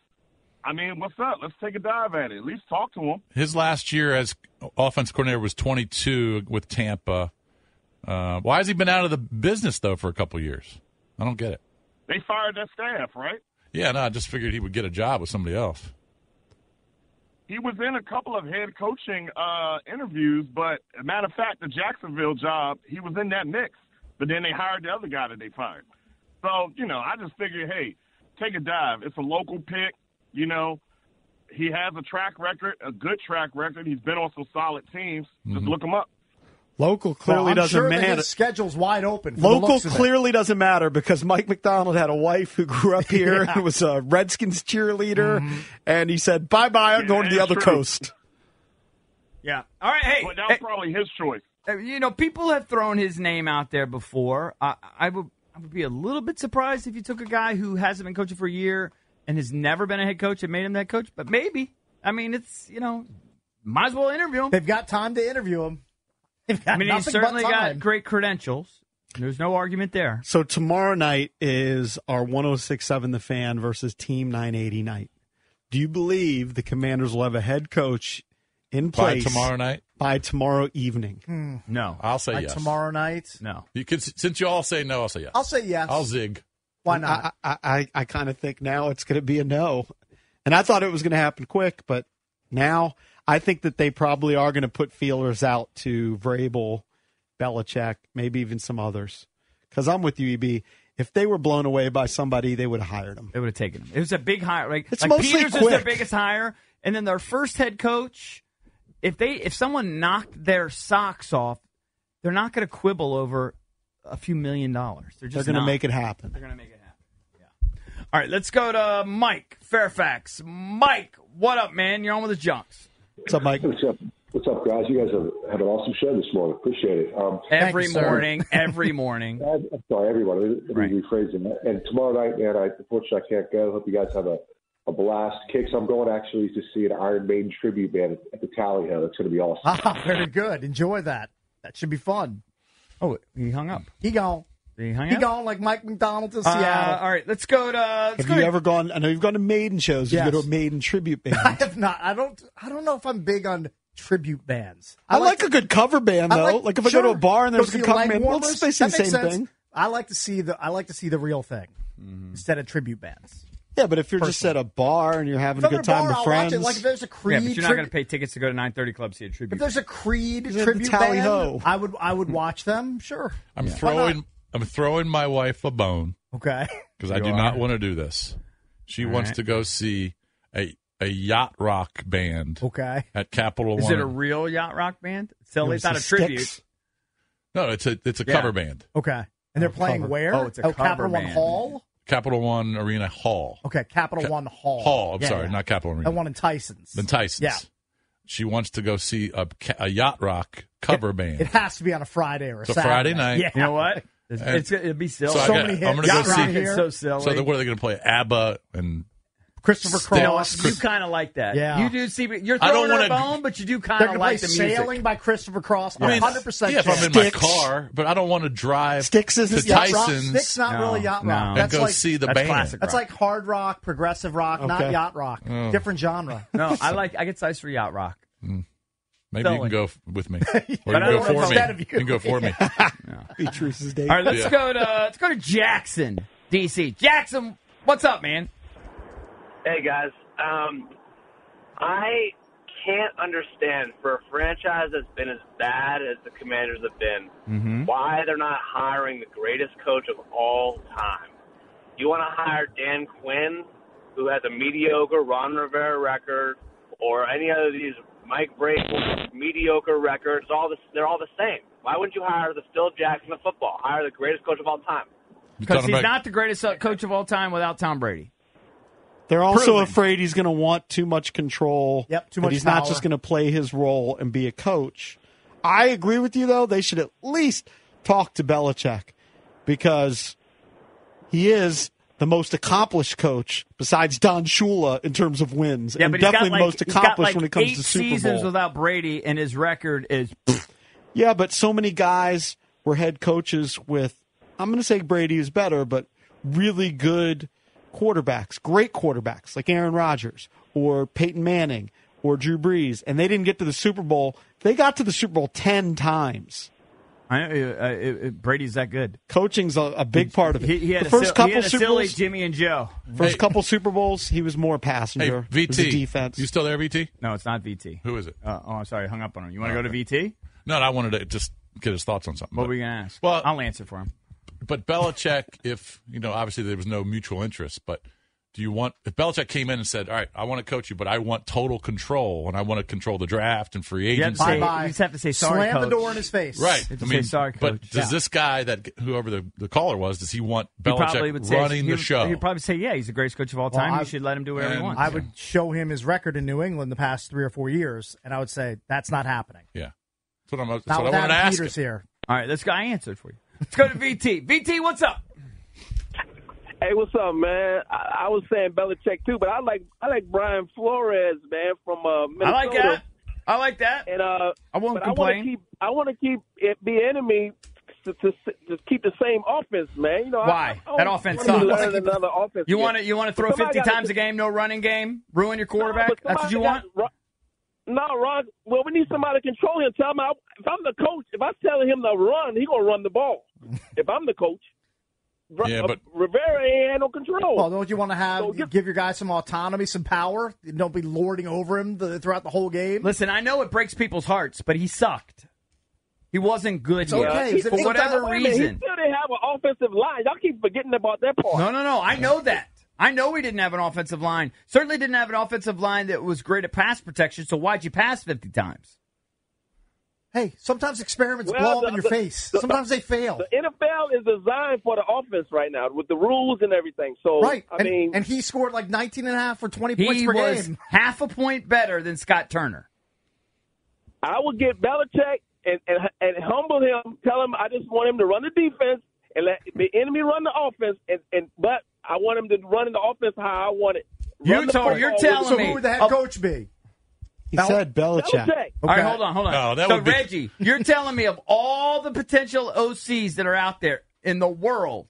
I mean, what's up? Let's take a dive at it. At least talk to him. His last year as offense coordinator was 22 with Tampa. Uh, why has he been out of the business though for a couple years? I don't get it. They fired that staff, right? Yeah, no, I just figured he would get a job with somebody else. He was in a couple of head coaching uh, interviews, but a matter of fact, the Jacksonville job, he was in that mix. But then they hired the other guy that they fired. So you know, I just figured, hey, take a dive. It's a local pick. You know, he has a track record, a good track record. He's been on some solid teams. Just look him up. Local Well, clearly I'm doesn't sure that matter. His schedule's wide open. for the Local looks of it. clearly doesn't matter because Mike McDonald had a wife who grew up here Yeah. who was a Redskins cheerleader, and he said, "Bye bye, I'm going to the that's other true. coast." Yeah. All right. Hey. But that was probably his choice. Uh, You know, people have thrown his name out there before. I, I would I would be a little bit surprised if you took a guy who hasn't been coaching for a year and has never been a head coach and made him that coach. But maybe. I mean, it's you know, might as well interview him. They've got time to interview him. [laughs] They've got I mean, he's nothing but certainly got time. [laughs] great credentials. There's no argument there. So tomorrow night is our 1067 The Fan versus Team 980 night. Do you believe the Commanders will have a head coach in By place tomorrow night? By tomorrow evening. No, I'll say By yes. tomorrow night? No. You could since you all say no, I'll say yes. I'll say yes. I'll zig. Why not? I I, I, I kind of think now it's going to be a no, and I thought it was going to happen quick, but now I think that they probably are going to put feelers out to Vrabel, Belichick, maybe even some others. Because I'm with you, Eb. If they were blown away by somebody, they would have hired him. They would have taken him. It was a big hire. Like, It's like mostly Peters is their quick. biggest hire, and then their first head coach. If they if someone knocked their socks off, they're not going to quibble over a few million dollars. They're They're just going to not. make it happen. They're going to make it happen. Yeah. All right, let's go to Mike Fairfax. Mike, what up, man? You're on with the Junks. What's up, Mike? What's up, What's up, guys? You guys have, have an awesome show this morning. Appreciate it. Um, Every morning, every morning. [laughs] I'm sorry, everyone. Let me rephrase it. And tomorrow night, man, I, unfortunately, I can't go. Hope you guys have a, a blast. Kicks, I'm going actually to see an Iron Maiden tribute band at, at the Tally Ho. It's going to be awesome. Ah, very good. Enjoy that. That should be fun. Oh, he hung up. He gone. He hung He up? gone like Mike McDonald to Uh, Seattle. all right, let's go to. Let's Have go you to- ever gone? I know you've gone to maiden shows. You Yes. go to a [laughs] maiden tribute band. I have not. I don't. I don't know if I'm big on tribute bands. I, like, a good cover band I though. Like, if I go sure. to a bar and there's Go a see good cover Leg band, well, Warmers. it's basically That the makes same sense. thing. Mm-hmm. I like to see the. I like to see the real thing instead of tribute bands. Yeah, but if you're just at a bar and you're If having a I'm good at a time bar, with I'll watch friends, it. Like, if there's a yeah, Creed but you're not tribute- going to pay tickets to go to 9:30 Club see a tribute. If there's a Creed the tribute Tally band, Ho. I would. I would watch them. Sure. I'm Why not? throwing I'm throwing my wife a bone [laughs] Okay. because I You do are. not want to do this. She All wants right. to go see a a yacht rock band. Okay. At Capital Is One. it a real yacht rock band? So No, it's it's not the a tribute. Styx. no, it's a it's a Yeah. cover band. Okay. And they're playing cover. where? Oh, it's a cover Capital One band. Hall. Capital One Arena Hall. Okay, Capital Ca- One Hall. Hall, I'm Yeah, sorry, yeah. not Capital Arena. That one in Tyson's. Then Tyson's. Yeah. She wants to go see a, ca- a yacht rock cover band. It has to be on a Friday or a It's a Saturday. Friday night. Yeah. You know what? It's, And- it's, it'd be silly. I got- I'm gonna go see. It's so silly. So then what are they going to play? ABBA and Christopher Sticks? Cross. You kind of like that. Yeah. You do see. You're I don't throwing her a wanna- bone, but you do kind They're of gonna like play the music. Sailing by Christopher Cross. I mean, 100% yeah, if I'm in chance. my car, but I don't want to drive Sticks to isn't yacht rock? Tyson's. Sticks not really yacht rock. And That's go like, see the that's band. Classic that's like hard rock, progressive rock, not Okay. yacht rock. Oh. Different genre. No, I like. I get sized for yacht [laughs] rock. Maybe you Selling. can go f- with me, or you But can I go don't for want me. instead of You you. can go for me. Beatrice's date. All right, let's go to let's go to Jackson, DC. Jackson, what's up, man? Hey guys, um, I can't understand for a franchise that's been as bad as the Commanders have been, Mm-hmm. why they're not hiring the greatest coach of all time. You want to hire Dan Quinn, who has a mediocre Ron Rivera record, or any other of these Mike Brable mediocre records? All this, they're all the same. Why wouldn't you hire the Phil Jackson of football? Hire the greatest coach of all time. Because talking he's about- not the greatest uh, coach of all time without Tom Brady. They're also Proven. afraid he's going to want too much control. Yep, too that much He's not power. just going to play his role and be a coach. I agree with you though. They should at least talk to Belichick because he is the most accomplished coach besides Don Shula in terms of wins, Yeah, and but he's definitely got like, the most he's got, accomplished like, when it comes eight to Super seasons Bowl. without Brady, and his record is Yeah, but so many guys were head coaches with, I'm going to say Brady is better, but really good quarterbacks, great quarterbacks like Aaron Rodgers or Peyton Manning or Drew Brees, and they didn't get to the Super Bowl. They got to the Super Bowl 10 times. I, uh, it, it, Brady's that good. Coaching's a, a big part of it. He, he had the a first sil- couple he had a Super silly Bowls, Jimmy and Joe. Mm-hmm. first couple Super Bowls, he was more Hey, passenger. It was a VT, defense. you still there, VT? No, it's not VT. Who is it? Uh, oh, I'm sorry, I hung up on him. You want to go to VT? No, no, I wanted to just get his thoughts on something. What but- were you gonna ask? Well, I'll answer for him. But Belichick, [laughs] if you know, obviously there was no mutual interest, but do you want if Belichick came in and said, "All right, I want to coach you, but I want total control and I want to control the draft and free You have to [laughs] agency." say- you just have to say sorry. Slam the coach. door in his face. Right. You have to I mean, say sorry, but coach. does Yeah. this guy that whoever the, the caller was, does he want He probably would Belichick say, running he the would- show? He'd probably say, "Yeah, he's the greatest coach of all Well, time. I- you should let him do whatever he wants." I would show him his record in New England the past three or four years, and I would say that's not happening. yeah. That's what I'm. That's Not what I without wanted to ask. Peters him. here. All right, this guy answered for you. Let's go to VT. VT, what's up? Hey, what's up, man? I, I was saying Belichick too, but I like I like Brian Flores, man, from uh, Minnesota. like that. I like that. And uh, I won't but I complain. want to keep I want to keep it be enemy to, to, to keep the same offense, man. You know I- Why? I, I that don't offense wanna sucks. learn another offense. You want to you want to throw fifty times a again. game, no running game, ruin your quarterback. No, but That's what you want. somebody got- Ro- No, Ron. Well, we need somebody to control him. Tell him I, if I'm the coach, if I tell him to run, he gonna run [laughs] the ball. if I'm the coch, Ro- Yeah, but- Rivera ain't had no control. Well, don't you want to have So give your guy some autonomy, some power? Don't be lording over him the, throughout the whole game. Listen, I know it breaks people's hearts, but he sucked. He wasn't It's good yet. Yeah. for whatever Wait a minute, reason. He still didn't have an offensive line. Y'all keep forgetting about that part. No, no, no. I know that. I know we didn't have an offensive line. Certainly didn't have an offensive line that was great at pass protection. So why'd you pass fifty times? Hey, sometimes experiments Well, blow up the- in your the- face. the- sometimes they fail. The NFL is designed for the offense right now with the rules and everything. So right. I and, mean, and he scored like 19 and a half or 20 points He per was game. half a point better than Scott Turner. I would get Belichick and, and and humble him, tell him I just want him to run the defense and let the enemy run the offense, and, and but I want him to run the offense how I want it. Run the football with- so who would the head coach be? He said Belichick. All right, hold on, hold on. No, that so would be- Reggie, you're telling me of all the potential OCs that are out there in the world,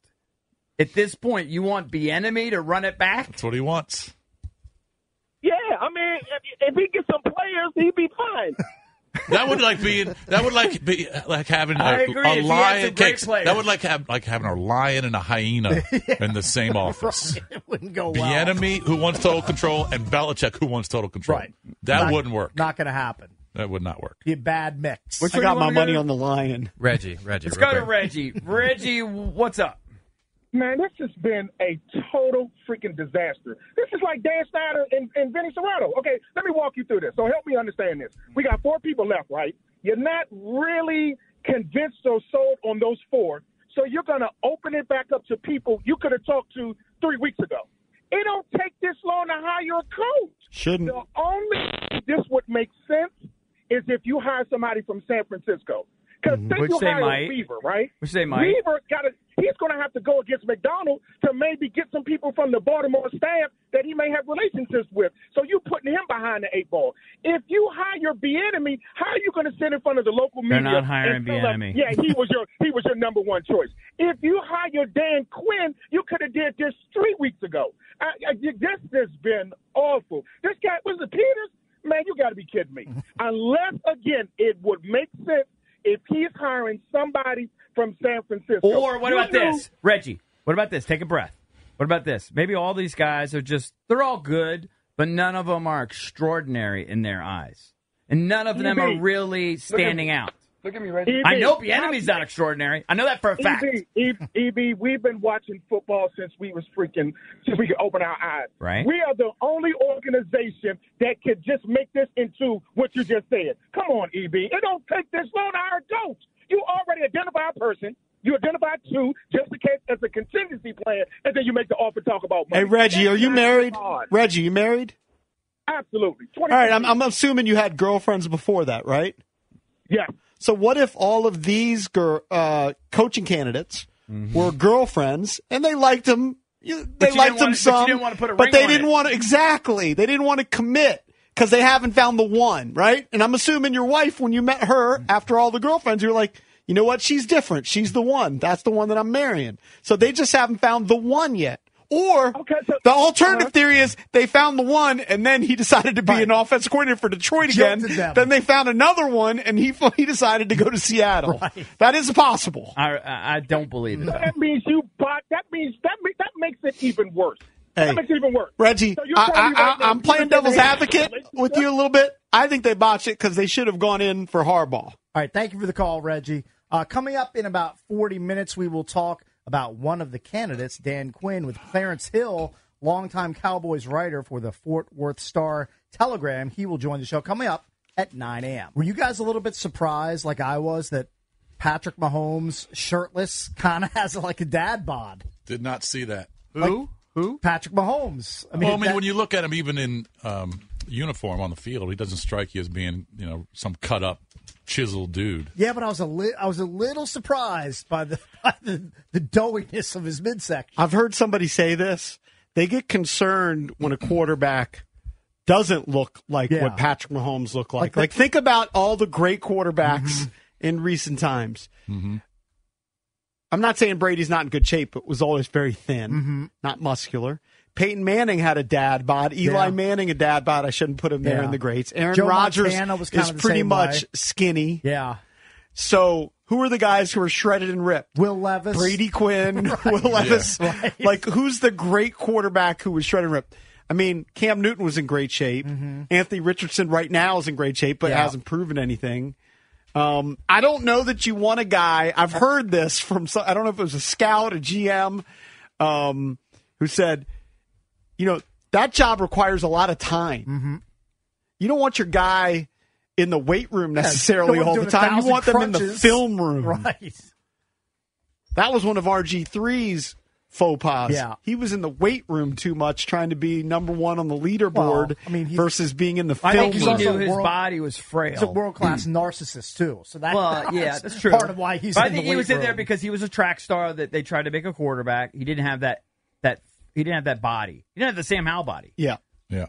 at this point, you want enemy to run it back? That's what he wants. Yeah, I mean, if, if he gets some players, he'd be fine. That would like being that would like be like having a, I agree, a if he had lion some great cakes. players. That would like have like having a lion and a hyena in the same [laughs] [laughs] office. It wouldn't go The well. enemy who wants total control and Belichick who wants total control. Right. That Not- wouldn't work. Not going to happen. That would not work. Be a bad mix. I got my money on the lion. Reggie, Reggie. Let's real go to quick. Reggie. Reggie, what's up? Man, this has been a total freaking disaster. This is like Dan Snyder and, and Vinny Serrato. Okay, let me walk you through this. So help me understand this. We got four people left, right? You're not really convinced or sold on those four, so you're going to open it back up to people you could have talked to three weeks ago. It don't take this long to hire a coach. Shouldn't. The only this would make sense is if you hire somebody from San Francisco. Because Mhm. think Which you they hire might. Weaver, right? Which they might. Weaver got to. He's going to have to go against McDonald to maybe get some people from the Baltimore staff that he may have relationships with. So you putting him behind the eight ball. If you hire Bienemy, how are you going to sit in front of the local They're media? not hiring and tell them, Bieniemy. Yeah, he was your he was your number one choice. If you hire Dan Quinn, you could have did this three weeks ago. I, I, this has been awful. This guy was it Peters. Man, you got to be kidding [laughs] me. Unless again, it would make sense if he's hiring somebody from San Francisco. Or what You about knew- this? Reggie, what about this? Take a breath. What about this? Maybe all these guys are just, they're all good, but none of them are extraordinary in their eyes. And none of them are EB. really standing out. Look at me, Reggie. I know Bienemy's not extraordinary. I know that E for a fact. EB, EB, E we've been watching football since we was freaking since we could open our eyes. Right. We are the only organization that could just make this into what you just said. Come on, EB. It don't take this long to hire a coach. You already identify a person. You identify two just in case as a contingency plan, and then you make the offer talk about money. Hey Reggie, That's are you not married? hard. Reggie, you married? Absolutely. All right, I'm, I'm assuming you had girlfriends before that, right? Yeah. So what if all of these gir- uh, coaching candidates were girlfriends and they liked them? you- Mm-hmm. But They you didn't wanna- liked them but you some, didn't wanna put a but ring they on didn't it. want to exactly. They didn't want to commit because they haven't found the one, right? And I'm assuming your wife, when you met her after all the girlfriends, you're like, you know what? She's different. She's the one. That's the one that I'm marrying. So they just haven't found the one yet. Or the alternative Uh-huh. theory is they found the one, and then he decided to be an offensive coordinator for Detroit again. Jilted them. Then they found another one, and he [laughs] he decided to go to Seattle. That is possible. I, I I don't believe it. though. That means you bought. That means that ma- that makes it even worse. Hey, that makes it even worse. Reggie, So you're I, telling me I, right now I, I'm you playing think they devil's had a advocate relationship? with you a little bit. I think they botched it because they should have gone in for Harbaugh. All right, thank you for the call, Reggie. Uh, coming up in about 40 minutes, we will talk about one of the candidates, Dan Quinn, with Clarence Hill, longtime Cowboys writer for the Fort Worth Star Telegram. He will join the show coming up at 9 a.m. Were you guys a little bit surprised, like I was, that Patrick Mahomes, shirtless, kind of [laughs] has like a dad bod? Did not see that. Who? Who? Patrick Mahomes. I mean, well, I mean that- when you look at him, even in um, uniform on the field, he doesn't strike you as being you know some cut up, chiseled dude. Yeah, but I was a li- I was a little surprised by the [laughs] by the, the doughiness of his midsection. I've heard somebody say this. They get concerned when a quarterback doesn't look like Yeah. what Patrick Mahomes looked Like like. Like, the- Mm-hmm. think about all the great quarterbacks in recent times. I'm not saying Brady's not in good shape, but was always very thin, Mhm. not muscular. Peyton Manning had a dad bod. Eli Yeah. Manning a dad bod. I shouldn't put him there Yeah. in the greats. Aaron Joe Rodgers Montana was kind is of the pretty same much way. skinny. Yeah. So who are the guys who are shredded and ripped? Will Levis, [laughs] Brady Quinn, Will Levis. Like who's the great quarterback who was shredded and ripped? I mean, Cam Newton was in great shape. Anthony Richardson right now is in great shape, but Mm-hmm. Yeah. hasn't proven anything. Um, I don't know that you want a guy. I've heard this from. Some, I don't know if it was a scout, a GM, um, who said, you know, that job requires a lot of time. Mm-hmm. You don't want your guy in the weight room necessarily Don't all do the a time. You thousand want them in the crunches. film [laughs] room. right? That was one of RG3's faux pas. Yeah. He was in the weight room too much, trying to be number one on the leaderboard Well, I mean, he's- versus being in the I film think he's room. Hmm. also a world- was frail. He's a world class narcissist too, so that [laughs] well, yeah, that's true. Part of why he's. But in I think the he was weight in there room. because he was a track star that they tried to make a quarterback. He didn't have that that he didn't have that body. He didn't have the Sam Howell body. Yeah. Yeah.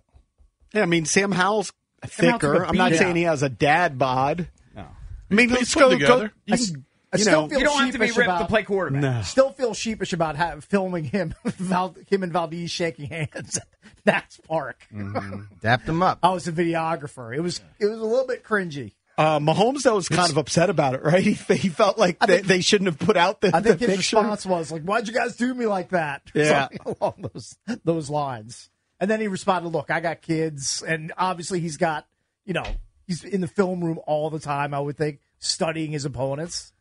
Yeah, I mean, Sam Howell's Sam Howell's thicker. a I'm not beat saying he has a dad bod. No. I mean, They let's put go. together. go you, I s- can- I you still know, feel sheepish about, quarterback. No. Still feel sheepish about ha- filming him, [laughs] Val- him and Valdez shaking hands. That's park. Mm-hmm. Mm-hmm. Dapped him up. [laughs] I was a videographer. It was it was a little bit cringy. Uh, Mahomes though was kind of upset about it, right? [laughs] He, he felt like they, they shouldn't have put out the, I think the his picture. response was like, "Why'd you guys do me like that?" [laughs] Or Yeah. something along those those lines. And then he responded, "Look, I got kids, and obviously he's got you know he's in the film room all the time. I would think studying his opponents.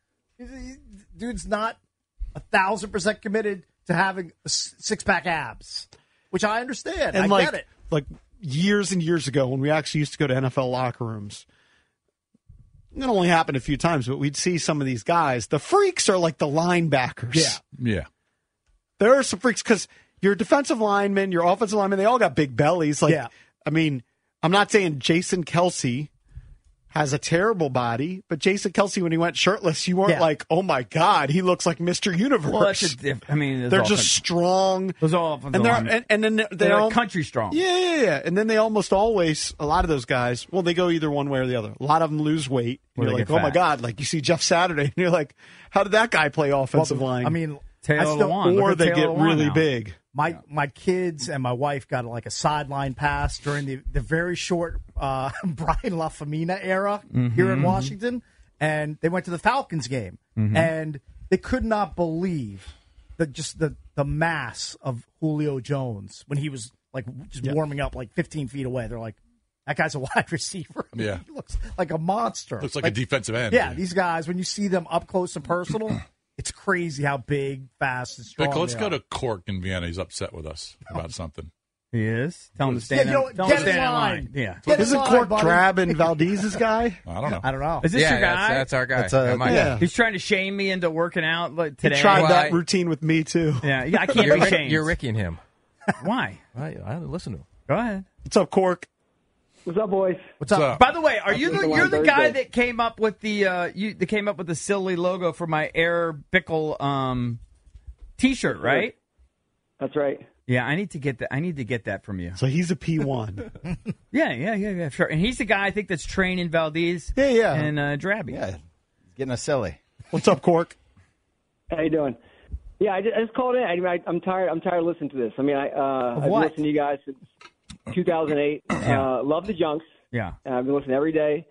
Dude's not a thousand percent committed to having six pack abs, which I understand. I and like get it. like years and years ago when we actually used to go to NFL locker rooms. It only happened a few times, but we'd see some of these guys. The freaks are like the linebackers. Yeah. Yeah. There are some freaks because your defensive linemen, your offensive linemen, they all got big bellies. Like, Yeah. I mean, I'm not saying Jason Kelsey has a terrible body, but Jason Kelsey, when he went shirtless, you weren't Yeah. like, oh my God, he looks like Mr. Universe. Well, that's a diff- I mean, those They're offensive- just strong. Those all offensive and they're linemen. and, and then they They're like all- country strong. Yeah, yeah, yeah. And then they almost always a lot of those guys. Well, they go either one way or the other. A lot of them lose weight. Or And you're they like, get oh my fat. god! Like you see Jeff Saturday, and you're like, how did that guy play offensive line? I mean, I still- or they get really big. My my kids and my wife got like a sideline pass during the, the very short uh, [laughs] Brian LaFamina era here in Mhm. Washington, and they went to the Falcons game, Mhm. and they could not believe the just the the mass of Julio Jones when he was like just Yeah. warming up like 15 feet away. They're like, that guy's a [laughs] wide receiver. I mean, Yeah. he looks like a monster. Looks like a defensive end, Yeah, yeah. these guys when you see them up close and [clears throat] personal. It's crazy how big, fast, and strong. Vic, let's they go are. to Cork in Vienna. He's upset with us about something. He is. Tell him to Yeah, stand. you in- know, tell get him to in stand in line. line. Yeah. Uh, Get in Isn't line, Cork buddy. grabbing Valdez's guy? I don't know. I don't know. Is this Yeah, your guy? that's- that's our guy. That's, uh, That might- yeah. He's trying to shame me into working out like, today. He tried that Why? routine with me too. Yeah, [laughs] yeah, I [laughs] can't you're, be Rick- shamed. You're Ricking him. Why? I, I listen to him. Go ahead. What's up, Cork? What's up, boys? What's up? By the way, are you That's the, the you're one the Thursday. guy that came up with the uh, you that came up with the silly logo for my Air Bickle um, T-shirt, right? That's right. Yeah, I need to get that. I need to get that from you. So he's a P one. Yeah, yeah, yeah, yeah, sure. And he's the guy I think that's training Valdez. Yeah, yeah. And uh, Drabby. Yeah, getting us silly. What's up, Cork? How you doing? Yeah, I just, I just called in. I mean, I, I'm tired. I'm tired of listening to this. I mean, I uh, Of I've what? listened to you guys since [clears throat] 2008. Uh, love the junks. Yeah. And I've been listening every day,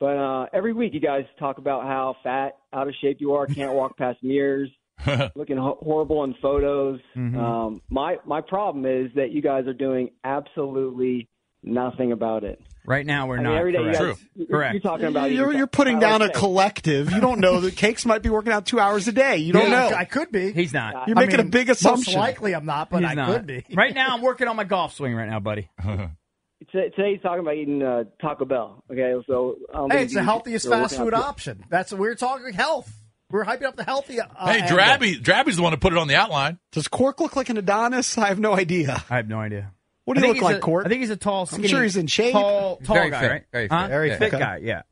but uh, every week you guys talk about how fat, out of shape you are, can't walk past [laughs] mirrors, looking ho- horrible in photos. Mhm. Hmm. Mm-hmm. Um, my my problem is that you guys are doing absolutely nothing about it. Right now we're I mean, not every day you correct. guys- True. you're- you're talking about- uh, You're, you're putting I like down a that. collective. You don't know that cakes might be working out two hours a day. You don't know. I could be. He's not. You're making a big assumption. Most likely, I'm not, but He's I not. could be. right now, I'm working on my golf swing right now, [laughs] buddy. Today, today he's talking about eating uh, Taco Bell. Okay, so I don't Hey, think it's you- the healthiest you're working fast out food too- option. That's we're talking health. We're hyping up the healthy. Uh, hey, angle. Drabby, Drabby's the one who put it on the outline. [laughs] Does Cork look like an Adonis? I have no idea. I have no idea. What do you I think look he's like, a- Court? I think he's a tall, I'm skinny. sure he's in shape. Tall, tall Very guy, fit, right? very Huh? fit, very fit fit. guy. Yeah.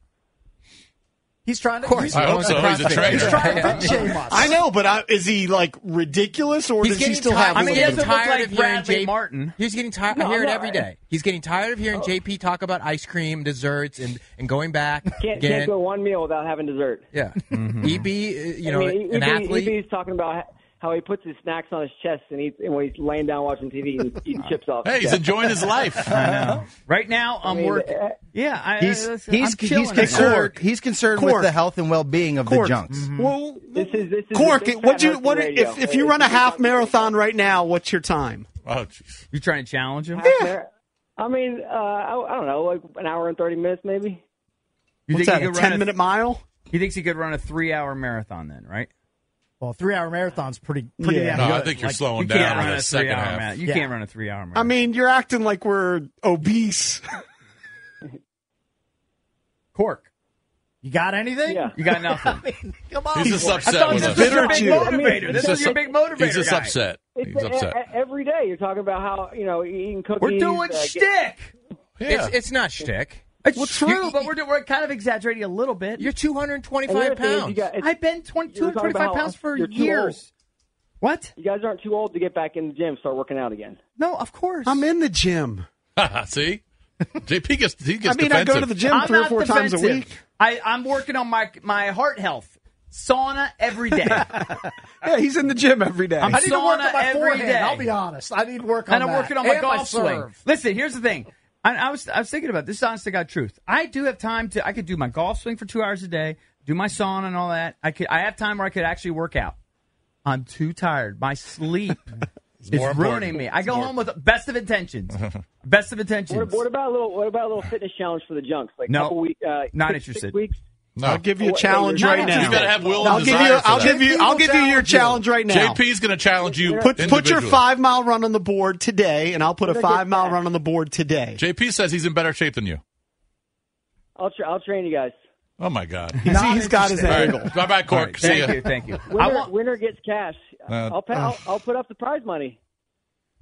He's trying to. he's, I hope so. He's a trainer. He's trying to fit shame us. I know, but I, is he like ridiculous, or does he still have? I mean, he a little getting bit- tired of hearing Bradley J- Martin. He's getting tired. No, Oh. I hear I'm it not- every day. He's getting tired of hearing JP talk about ice cream, desserts, and, and going back. Can't, again. can't go one meal without having dessert. [laughs] Yeah. Mm-hmm. E EB, uh, you know, I mean, E an EB, athlete. EB's talking about how he puts his snacks on his chest and eats and when he's laying down watching TV and eating chips off. Hey, he's enjoying his life. [laughs] I know. Right now, I'm I mean, working. Yeah, uh, I, He's I, he's listen, he's, I'm chilling right now. concerned. He's concerned Cork. with the health and well being of Cork. the junks. Mm-hmm. Well, this is this is Cork, the big what fat you hustle what radio. if if you run a half marathon right now? What's your time? Oh, jeez. You trying to challenge him? Half mar- I mean, uh, I, I don't know, like an hour and thirty minutes maybe. You think What's that? he A could run ten minute mile? He thinks he could run a three-hour marathon then, right? Well, three hour marathon's pretty. pretty Yeah. damn No, good. I think you're slowing you down can't on run that a second three-hour half. marathon. You Yeah. can't run a three-hour marathon. I mean, you're acting like we're obese. [laughs] Cork. You got anything? Yeah. You got nothing. [laughs] I mean, come on. He's just Cork. upset with us. this was your big motivator. He's This was just- your big motivator. He's just guy. upset. It's He's e- upset. e- every day you're talking about how you know eating cookies. We're doing uh, get- shtick. Yeah. It's, it's not shtick. It's Well, true, you- but we're, we're kind of exaggerating a little bit. You're and the 225 other thing is you pounds. got- it's- I've been 20, you were talking about 225 how pounds for you're too years. What? You guys aren't too old to get back in the gym, start working out again. No, of course. I'm in the gym. See, JP gets he I gets mean, I defensive. go to the gym I'm three or not four times a defensive. week. I, I'm working on my my heart health. Sauna every day. Yeah, he's in the gym every day. I'm I need to work sauna on my every forehand. day. I'll be honest. I need work on and I'm that. working on my And golf swing. serve. Listen, here's the thing. I, I was I was thinking about this. Is honest to God, truth. I do have time to. I could do my golf swing for two hours a day. Do my sauna and all that. I could. I have time where I could actually work out. I'm too tired. My [laughs] sleep is more ruining important. me. I go home with best of intentions. [laughs] best of intentions. What, what about a little? What about a little fitness challenge for the junks? Like No. couple week, uh, Not six- interested. Six weeks. no. I'll give you a What- challenge what- right You now. gotta have will and I'll give you. desire for I'll that. give you. I'll give you your challenge right now. JP's going to challenge you. Put put your individually. five mile run on the board today, and I'll put a Better get five mile back. run on the board today. JP says he's in better shape than you. I'll tra- I'll train you guys. Oh my God! He's, he's got his All angle. right, bye bye, Cork. See Thank ya. you. Thank you. I Winner, want, winner gets cash. Uh, I'll, pay, I'll I'll put up the prize money.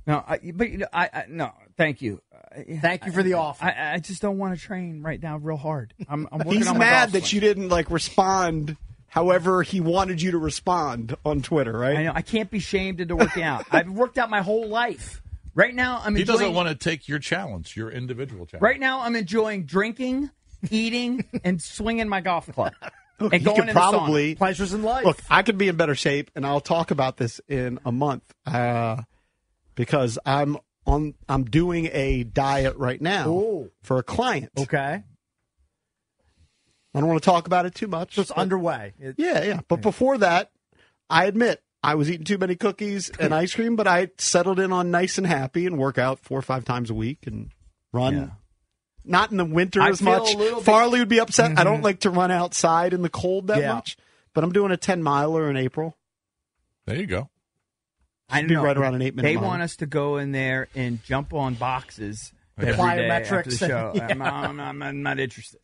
no, I, but you know, I, I no. Thank you. uh, I- Thank you for the offer. I, I just don't want to train right now, real hard. I'm, [laughs] I'm working He's on my mad golf that swing. you didn't like respond. However, he wanted you to respond on Twitter, right? I know I can't be shamed into working [laughs] out. I've worked out my whole life. Right now, I'm He enjoying. doesn't want to take your challenge, your individual challenge. Right now, I'm enjoying drinking, eating, and swinging my golf [laughs] club. Look, and he going could in the sauna. probably Pleasures in life. look. I could be in better shape, and I'll talk about this in a month uh, because I'm on. I'm doing a diet right now Ooh. for a client. okay. I don't want to talk about it too much. So it's but- underway. It- Yeah, yeah. But before that, I admit I was eating too many cookies and [laughs] ice cream, but I settled in on nice and happy and work out four or five times a week and run. Yeah. Not in the winter I as feel a much. little bit- Farley would be upset. I don't like to run outside in the cold that Yeah. much, but I'm doing a 10 miler in April. There you go. I Should don't be know. right around an eight minute They mile. want us to go in there and jump on boxes Okay. every day after the Plyometrics. [laughs] show. Yeah. I'm, I'm- I'm- I'm not interested.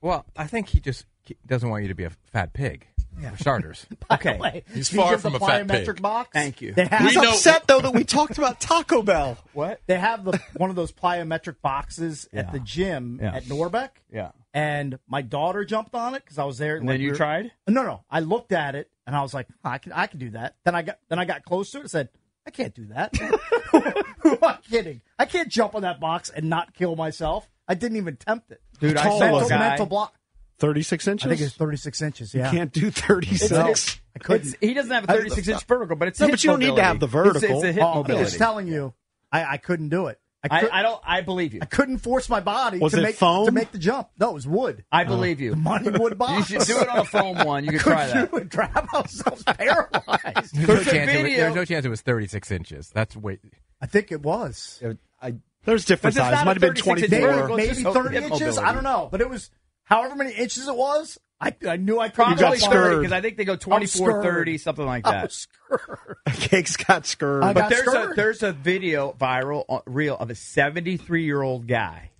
well, I think he just he doesn't want you to be a fat pig, for [laughs] starters. [laughs] Okay. Wait, He's do you far give from the a fat pig. plyometric box. Thank you. They have, He's We know- upset, though, that we talked about Taco Bell. [laughs] What? they have the one of those plyometric boxes Yeah. at the gym Yeah. at Norbeck, Yeah. and my daughter jumped on it because I was there. And like, then we you were- tried? No, no. I looked at it and I was like, I can, I can do that. Then I got, then I got close to it and said, I can't do that. [laughs] [laughs] Who am I kidding? I can't jump on that box and not kill myself. I didn't even tempt it. Dude, I Tall saw was mental, a guy. mental block. 36 inches? I think it's 36 inches. you Yeah, can't do 36. It's- I couldn't. It's, he doesn't have a 36 inch vertical, but it's No, hip but you don't need to mobility. have the It's- vertical. It's, a hip Oh, I'm mobility. just telling you, I, I couldn't do it. I, I, could, I don't. I believe you. I couldn't force my body Was to it make foam? to make the jump. No, it was wood. I believe you. Money wood You box. should do it on a foam [laughs] one. You could try that. do it. Drive ourselves paralyzed. [laughs] There's, There's no a chance it, was- video. there's no chance it was 36 inches. That's way. I think it was. There's different But it's not a sizes. Might have been 36 inch 24. Maybe, vertical. maybe Just hope 30 hip inches. I mobility. don't know, but it was however many inches it was. I, I knew I couldn't Probably got jump on it. scared. because I think they go 24, 30, something like I that. was scared. [laughs] Cakes got scurred. I But got there's a, scared. there's a video viral uh, reel of a 73 year old guy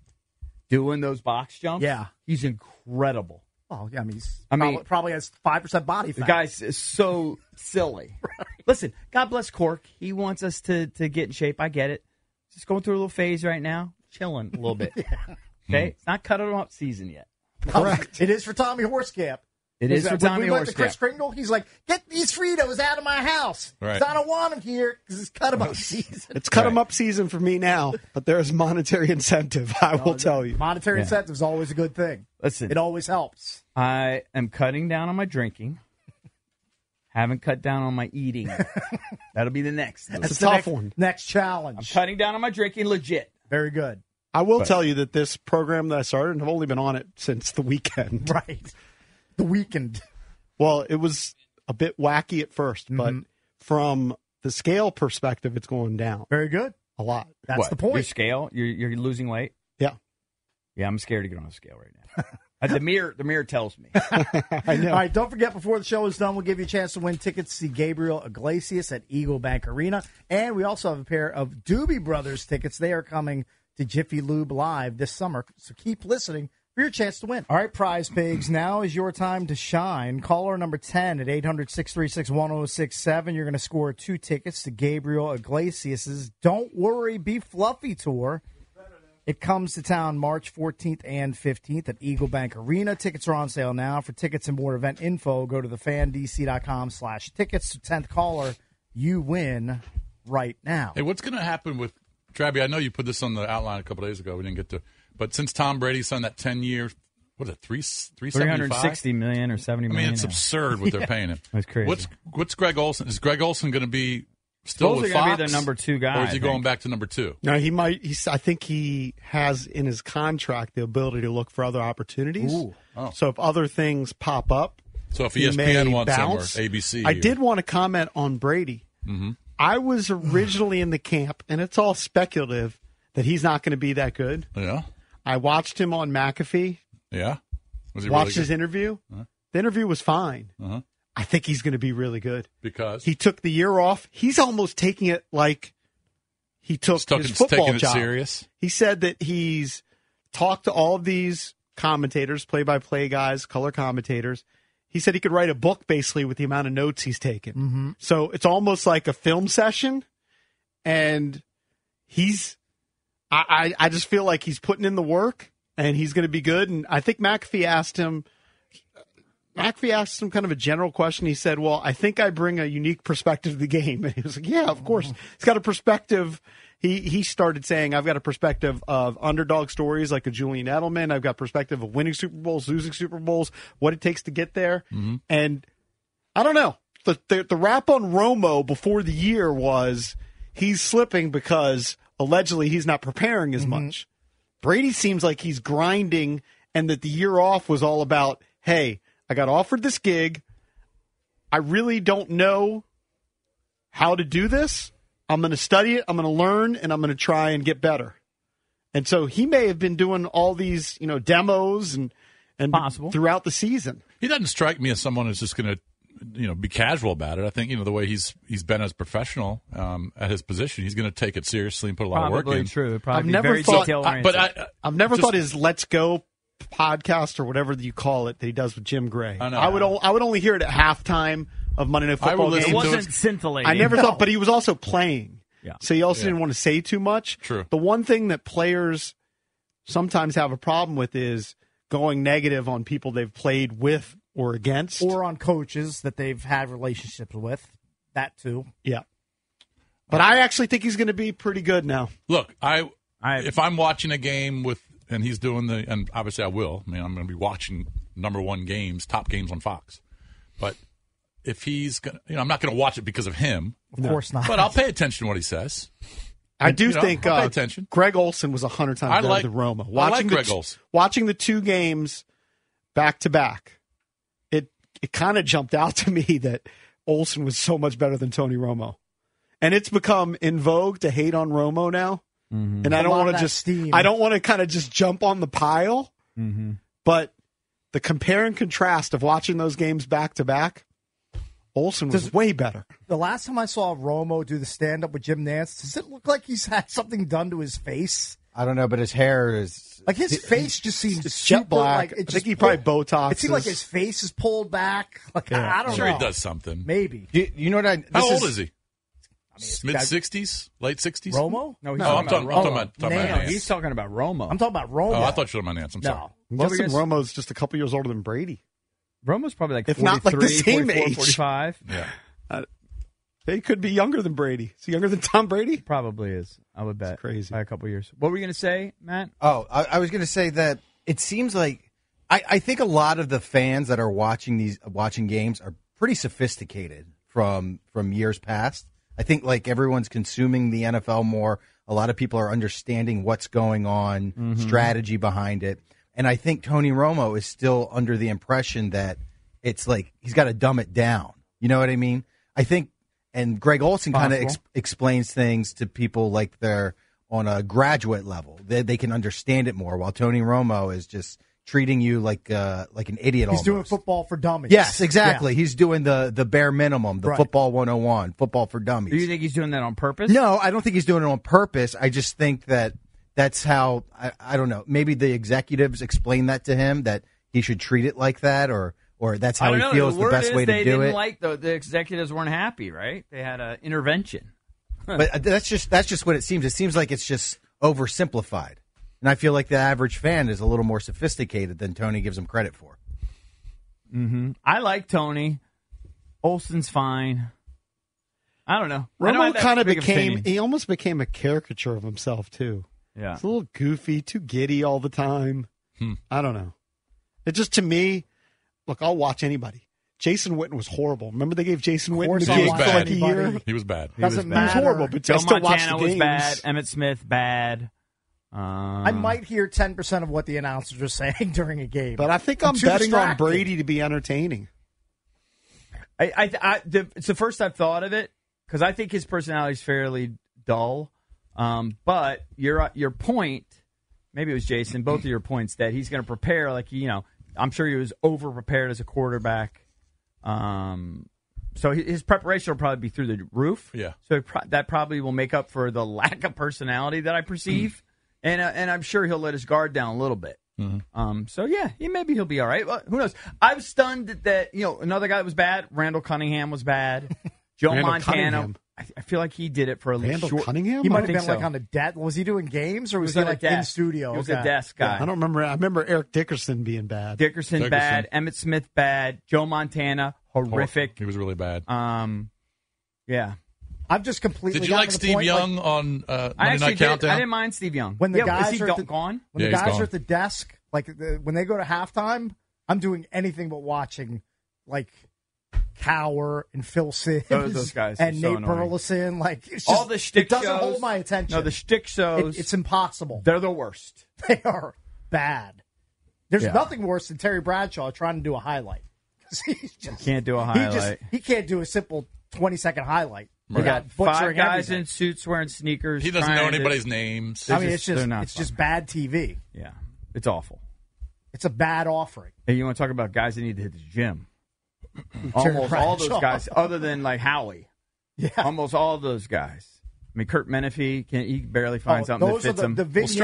doing those box jumps. Yeah. he's incredible. Well, yeah, I mean, he's I I mean- mean, probably, probably has five percent body The fat. [laughs] guy's so silly. Listen, God bless Cork. He wants us to to get in shape. I get it. Just going through a little phase right now, chilling a [laughs] little bit. Okay, it's not cut it up season yet. Correct. It is for Tommy Horsecamp. It is that- for when Tommy we went to Chris Horsecamp. Kringle, he's like, "Get these Fritos out of my house. Right. 'cause I don't want them here because it's cut 'em Oh, up [laughs] [laughs] season." It's cut 'em up season for [laughs] me now, but there is monetary incentive. I will tell you. Monetary Yeah. incentive is always a good thing. Listen. it always helps. I am cutting down on my drinking. Haven't cut down on my [laughs] eating. That'll be the next. That's the next- Next challenge. I'm cutting down on my drinking legit. Very good. I will But- tell you that this program that I started, and I've only been on it since the weekend. [laughs] Right. The weekend. Well, it was a bit wacky at 1st but Mm-hmm. from the scale perspective, it's going down. Very good. A lot. What? Your scale. You're, you're losing weight. Yeah. Yeah, I'm scared to get on a scale right now. [laughs] Uh, the mirror, the mirror tells me. All right, don't forget before the show is done, we'll give you a chance to win tickets to see Gabriel Iglesias at Eagle Bank Arena. And we also have a pair of Doobie Brothers tickets. They are coming to Jiffy Lube Live this summer. So keep listening for your chance to win. All right, prize pigs, now is your time to shine. Caller number 10 at 800 636 1067. You're going to score two tickets to Gabriel Iglesias' Don't Worry, Be Fluffy tour. It comes to town March 14th and 15th at Eagle Bank Arena. Tickets are on sale now. For tickets and more event info, go to thefandc.com slash tickets to 10th caller. You win right now. Hey, what's going to happen with Travi? I know you put this on the outline a couple days ago. We didn't get to, but since Tom Brady signed that ten year, what is it, three three seventy five? 360 million or 70 I million. mean, it's [laughs] absurd what they're paying him. That's crazy. What's what's Greg Olson? Is Greg Olson going to be still Supposedly with gonna Fox? be their number two guy, or is I he think. going back to number two? No, he might. He's, I think he has in his contract the ability to look for other opportunities. Ooh. Oh. So if other things pop up, So if E he ESPN may wants him or bounce. ABC I or- did want to comment on Brady. Mm-hmm. I was originally in the camp, and it's all speculative that he's not going to be that good. Yeah, I watched him on McAfee, yeah. Was he watched really his good? interview. Huh? The interview was fine. Uh-huh. I think he's going to be really good. Because He took the year off. He's almost taking it like he took Stuck his in- football taking it job. serious? He said that he's talked to all of these commentators, play-by-play guys, color commentators. He said he could write a book basically with the amount of notes he's taken. Mhm. So it's almost like a film session, and he's. I, I I just feel like he's putting in the work, and he's going to be good. And I think McAfee asked him. McAfee asked him kind of a general question. He said, Well, I think I bring a unique perspective to the game. [laughs] And he was like, Yeah, of course. He's got a perspective. He he started saying, I've got a perspective of underdog stories like a Julian Edelman. I've got perspective of winning Super Bowls, losing Super Bowls, what it takes to get there. And I don't know. The, the the rap on Romo before the year was he's slipping because allegedly he's not preparing as much. Brady seems like he's grinding and that the year off was all about, hey, I got offered this gig. I really don't know how to do this. I'm going to study it, I'm going to learn and I'm going to try and get better. And so he may have been doing all these, you know, demos and and Possible. throughout the season. He doesn't strike me as someone who's just going to, you know, be casual about it. I think you know the way he's he's been as professional um, at his position. He's going to take it seriously and put a lot of work Probably in. true. It'd I've never thought, I- but I, have never just- thought his "Let's Go" podcast or whatever you call it that he does with Jim Gray. [laughs] I, know. would o- I would only hear it at halftime of Monday Night I would Football. listen games. to It wasn't it. scintillating. I never No. thought, but he was also playing. Yeah. So he also Yeah. didn't want to say too much. True. The one thing that players sometimes have a problem with is going negative on people they've played with or against. Or on coaches that they've had relationships with. That too. Yeah. But I actually think he's going to be pretty good now. Look, I, if I'm watching a game with and he's doing the and obviously I will. I mean, I'm going to be watching number one games, top games on Fox. But if he's going, to you know, I'm not going to watch it because of him. Of No. course not. But I'll pay attention to what he says. I And, do you know, think I'll pay uh, attention. Greg Olson was a hundred times I better like- than I Roma. like Watching the Greg t- Olson. watching the two games back to back, it it kind of jumped out to [laughs] me that Olson was so much better than Tony Romo, and it's become in vogue to hate on Romo now. And I A don't lot of want to Mm. that just steam. I don't want to kind of just jump on the pile, but the compare and contrast of watching those games back to back, Olson was way better. The last time I saw Romo do the stand up with Jim Nance, does it look like he's had something done to his face? I don't know, but his hair is Like his face just seems jet super, black. Like, I it just think he probably pulled- Botox It seemed like is- his face is pulled back. [laughs] Like Yeah. I don't sure know. he does something. Maybe. You, you know what I? How this old is he? Mid sixties, late sixties. Romo? No, No, he's I'm talking about talking. I'm Romo. talking about. Talking about No, Nance. he's talking about Romo. I'm talking about Romo. Oh, I thought you were talking about Nance. I'm sorry. Justin Justin Romo's just a couple years older than Brady. Romo's probably like if not like the 43, same 44, age, 45. Yeah. Uh, they could be younger than Brady. Is he younger than Tom Brady? Probably is. I would bet. crazy. By a couple years. What were you going to say, Matt? Oh, I, I was going to say that it seems like I, I think a lot of the fans that are watching these watching games are pretty sophisticated from from years past. I think like everyone's consuming the NFL more. A lot of people are understanding what's going on, Mm-hmm. Mhm. strategy behind it, and I think Tony Romo is still under the impression that it's like he's got to dumb it down. You know what I mean? I think, and Greg Olson kind of Possible. ex- explains things to people like they're on a graduate level. They, they can understand it more. While Tony Romo is just treating you like uh, like an idiot. He's almost. doing football for dummies. Yes, exactly. He's doing the the bare minimum, the Right. football 101, football for dummies. Do you think he's doing that on purpose? No, I don't think he's doing it on purpose. I just think that that's how I, I don't know. Maybe the executives explain that to him that he should treat it like that, or or that's I how don't he know. feels the, word best is way to they do didn't it. Like the, the executives weren't happy, right? They had an intervention. but uh, that's just that's just what it seems. It seems like it's just oversimplified, and I feel like the average fan is a little more sophisticated than Tony gives him credit for. Mm-hmm. I like Tony. Olson's fine. I don't know. I don't have Romo that kind of big of an became opinion. he almost became a caricature of himself too. Yeah. He's a little goofy, too giddy all the time. Hmm. I don't know. It just to me, look, I'll watch anybody. Jason Witten was horrible. Remember they gave Jason Witten the He gig was for like bad. a year. He was bad. He was Doesn't bad. matter. horrible, but Joe I still watch Montana the was games. bad. Emmett Smith bad. Um, I might hear ten percent of what the announcers are [laughs] saying during a game. But I think I'm, too betting on distracted. Brady to be entertaining. I, I, I the, it's the first I've thought of it because I think his personality is fairly dull. Um, but your your point, maybe it was Jason, both of your points that he's going to prepare like you know. I'm sure he was over prepared as a quarterback. Um, so hi- his preparation will probably be through the roof. Yeah. So it pro- that probably will make up for the [laughs] lack of personality that I Mm. perceive, and uh, and I'm sure he'll let his guard down a little bit. Mm-hmm. Um, so yeah, he, maybe he'll be all right. Well, who knows? I'm stunned that, that you know another guy that was bad. Randall Cunningham was [laughs] bad. Joe Randall Montana. Cunningham. I, I feel like he did it for a little Randall short. Cunningham? He I might have think been like so. on the debt. Was he doing games or was, was he on a like in desk. studio? He was a desk guy. I don't remember. I remember Eric Dickerson being bad. Dickerson, bad. Emmett Smith bad. Joe Montana horrific. He was really bad. Um, yeah. I've just completely. Did you gotten like to the Steve point, like, Young on uh, I Monday actually Night did. Countdown? I didn't mind Steve Young. when the Yeah, guys is he are at don't- the, gone? When Yeah, the he's guys gone. are at the desk, like the, when they go to halftime, I'm doing anything but watching, like Cower and Phil Sims, Those- those guys are and so Nate annoying. Burleson. Like it's just, All the shtick it doesn't shows- hold my attention. No, the shtick shows- It- it's impossible. They're the worst. [laughs] They are bad. There's Yeah. nothing worse than Terry Bradshaw trying to do a highlight. [laughs] 'Cause he's just- Can't do a He just highlight. he can't do a simple 20 second highlight. We got five butchering guys everything. in suits wearing sneakers. He doesn't know trying to- anybody's names. I mean, it's they're just not it's fun. just bad TV. yeah, it's awful. It's a bad offering. Hey, you want to talk about guys that need to hit the gym? Terry Almost Bradshaw. Oh, all those guys, other than like Howie. Yeah. Almost all those guys. I mean, Kurt Menefee, can he barely find Oh, something that those are fits the, him? The vignettes,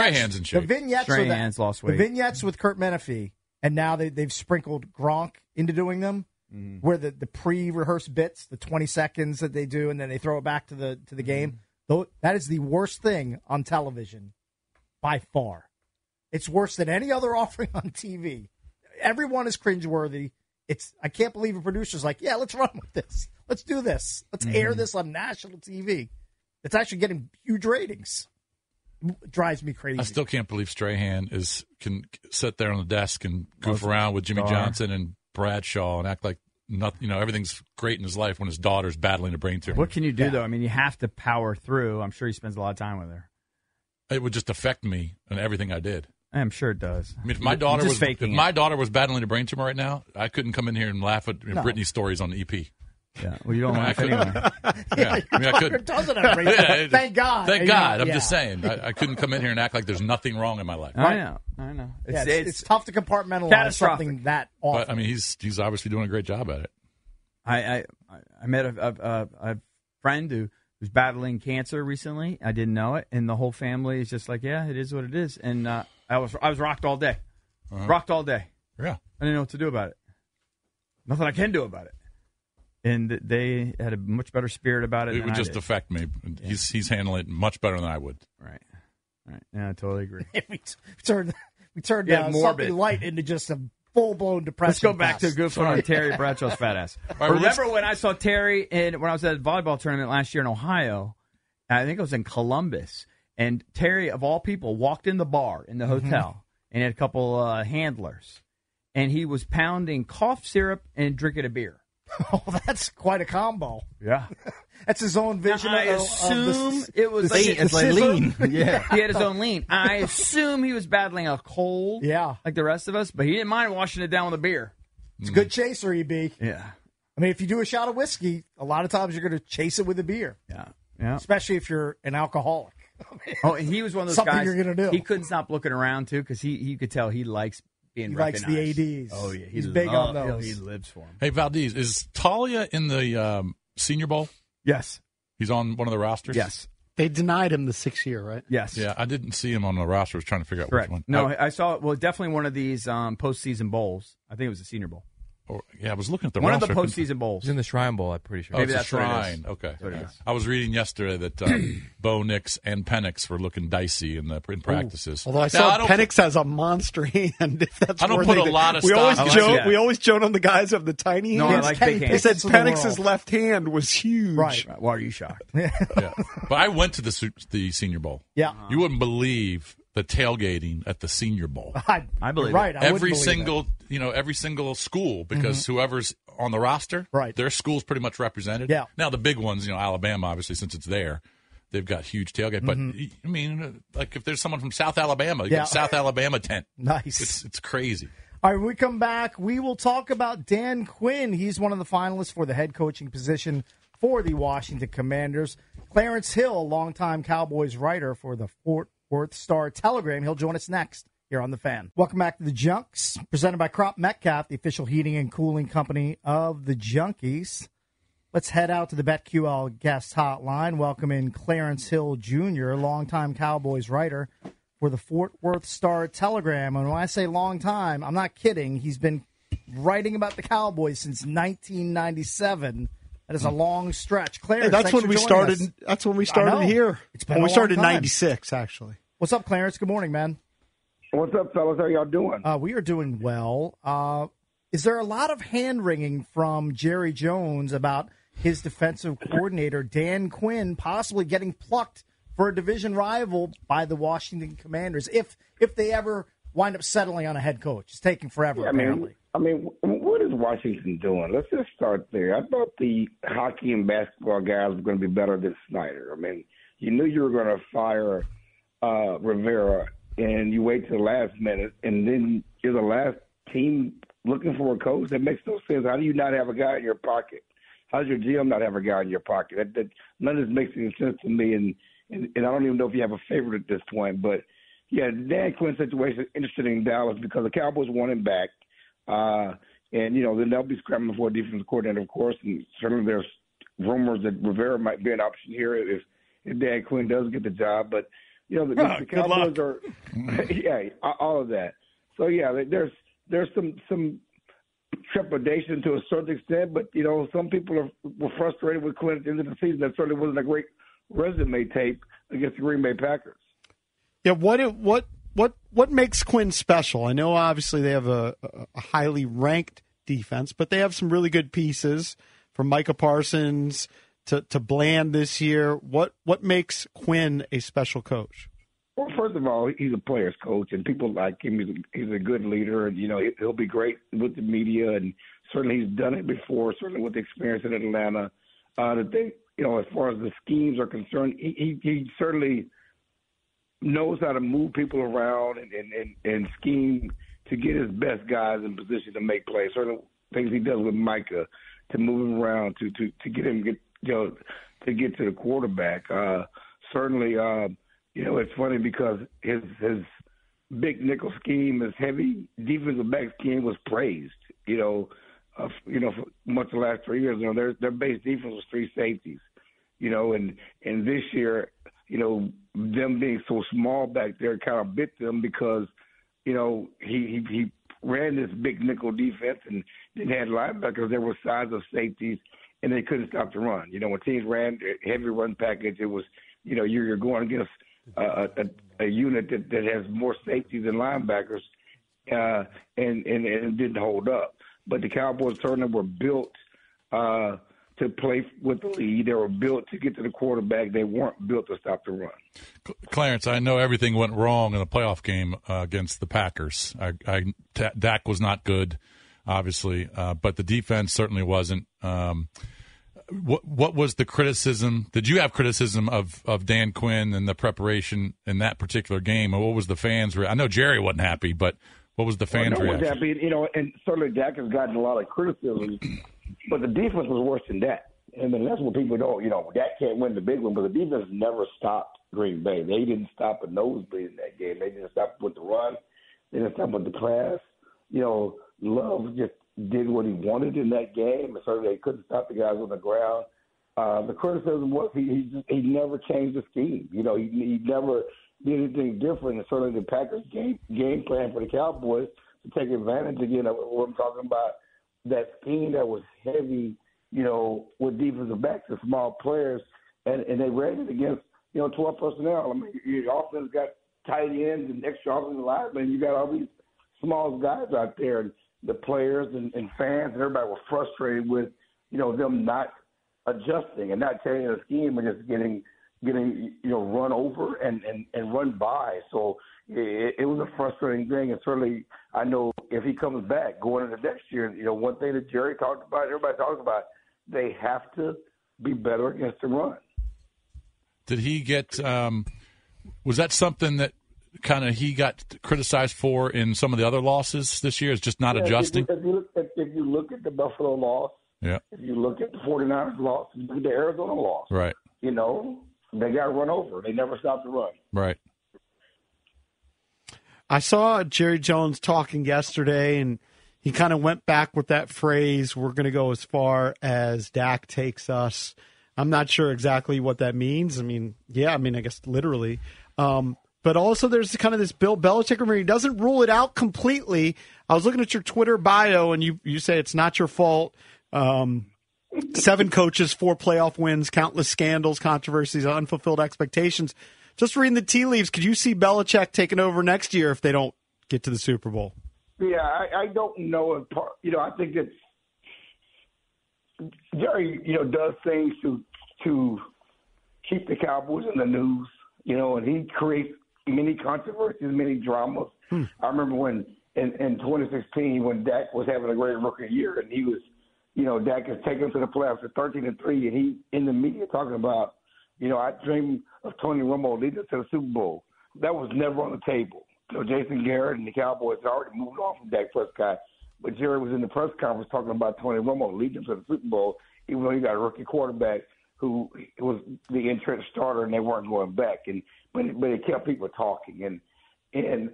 The vignettes are that- Strahan's lost weight. The vignettes with Kurt Menefee, and now they, they've sprinkled Gronk into doing them, Mm-hmm. Mm-hmm. where the, the pre-rehearsed bits, the 20 seconds that they do, and then they throw it back to the to Mm-hmm. the game. Tho- That is the worst thing on television by far. It's worse than any other [laughs] offering on TV. Everyone is cringeworthy. It's I can't believe a producer's like, yeah, let's run with this. Let's do this. Let's air Mm-hmm. Mhm. this on national TV. It's actually getting huge ratings. It drives me crazy. I still can't believe Strahan is can sit there on the desk and goof Most around with Jimmy star. Johnson and Bradshaw and act like nothing. You know, everything's great in his life when his daughter's battling a brain tumor. What can you do though? I mean, you have to power through. I'm sure he spends a lot of time with her. It would just affect me and everything I did. I'm sure it does. I mean, if my daughter just was if faking it. my daughter was battling a brain tumor right now, I couldn't come in here and laugh at you No. know, Britney's stories on the EP. Yeah, well, you don't I laugh couldn't. anyway. Yeah, [laughs] [laughs] I mean, I Tucker couldn't. doesn't have [laughs] brain tumor. it- Thank God. Thank You know, God. I'm yeah. just saying, I, I couldn't come in here and act like there's nothing wrong in my life. I know. I know. Yeah, It's, it's, it's, tough to compartmentalize catastrophic. uh, something that awful. [laughs] But I mean, he's he's obviously doing a great job at it. I I, I- I met a, a, a, a friend who who's battling cancer recently. I didn't know it, and the whole family is just like, yeah, it is what it is. And uh, I was I was rocked all day, rocked all day. Uh-huh. Yeah, I didn't know what to do about it. Nothing I can do about it. And th- they had a much better spirit about it. It than would I just did. affect me. He's he's handling it much better than I would. Right. Right. Yeah, I totally agree. we t- turned we turned Yeah, uh, morbid. something light into just a full blown depression. Let's go back fest. to good [laughs] friend Terry Bradshaw's fat [laughs] ass. well, Remember when I saw Terry and when I was at a volleyball tournament last year in Ohio? I think it was in Columbus, and Terry of all people walked in the bar in the hotel and had a couple uh, handlers, and he was pounding cough syrup and drinking a beer. Oh, that's quite a combo. Yeah, That's his own vision. I of, of assume the, it was the, like, si- the [laughs] sizzle. [laughs] he had his own lean. [laughs] I assume he was battling a cold, yeah, like the rest of us, but he didn't mind washing it down with a beer. It's a good chaser, EB. Yeah. I mean, if you do a shot of whiskey, a lot of times you're going to chase it with a beer. Yeah. Yeah. Especially if you're an alcoholic. Oh, and he was one of those Something guys. you're gonna do. He couldn't stop looking around too because he you could tell he likes being. He likes the recognized. ADs. Oh [laughs] yeah, he He's big on lo- those. He lives for him. Hey Valdez, is Talia in the um, Senior Bowl? Yes, he's on one of the rosters. Yes. They denied him the six year, right? Yes. Yeah, I didn't see him on the roster. I was trying to figure out Correct. which one. No, I, I saw well definitely one of these um, postseason bowls. I think it was the Senior Bowl. Oh, yeah, I was looking at the one roster. of the postseason bowls. He's in the Shrine Bowl, I'm pretty sure. Oh, it's a shrine. Okay. That's what it is. I was reading yesterday [clears throat] that um, Bo Nix and Penix were looking dicey in the in practices. Although I Now, saw don't- Penix has a monster [laughs] hand. If that's I don't one put thing a that- lot of we stock always in that. joke. Yeah. We always joke on the guys of the tiny No, I hands. like big They hands. said Penix of the Penix's world. left hand was huge. Right. Why are you shocked? yeah. But I went to the su- the Senior Bowl. Yeah. Uh-huh. You wouldn't believe the tailgating at the Senior Bowl. [laughs] I, I believe you're right. I wouldn't every believe Mm-hmm. it. single you know every single school because whoever's on the roster, right? Their school's pretty much represented. Yeah. Now the big ones, you know, Alabama, obviously since it's there, they've got huge tailgate. But Mhm. y I I mean, uh, like if there's someone from South Alabama, you Yeah. got a South Alabama tent. [laughs] Nice. It's it's crazy. All right, when we come back, we will talk about Dan Quinn. He's one of the finalists for the head coaching position for the Washington Commanders. Clarence Hill, longtime Cowboys writer for the Fort Worth Star Telegram, he'll join us next here on The Fan. Welcome back to The Junks, presented by Crop Metcalf, the official heating and cooling company of the Junkies. Let's head out to the BetQL guest hotline. Welcome in Clarence Hill Jr., longtime Cowboys writer for the Fort Worth Star Telegram. And when I say long time, I'm not kidding. He's been writing about the Cowboys since 1997. That is a long stretch. Clarence, Hey, that's thanks when for we joining started. us. That's when I we started know. here. It's been When a we long started in time. '96, actually. What's up, Clarence? Good morning, man. What's up, fellas? How y'all doing? Uh, we are doing well. Uh, is there a lot of hand wringing from Jerry Jones about his defensive coordinator, Dan Quinn, possibly getting plucked for a division rival by the Washington Commanders if if they ever wind up settling on a head coach? It's taking forever, Yeah, I apparently. mean, I mean, wh- what is Washington doing? Let's just start there. I thought the hockey and basketball guys were going to be better than Snyder. I mean, you knew you were going to fire uh, Rivera, and you wait till the last minute, and then you're the last team looking for a coach. That makes no sense. How do you not have a guy in your pocket? How does your GM not have a guy in your pocket? That, that none of this makes any sense to me, and, and and I don't even know if you have a favorite at this point, but. Yeah, the Dan Quinn situation is interesting in Dallas because the Cowboys want him back. Uh, and, you know, then they'll be scrambling for a defensive coordinator, of course. And certainly there's rumors that Rivera might be an option here if, if Dan Quinn does get the job. But, you know, the, Ah, the good luck. Cowboys are, [laughs] yeah, all of that. So, yeah, there's there's some, some trepidation to a certain extent, but, you know, some people are, were frustrated with Quinn at the end of the season. That certainly wasn't a great resume tape against the Green Bay Packers. Yeah. What? It, what? What? What makes Quinn special? I know obviously they have a, a highly ranked defense, but they have some really good pieces from Micah Parsons to, to Bland this year. What? What makes Quinn a special coach? Well, first of all, he's a player's coach, and people like him. He's a, he's a good leader, and you know he- he'll be great with the media, and certainly he's done it before. Certainly with the experience in Atlanta, uh, the thing you know, as far as the schemes are concerned, he he, he certainly knows how to move people around and, and, and, and scheme to get his best guys in position to make plays. Certain things he does with Micah to move him around to to to get him get you know to get to the quarterback. Uh, certainly, um, you know it's funny because his his big nickel scheme, his heavy defensive back scheme was praised. You know, uh, you know for much of the last three years, you know their their base defense was three safeties you know, and and this year, you know, them being so small back there kind of bit them because, you know, he he, he ran this big nickel defense and didn't had linebackers. There were sides of safeties, and they couldn't stop the run. You know, when teams ran uh, heavy run package, it was, you know, you're, you're going against a, a, a unit that, that has more safeties than linebackers, uh, and, and and didn't hold up. But the Cowboys certainly were built uh, to play with the lead. They were built to get to the quarterback. They weren't built to stop the run. Clarence, I know everything went wrong in the playoff game uh, against the Packers. I, I, Ta- Dak was not good, obviously, uh, but the defense certainly wasn't. Um, what what was the criticism? Did you have criticism of, of Dan Quinn and the preparation in that particular game? Or what was the fans' re- I know Jerry wasn't happy, but what was the fans' well, no one's reaction? happy, you know, and certainly Dak has gotten a lot of criticism, but the defense was worse than that. I mean, that's what people don't, you know, Dak can't win the big one, but the defense never stopped Green Bay. They didn't stop a nosebleed in that game. They didn't stop with the run. They didn't stop with the pass. You know, Love just did what he wanted in that game, and certainly they couldn't stop the guys on the ground. Uh, the criticism was he he, just, he never changed the scheme. You know, he, he never did anything different. And certainly the Packers game game plan for the Cowboys to take advantage again of what I'm talking about that scheme that was heavy. You know, with defensive backs and small players, and and they ran it against you know 12 personnel. I mean, your offense got tight ends and extra offensive linemen. You got all these small guys out there, and the players and, and fans and everybody were frustrated with you know them not adjusting and not changing the scheme and just getting getting you know run over and and and run by. So it, it was a frustrating thing, and certainly I know if he comes back going into next year, you know one thing that Jerry talked about, everybody talked about, they have to be better against the run. Did he get? Um, was that something that kind of he got criticized for in some of the other losses this year? Is just not Yeah, if you- adjusting. If you, look at, if you look at the Buffalo loss, Yeah, if you look at the 49ers loss, you look at the Arizona loss, right, you know, they got run over. They never stopped the run. right. I saw Jerry Jones talking yesterday, and he kind of went back with that phrase, we're going to go as far as Dak takes us. I'm not sure exactly what that means. I mean, yeah, I mean, I guess literally. Um, but also, there's kind of this Bill Belichick rumor. He doesn't rule it out completely. I was looking at your Twitter bio, and you, you say it's not your fault. Um, seven coaches, four playoff wins, countless scandals, controversies, unfulfilled expectations. Just reading the tea leaves, could you see Belichick taking over next year if they don't get to the Super Bowl? Yeah, I, I don't know if part. You know, I think it's Jerry. You know, does things to to keep the Cowboys in the news. You know, and he creates many controversies, many dramas. I remember when in, in 2016 when Dak was having a great rookie year, and he was, you know, Dak has taken him to the playoffs at 13 and three, and he in the media talking about, you know, I dream of Tony Romo leading us to the Super Bowl. That was never on the table. So Jason Garrett and the Cowboys had already moved on from Dak Prescott, but Jerry was in the press conference talking about Tony Romo leading them to the Super Bowl, even though he got a rookie quarterback who was the entrenched starter, and they weren't going back. And but it, but it kept people talking, and and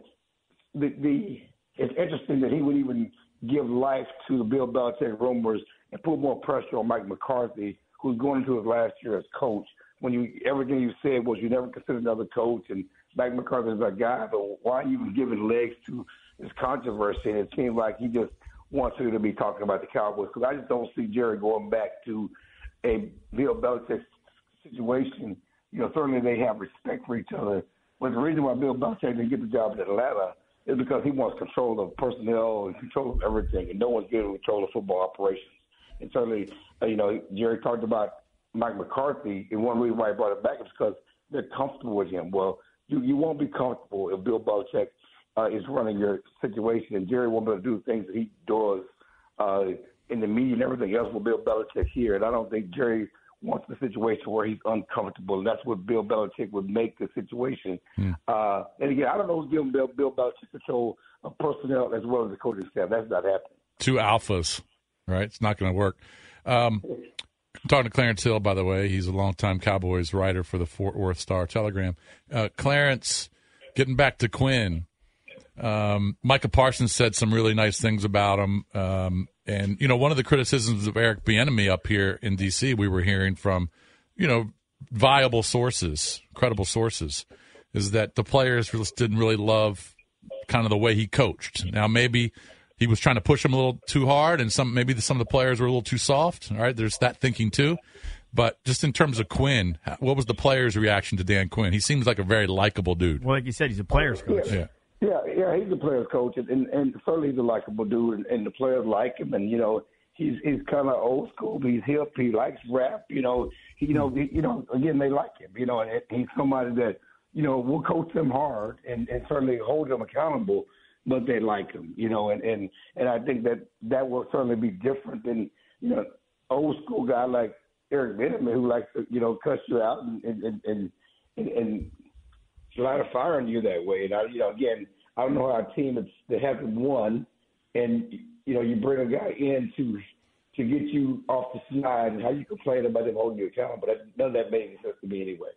the the it's interesting that he would even give life to the Bill Belichick rumors and put more pressure on Mike McCarthy, who's going into his last year as coach. When you everything you said was you never considered another coach, and Mike McCarthy's a guy, but why are you even giving legs to this controversy? And it seems like he just wants you to be talking about the Cowboys because I just don't see Jerry going back to a Bill Belichick situation. You know, certainly they have respect for each other, but the reason why Bill Belichick didn't get the job in Atlanta is because he wants control of personnel and control of everything, and no one's getting control of football operations. And certainly, uh, you know, Jerry talked about Mike McCarthy, and one reason why he brought it back is because they're comfortable with him. Well, you you won't be comfortable if Bill Belichick uh, is running your situation, and Jerry won't be able to do things that he does uh, in the media and everything else with Bill Belichick here. And I don't think Jerry wants the situation where he's uncomfortable. And that's what Bill Belichick would make the situation. Uh, and again, I don't know who's giving Bill, Bill Belichick control of personnel as well as the coaching staff. That's not happening. two alphas, right? It's not going to work. Um, I'm talking to Clarence Hill, by the way. He's a longtime Cowboys writer for the Fort Worth Star Telegram. Uh, Clarence, getting back to Quinn, um, Micah Parsons said some really nice things about him. Um, and, you know, one of the criticisms of Eric Bieniemy up here in D.C., we were hearing from, you know, viable sources, credible sources, is that the players just didn't really love kind of the way he coached. Now maybe he was trying to push him a little too hard, and some maybe the, some of the players were a little too soft. All right, there's that thinking too. But just in terms of Quinn, h- what was the players' reaction to Dan Quinn? He seems like a very likable dude. Well, like you said, he's a player's coach. Yeah. Yeah, yeah, he's a player's coach, and and, and certainly he's a likable dude, and, and the players like him, and you know he's he's kind of old school, but he's hip. He likes rap, you know. He, you know, he, you know. Again, they like him, you know, and he's somebody that you know will coach them hard and and certainly hold them accountable, but they like him, you know, and and and I think that that will certainly be different than you know old school guy like Eric Benjamin who likes to you know cuss you out and and and. and and, and light a fire in you that way. And I, you know, again, I don't know how a team that's, that hasn't won, and you know, you bring a guy in to to get you off the snide, and how you complain about them holding you accountable, but that, none of that made any sense to me anyway.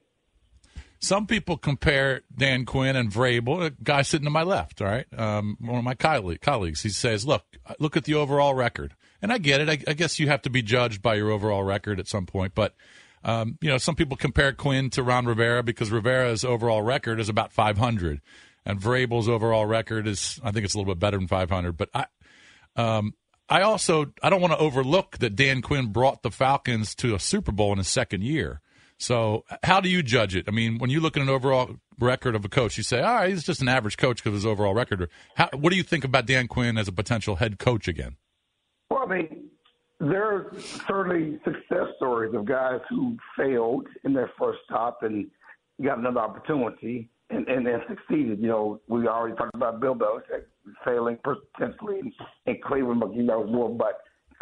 Some people compare Dan Quinn and Vrabel, a guy sitting to my left, all right, um, one of my colleague, colleagues. He says, look, look at the overall record. And I get it. I, I guess you have to be judged by your overall record at some point. But, um, you know, some people compare Quinn to Ron Rivera because Rivera's overall record is about 500. And Vrabel's overall record is, I think it's a little bit better than 500. But I, um, I also I don't want to overlook that Dan Quinn brought the Falcons to a Super Bowl in his second year. So how do you judge it? I mean, when you look at an overall record of a coach, you say, "All right, he's just an average coach because of his overall record." How, what do you think about Dan Quinn as a potential head coach again? Well, I mean, there are certainly success stories of guys who failed in their first stop and got another opportunity and, and then succeeded. You know, we already talked about Bill Belichick failing potentially in, in Cleveland, but you know, more about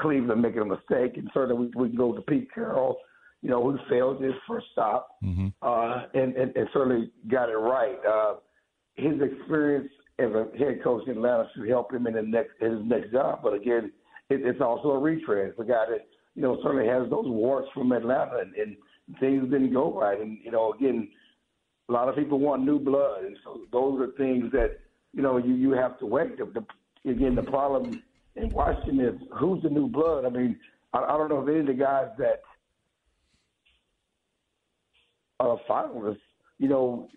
Cleveland making a mistake. And certainly we, we can go to Pete Carroll, you know, who failed his first stop uh, and, and, and certainly got it right. Uh, his experience as a head coach in Atlanta should help him in the next in his next job. But again, it, it's also a retread. It's a guy that you know certainly has those warts from Atlanta, and, and things didn't go right. And you know, again, a lot of people want new blood, and so those are things that you know you you have to wait. The, the, again, the problem in Washington is who's the new blood. I mean, I, I don't know if any of the guys that uh, finalists, you know,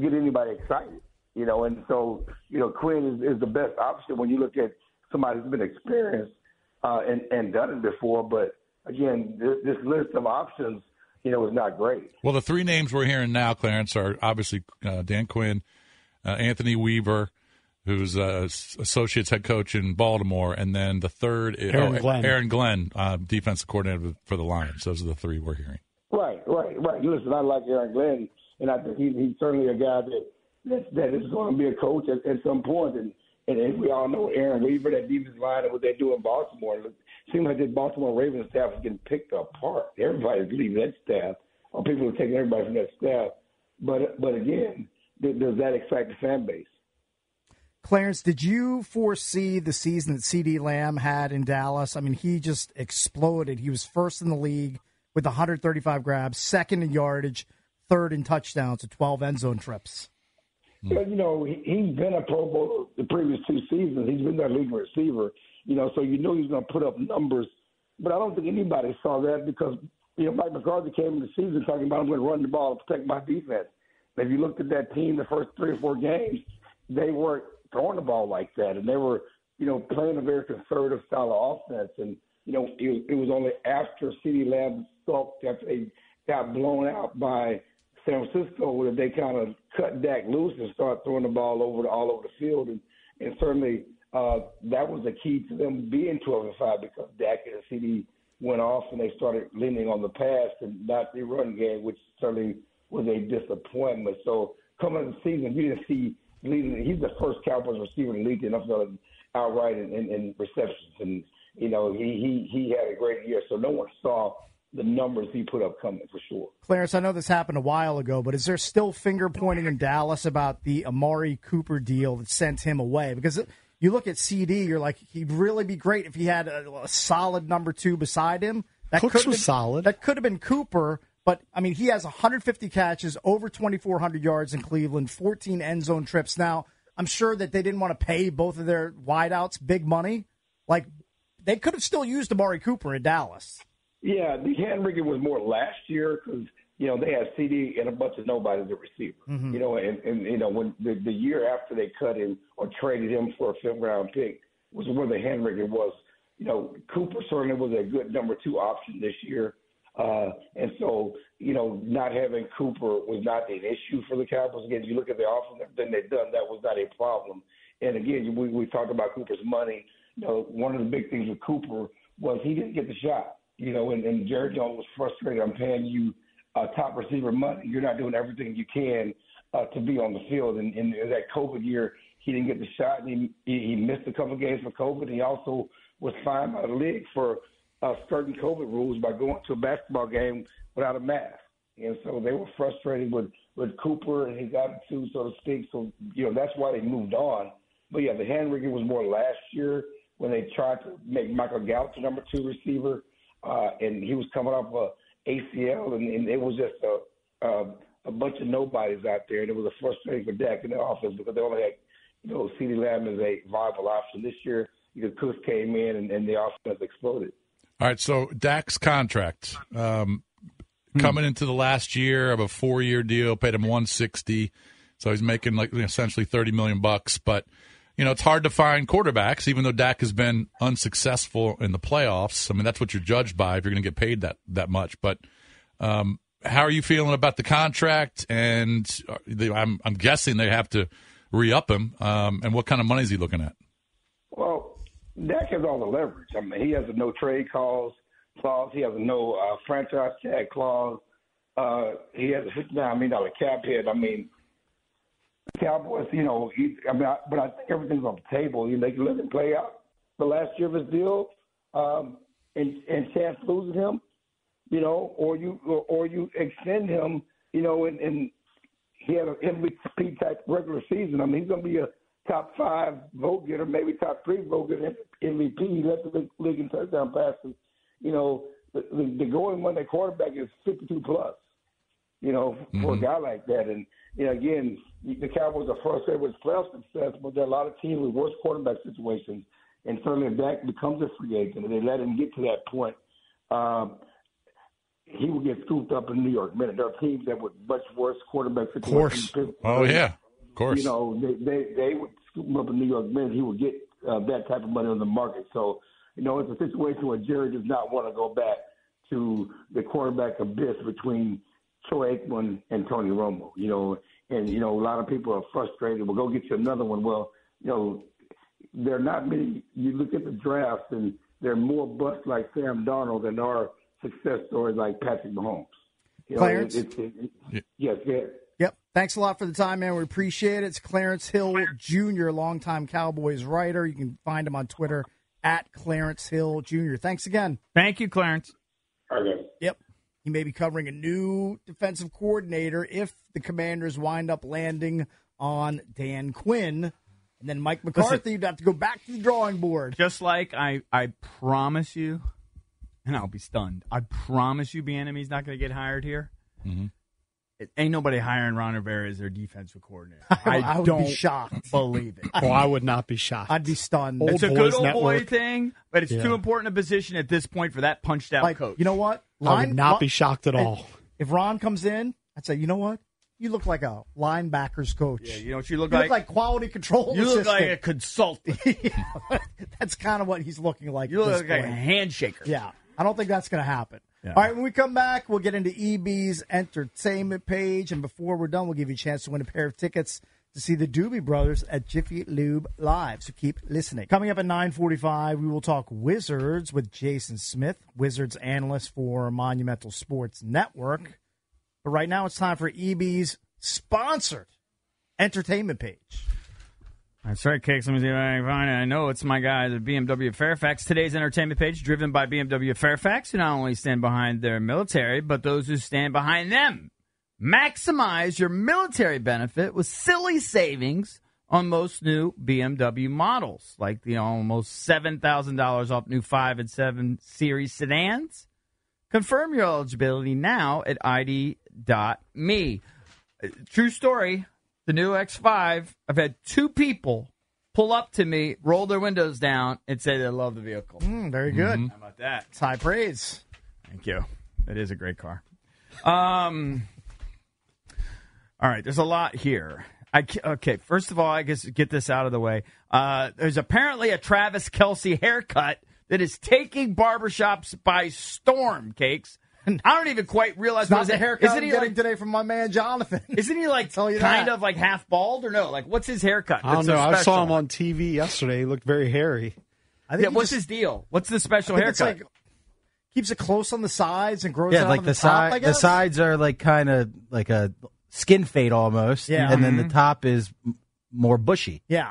get anybody excited, you know. And so, you know, Quinn is, is the best option when you look at somebody who's been experienced uh, and and done it before. But again, this, this list of options, you know, is not great. Well, the three names we're hearing now, Clarence, are obviously uh, Dan Quinn, uh, Anthony Weaver, who's uh, s- associates head coach in Baltimore, and then the third is Aaron Glenn. Aaron Glenn, uh, defensive coordinator for the Lions. Those are the three we're hearing. Right, right, right. Listen, I like Aaron Glenn, and I think he's, he's certainly a guy that that, that is going to be a coach at, at some point. And and as we all know, Aaron Weaver, that defensive line, and what they do in Baltimore, it seems like the Baltimore Ravens staff is getting picked apart. Everybody's leaving that staff, or people are taking everybody from that staff. But but again, th- does that excite the fan base? Clarence, did you foresee the season that CD Lamb had in Dallas? I mean, he just exploded. He was first in the league with 135 grabs, second in yardage, third in touchdowns, and 12 end zone trips. But you know, he, he's been a Pro Bowl the previous two seasons. He's been that leading receiver. You know, so you know he's going to put up numbers. But I don't think anybody saw that because you know Mike McCarthy came in the season talking about I'm going to run the ball and protect my defense. And if you looked at that team the first three or four games, they weren't throwing the ball like that, and they were you know playing a very conservative style of offense. And you know, it, it was only after CeeDee Lamb stalked after they got blown out by San Francisco where they kind of cut Dak loose and start throwing the ball over the, all over the field, and and certainly uh, that was the key to them being 12 and five because Dak and CD went off and they started leaning on the pass and not the run game, which certainly was a disappointment. So coming into the season, you didn't see leading. He's the first Cowboys receiver in the league to enough outright in, in, in receptions, and you know he he he had a great year. So no one saw the numbers he put up coming for sure. Clarence, I know this happened a while ago, but is there still finger pointing in Dallas about the Amari Cooper deal that sent him away? Because you look at CD, you're like, he'd really be great if he had a, a solid number two beside him. That Cooks could have was been- solid. That could have been Cooper, but I mean, he has 150 catches, over 2,400 yards in Cleveland, 14 end zone trips. Now, I'm sure that they didn't want to pay both of their wideouts big money. Like, they could have still used Amari Cooper in Dallas. Yeah, the hand rigging was more last year because you know, they had CD and a bunch of nobodies at receiver. Mhm. You know, and, and you know when the, the year after they cut him or traded him for a fifth round pick was where the handwriting was. You know, Cooper certainly was a good number two option this year. Uh, and so, you know, not having Cooper was not an issue for the Cowboys. Again, you look at the offense, everything they've done, that was not a problem. And again, we, we talked about Cooper's money. You know, one of the big things with Cooper was he didn't get the shot. You know, and, and Jared Jones was frustrated. I'm paying you uh, top receiver money. You're not doing everything you can uh, to be on the field. And in that COVID year, he didn't get the shot, and he he he missed a couple games for COVID. And he also was fined by the league for uh, skirting COVID rules by going to a basketball game without a mask. And so they were frustrated with with Cooper and his attitude, so to speak. So you know that's why they moved on. But yeah, the hand rigging was more last year when they tried to make Michael Gallup the number two receiver, uh, and he was coming off a ACL, and, and it was just a, a um, a bunch of nobodies out there, and it was a frustrating for Dak in the offense because they only had you know CeeDee Lamb is a viable option this year. Because Cook came in and, and the offense exploded. All right, so Dak's contract um, coming into the last year of a four-year deal, paid him one sixty, so he's making like essentially thirty million bucks. But you know, it's hard to find quarterbacks, even though Dak has been unsuccessful in the playoffs. I mean, that's what you're judged by if you're going to get paid that that much. But um, how are you feeling about the contract? And they, I'm I'm guessing they have to re-up him. Um, and what kind of money is he looking at? Well, Dak has all the leverage. I mean, he has a no trade calls clause. He has a no uh, franchise tag clause. Uh, he has a fifty-nine million dollar cap hit. I mean, Cowboys. You know, he, I mean, I, but I think everything's on the table. You know, they can let him play out the last year of his deal, um, and and chance losing him. You know, or you or, or you extend him. You know, and, and he had an MVP type regular season. I mean, he's going to be a top five vote getter, maybe top three vote getter MVP. He led the league- league in touchdown passes. You know, the, the, the going one that quarterback is 52 plus. You know, for Mm-hmm. a guy like that, and you know, again, the Cowboys are frustrated with playoff success, but there are a lot of teams with worse quarterback situations. And certainly, if Dak becomes a free agent, and they let him get to that point, um, he will get scooped up in New York. Man, there are teams that with much worse quarterback situations. course. Oh, yeah. Of course. You know, they they, they would scoop him up in New York. Man, he would get uh, that type of money on the market. So, you know, it's a situation where Jerry does not want to go back to the quarterback abyss between Troy Aikman and Tony Romo. You know, and you know, a lot of people are frustrated. Well, go get you another one. Well, you know, there are not many. You look at the drafts, and there are more busts like Sam Darnold than there are success stories like Patrick Mahomes. You know, Clarence? it- it- it- yes, yes. Yep. Thanks a lot for the time, man. We appreciate it. It's Clarence Hill Jr., longtime Cowboys writer. You can find him on Twitter at Clarence Hill Jr. Thanks again. Thank you, Clarence. Yep. He may be covering a new defensive coordinator if the commanders wind up landing on Dan Quinn. And then Mike McCarthy, would have to go back to the drawing board. Just like I, I promise you, and I'll be stunned. I promise you, Bieniemy's not going to get hired here. Mm-hmm. It, ain't nobody hiring Ron Rivera as their defensive coordinator. I, [laughs] I would be don't shocked. Believe it. Oh, I would not be shocked. I'd be stunned. it's a good old boy thing, but it's Yeah. too important a position at this point for that punched out Like, coach. you know what? I would not li- be shocked at if- [laughs] all. If, Ron comes in, I'd say, you know what? You look like a linebacker's coach. Yeah, you know what you look you like? Look like quality control. You look like a assistant. consultant. [laughs] That's kind of what he's looking like. You at look this like a point. handshaker. Yeah. I don't think that's going to happen. Yeah. All right, when we come back, we'll get into EB's entertainment page. And before we're done, we'll give you a chance to win a pair of tickets to see the Doobie Brothers at Jiffy Lube Live. So keep listening. Coming up at 945, we will talk Wizards with Jason Smith, Wizards analyst for Monumental Sports Network. But right now, it's time for EB's sponsored entertainment page. That's right, Kicks. Let me see if I can find it. I know it's my guys at BMW Fairfax. Today's entertainment page, driven by BMW Fairfax, who not only stand behind their military, but those who stand behind them. Maximize your military benefit with silly savings on most new BMW models, like the almost $7,000 off new 5 and 7 Series sedans. Confirm your eligibility now at ID.me. Uh, True story. The new X5. I've had two people pull up to me, roll their windows down, and say they love the vehicle. Mm, very good. How about that? It's high praise. Thank you. That is a great car. Um. All right, there's a lot here. I ca- okay. First of all, I guess get this out of the way. Uh, there's apparently a Travis Kelsey haircut that is taking barbershops by storm. Cakes. I don't even quite realize It's not what the it- haircut Isn't I'm he getting like, today from my man Jonathan. Isn't he like Tell you kind that. of like half bald or no? Like what's his haircut? I don't that's know. So I saw special? him on TV yesterday. He looked very hairy. I yeah, what's his deal? What's the special I think it's haircut? like keeps it close on the sides and grows yeah, out like on the, the, top, I side, the guess? sides are like kind of like a skin fade almost, Yeah. and then Mhm. the top is m- more bushy. Yeah.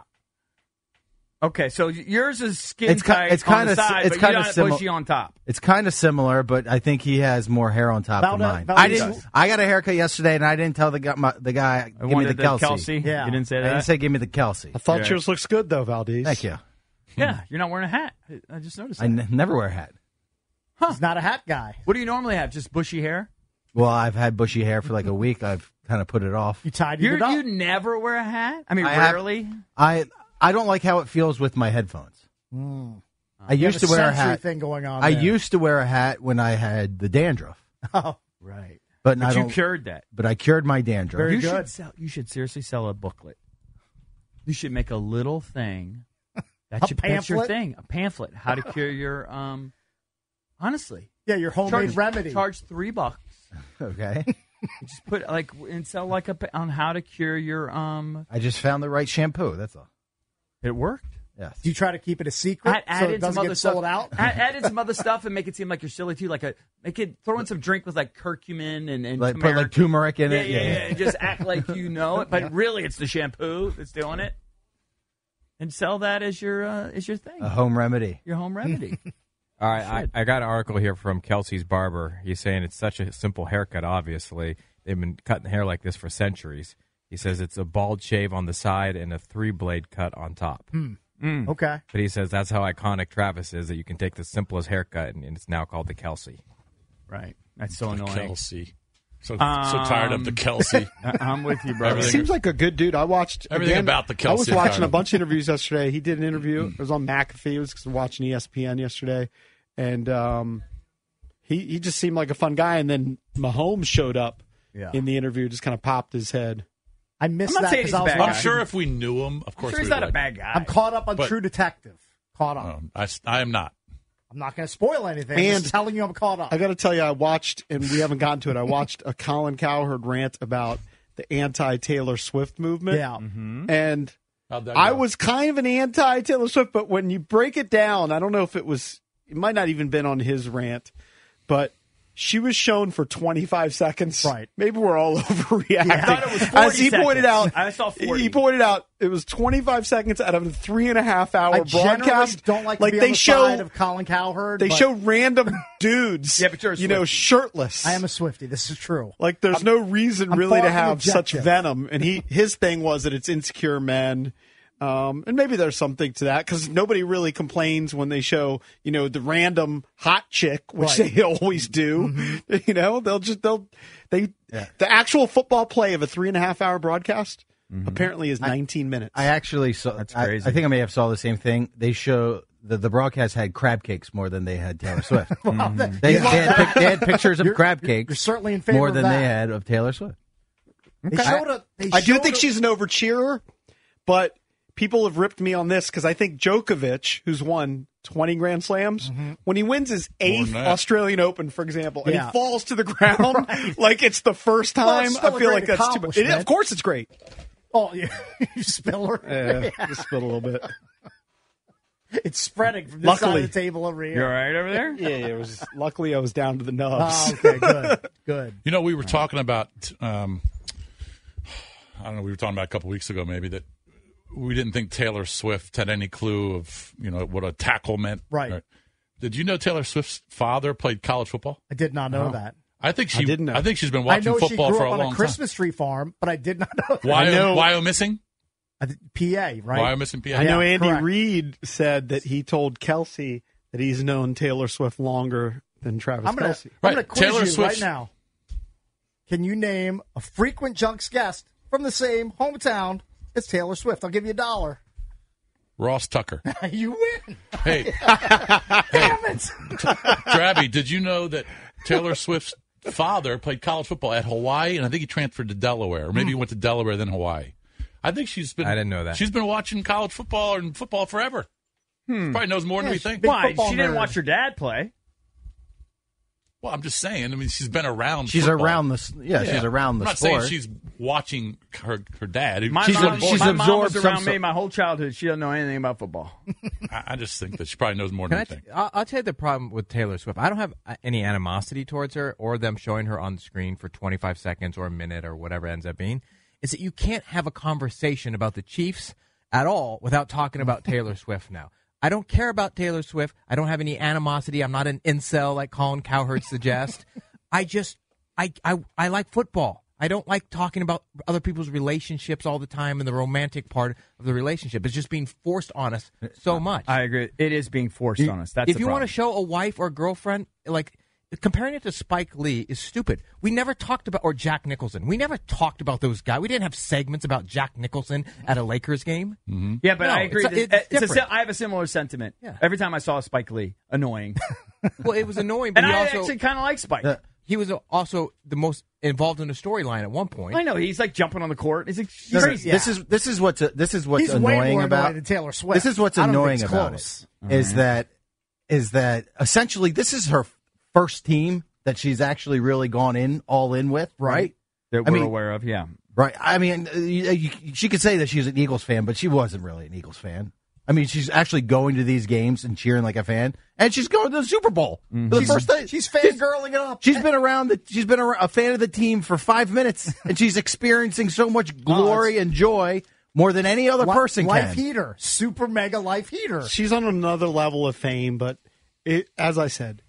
Okay, so yours is skin It's ki- tight it's on kinda the s- side, it's but you're kinda not simi- bushy on top. It's kind of similar, but I think he has more hair on top Valda- than mine. Valda- I didn't. does. I got a haircut yesterday, and I didn't tell the guy. My, the guy give me wanted the the Kelsey. Kelsey? Yeah. You didn't say I didn't that? say give me the Kelsey. I Thought yours looks good though, Valdez. Thank you. Hmm. Yeah, you're not wearing a hat. I- I just noticed. I that. n- never wear a hat. He's not a hat guy. What do you normally have? Just bushy hair? Well, I've had bushy hair for like a week. I've kind of put it off. You tied You you never wear a hat? I mean, I have- rarely. I I don't like how it feels with my headphones. Mm. I You used have a to wear a sensory hat. thing going on I there. used to wear a hat when I had the dandruff, [laughs] Oh, right. but, I But you don't- cured that. But I cured my dandruff. you Should sell, you should seriously sell a booklet. You should make a [laughs] little thing. That's, A your, that's your pamphlet? thing. A pamphlet. How to [laughs] cure your um. Honestly. Yeah, your homemade charge, remedy. Charge three bucks. Okay. Just put like and sell like a pa- on how to cure your um. I just found the right shampoo. That's all. It worked. Yes. Do you try to keep it a secret I so it added doesn't some other get stuff. sold out? I added some other stuff and make it seem like you're silly too. Like a make it throw in some drink with like curcumin and and Like, put, like, turmeric in Yeah, it? Yeah, Yeah, yeah, yeah. and just act like you know it, but really it's the shampoo that's doing it. And sell that as your uh, as your thing, A home remedy. your home remedy. All right, I, I got an article here from Kelsey's barber. He's saying it's such a simple haircut. Obviously, they've been cutting hair like this for centuries. He says it's a bald shave on the side and a three blade cut on top. Hmm. Mm. Okay. But he says that's how iconic Travis is that you can take the simplest haircut and, and it's now called the Kelsey. Right. That's so The annoying. Um, Kelsey. So, so tired Um, of [laughs] the Kelsey. I- I'm with you, bro. He seems like a good dude. I watched Everything again, about the I Kelsey was watching Academy. a bunch of interviews yesterday. He did an interview. Mm. It was on McAfee. I was watching E ESPN yesterday, and um, he he just seemed like a fun guy. And then Mahomes showed up Yeah. in the interview, just kind of popped his head. I missed I'm that not saying because he's I was bad. I'm watching- sure if we knew him, of course sure he's we not a would. bad guy. I'm caught up on But- True Detective. Caught up. Um, I, s- I am not. I'm not going to spoil anything. I'm And- just telling you I'm caught up. I got to tell you, I watched, and we haven't gotten to it. I watched a Colin Cowherd rant about the anti Taylor Swift movement. Yeah. Mm-hmm. and How'd that I go? was kind of an anti Taylor Swift, but when you break it down, I don't know if it was, it might not even been on his rant, but she was shown for 25 seconds. Right. Maybe we're all [laughs] overreacting. Yeah. I thought it was 40 As he pointed seconds. out, I saw 40. he pointed out it was 25 seconds out of a three and a half hour I generally broadcast. don't like, to be they on the show side of Colin Cowherd. they but show random dudes. Yeah, but you're a you know Swiftie. shirtless. I am a Swifty. This is true. Like there's no reason I'm really far to from have such objective. venom, and he his thing was that it's insecure men, um, and maybe there's something to that because nobody really complains when they show you know the random hot chick, which Right. Mm-hmm. they [laughs] always do. [laughs] You know they'll just they'll they the actual football play of a three and a half hour broadcast Mm-hmm. apparently is 19 minutes. I actually saw. That's crazy. I, think I may have saw the same thing. They show the the broadcast had crab cakes more than they had Taylor Swift. Mm-hmm. Well, that- they, you they, love had, that. pic- they had pictures of You're- crab you're- cakes You're certainly in favor more of than that. they had of Taylor Swift. They Okay. showed a, they I do showed think a- she's an overcheerer, but people have ripped me on this because I think Djokovic, who's won 20 Grand Slams, when he wins his eighth that. Australian Open, for example, and Mm-hmm. Yeah. he [laughs] falls to the ground like it's the first Well, time, it's still I a feel great like that's too much. It, accomplishment. of course, [laughs] it's great. Oh, yeah. you spiller. just spit a little bit. [laughs] It's spreading from this side Luckily. of the table over here. You all right over there? Yeah, yeah, it was. Luckily, I was down to the Oh, nubs. okay, good, good. You know, we were talking about, um, I don't know, we were talking about a couple weeks ago maybe that we didn't think Taylor Swift had any clue of, you know, what a tackle meant. Right. Did you know Taylor Swift's father played college football? I did not know Uh-huh. that. I think she I didn't know. think she's been I watching know she football grew for up a on long a Christmas tree farm, but I did not know. E time. Why, I know- why am I missing? I th- PA, right? Why am I missing PA? I know Yeah, Andy correct. Reid said that he told Kelsey that he's known Taylor Swift longer than Travis I'm gonna, Kelsey. I'm gonna Right, quiz Taylor you Swift's- right now. Can you name a frequent Junks guest from the same hometown as Taylor Swift? I'll give you a dollar. [laughs] Ross Tucker. you win. Hey, Damn it! Drabby, did you know that Taylor Swift's father played college football at Hawaii, and I think he transferred to Delaware, or maybe he went to Delaware then Hawaii. I think she's been. I didn't know that. She's been watching college football and football forever. She Probably knows more than Yeah, we she's a think. big Why? football She didn't nerd. watch her dad play. Well, I'm just saying. I mean, she's been around. She's football. around the s- yeah, she's around the I'm not sport. saying she's watching her her dad. who- My mom, my mom was around me my whole childhood. She doesn't know anything about football. I, I just think that she probably knows more Can than I we t- think. I'll, I'll tell you the problem with Taylor Swift. I don't have uh, any animosity towards her or them showing her on the screen for 25 seconds or a minute or whatever it ends up being. Is that you can't have a conversation about the Chiefs at all without talking [laughs] about Taylor Swift now. I don't care about Taylor Swift. I don't have any animosity. I'm not an incel like Colin Cowherd [laughs] suggests. I just, I, I, I like football. I don't like talking about other people's relationships all the time and the romantic part of the relationship. It's just being forced on us so much. Uh, I agree. It is being forced on us. That's if you want to show a wife or girlfriend, like comparing it to Spike Lee is stupid. We never talked about or Jack Nicholson. We never talked about those guys. We didn't have segments about Jack Nicholson at [laughs] a Lakers game. Mm-hmm. Yeah, but I agree. It's, it's a si- I have a similar sentiment. Every time I saw Spike Lee, annoying. well, it was annoying, but and he I also actually kind of like Spike. he was also the most involved in the storyline at one point. I know he's like jumping on the court. He's like This- crazy. This is this is what's this is what's He's way annoying more annoying about than Taylor Swift. This is what's I don't think annoying it's about close. it is Mm-hmm. Alright. Mm-hmm. that is that essentially this is her first team that she's actually really gone in all in with, right? That I we're mean, aware of. Yeah. Right. I mean, uh, you, you, she could say that she's an Eagles fan, but she wasn't really an Eagles fan. I mean, she's actually going to these games and cheering like a fan, and she's going to the Super Bowl. For The She's- first time, she's fangirling it up. She's been around. The, she's been a, a fan of the team for [laughs] five minutes, and she's experiencing so much glory and joy more than any other Li- person life can. heater, super mega life heater. She's on another level of fame, but it, as I said,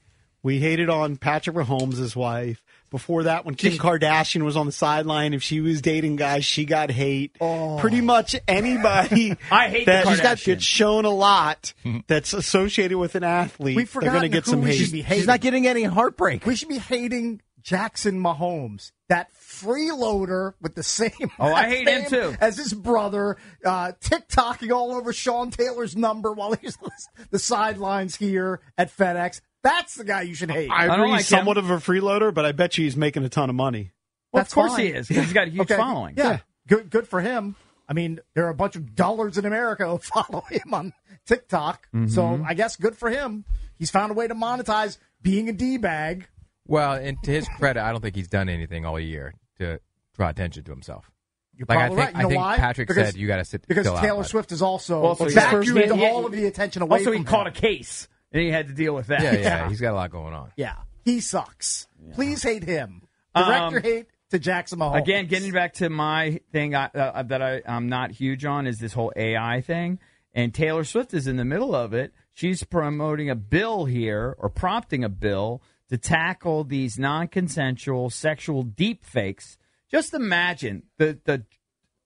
we hated on Patrick Mahomes' his wife. Before that, when Kim Kardashian was on the sideline, if she was dating guys, she got hate. Oh. Oh. Pretty much [laughs] anybody I hate the that Kardashians. gets shown a lot Mm-hmm. that's associated with an athlete, We've they're going to forgotten get who some we hate. should be hating. She's not getting any heartbreak. We should be hating Jackson Mahomes, that freeloader with the same. Oh, [laughs] I hate him last too. name As his brother, uh, TikToking all over Sean Taylor's number while he's [laughs] the sidelines here at FedEx. That's the guy you should hate. I agree, he's somewhat of a freeloader, but I bet you he's making a ton of money. Well, of That's course he fine. is, 'cause he's got a huge following. Yeah. Yeah. Good good for him. I mean, there are a bunch of dullards in America who [laughs] follow him on TikTok. So Mhm. I guess good for him. He's found a way to monetize being a D bag. Well, and to his credit, I don't think he's done anything all year to draw attention to himself. You're like I probably think, right. You know I think why? Patrick Because- said you got to sit Because chill out, Taylor bud. Scuff is also vacuumed Also, he's first man- yeah, all of the attention away Also, from he him. caught a case and he had to deal with that. Yeah, [laughs] yeah, he's got a lot going on. Yeah, he sucks. Please hate him. Direct Um, your hate to Jackson Mahomes. Again, getting back to my thing I, uh, that I, I'm not huge on is this whole AI thing. And Taylor Swift is in the middle of it. She's promoting a bill here or prompting a bill to tackle these non consensual sexual deep fakes. Just imagine the, the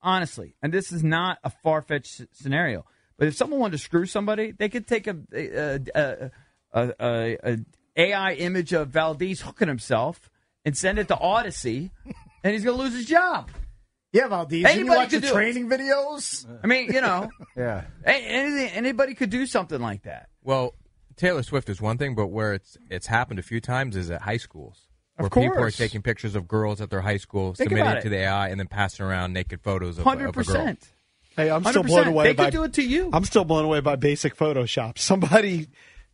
honestly, and this is not a far fetched scenario, but if someone wanted to screw somebody, they could take a, a, a, a, a, a AI image of Valdez hooking himself and send it to Odyssey, and he's going to lose his job. Yeah, Valdez. Anybody you watch could the do it. training videos? I mean, you know, yeah. a- anything, anybody could do something like that. Well, Taylor Swift is one thing, but where it's it's happened a few times is at high schools. Of Where people are course. taking pictures of girls at their high school, Think submitting about it to it. the AI, and then passing around naked photos of, a- of a Hundred girl. percent. Hey, I'm still 100%. blown away. They could by, do it to you. I'm still blown away by basic Photoshop. [laughs] Somebody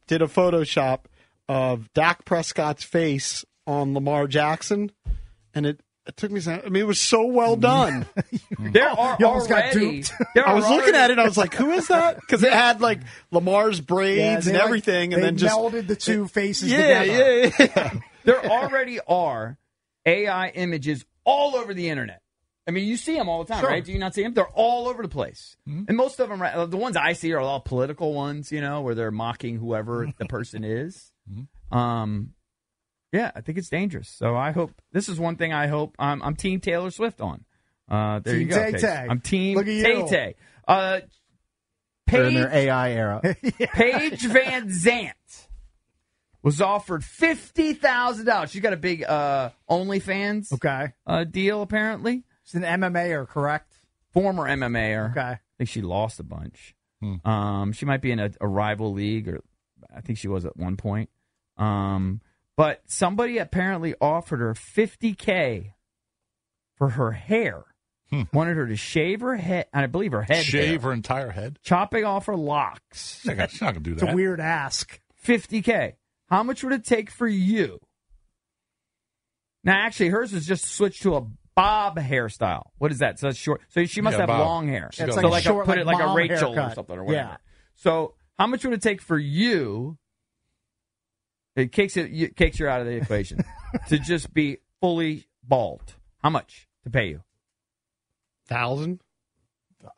did a Photoshop of Dak Prescott's face on Lamar Jackson, and it, it took me. a second. I mean, it was so well done. [laughs] [laughs] There are You almost got already. duped. [laughs] there I was are looking already- at it. I was like, "Who is that?" Because it had like Lamar's [laughs] braids Yeah, and they, like, everything, and they then just melded the two faces Yeah, together. yeah, yeah. [laughs] there already are AI images all over the internet. I mean, you see them all the time, Sure. right? Do you not see them? They're all over the place, Mm-hmm. and most of them, are- the ones I see, are all political ones. You know, where they're mocking [laughs] whoever the person is. Mm-hmm. Um, yeah, I think it's dangerous. So I hope this is one thing I hope I'm, I'm Team Taylor Swift on. Uh, there Team you go. Tay Case. Tay. I'm Team Look at you. Tay Tay. Uh, They're in their Paige- AI era. [laughs] Paige Van Zant was offered fifty thousand dollars. She's got a big uh, OnlyFans okay uh, deal apparently. She's an MMAer, correct? Former MMAer. Okay. I think she lost a bunch. Hmm. Um, she might be in a, a rival league, or I think she was at one point. Um, But somebody apparently offered her 50K for her hair. Wanted her to shave her head, and I believe her head. Hmm. Shave hair. her entire head? Chopping off her locks. She's not gonna- she's not gonna do It's a that. weird ask. 50K. How much would it take for you? Now, actually, hers is just switched to a bob hairstyle. What is that? So that's short. So she must Yeah, have bob. long hair. She's got so long like, hair. a, put it like a Mom Rachel or haircut. something or whatever. Yeah. So how much would it take for you? It kicks it, you, kicks you out of the equation to just be fully bald. How much to pay you? Thousand.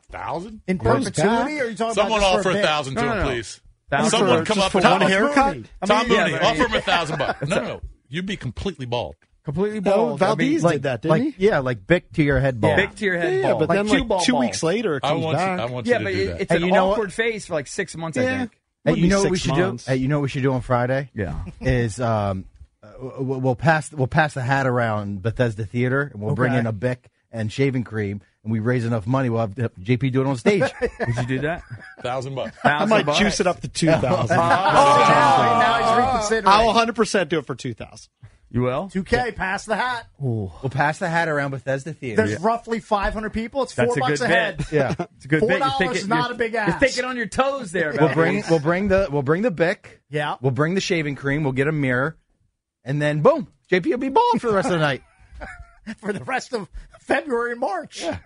Thousand in Grows perpetuity? back? Or are you talking Someone about just offer for a bit? thousand to No, no, him, no. please. Thousand Someone for- come just up for with Tom one haircut? Tom Mooney, I mean, yeah, but I offer mean- him a thousand bucks. No, no, no. You'd be completely bald. Completely bald. Valdez I mean- did like- that, didn't like- he? Yeah, like Bic to your head ball. Yeah. Bic to your head Yeah, ball. but then, like, two weeks later, it I comes want you- back. I want you yeah, to but do it- that. it's Hey, an you know what? awkward phase for like six months. I Yeah. think. Hey, Wouldn't you be know what six we should months. do? Hey, you know what we should do on Friday? Yeah, is um, uh, we'll we'll pass we'll pass the hat around Bethesda Theater, and we'll bring Okay. in a Bic and shaving cream, and we raise enough money. We'll have JP do [laughs] it [laughs] on stage. Would you do that? Ah. Thousand bucks. I might juice it up to [laughs] two thousand. Uh, I will hundred percent do it for two thousand. You will? 2K, pass the hat. We'll pass the hat around Bethesda Theater. There's roughly 500 people. It's four That's a bucks good a head. bet. Yeah. It's a good Four bet. You're dollars thinking- is not you're- a big you're ass. thinking on your toes there. We'll bring we'll bring the we'll bring the Bic. Yeah. We'll bring the shaving cream. We'll get a mirror, and then boom, JP will be bald for the rest of the night. [laughs] for the rest of February and March. [laughs] Yeah,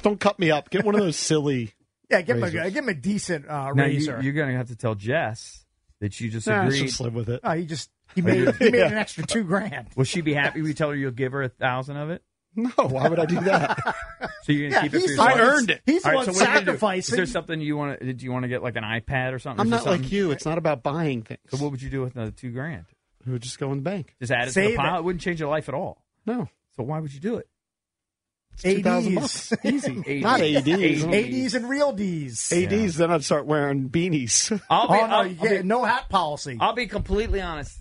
Don't cut me up. Get one of those silly. give him a Razors. give him a decent uh, Now you, razor. are going to have to [laughs] tell Jess that you just Nah, agreed. just live with it. oh, he just he made he made an extra two grand. Will she be happy? We tell her you'll give her a thousand of it. No, why would I do that? [laughs] So you're gonna Yeah, keep it. for he's the yourself? one- I earned it. he's the All right, one so what are you gonna do? sacrificing. Is there something you want to? Do you want to get like an iPad or something? I'm Is there not like something- you. It's not about buying things. So what would you do with another two grand? It would just go in the bank. Just add it to the Save pile. It. it. wouldn't change your life at all. No. So why would you do it? It's 2,000 bucks. [laughs] Easy. Not ADs. ADs and real Ds. ADs. Then I'd start wearing beanies. [laughs] I'll be, oh, no, I'll, you I'll get be- no hat policy. I'll be completely honest.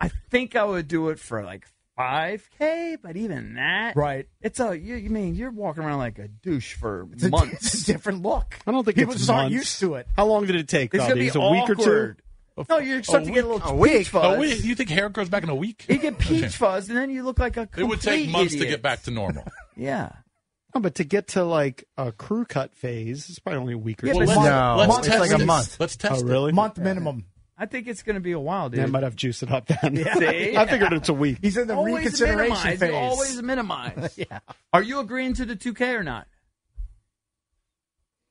I think I would do it for like five k, but even that, right? It's a you, you mean you're walking around like a douche for [laughs] It's a- months. it's a different look. I don't think people it's just aren't months. used to it. How long did it take? It's gonna be Valdez? a week or awkward. two. No, you start A to get a week? little A week? peach fuzz. A week? You think hair grows back in a week? You get peach fuzz, and then you look like a. It would take complete months to idiot. get back to normal. Yeah. No, but to get to like a crew cut phase, it's probably only a week or Yeah, two. but Well, no. let's test like a this. month. Let's test oh, really? Month minimum. I think it's going to be a while, dude. Yeah, I might have juice it up then. Yeah. See? [laughs] I figured it's a week. He's in always minimize. phase. [laughs] Always minimize. yeah. Are you agreeing to the 2K or not?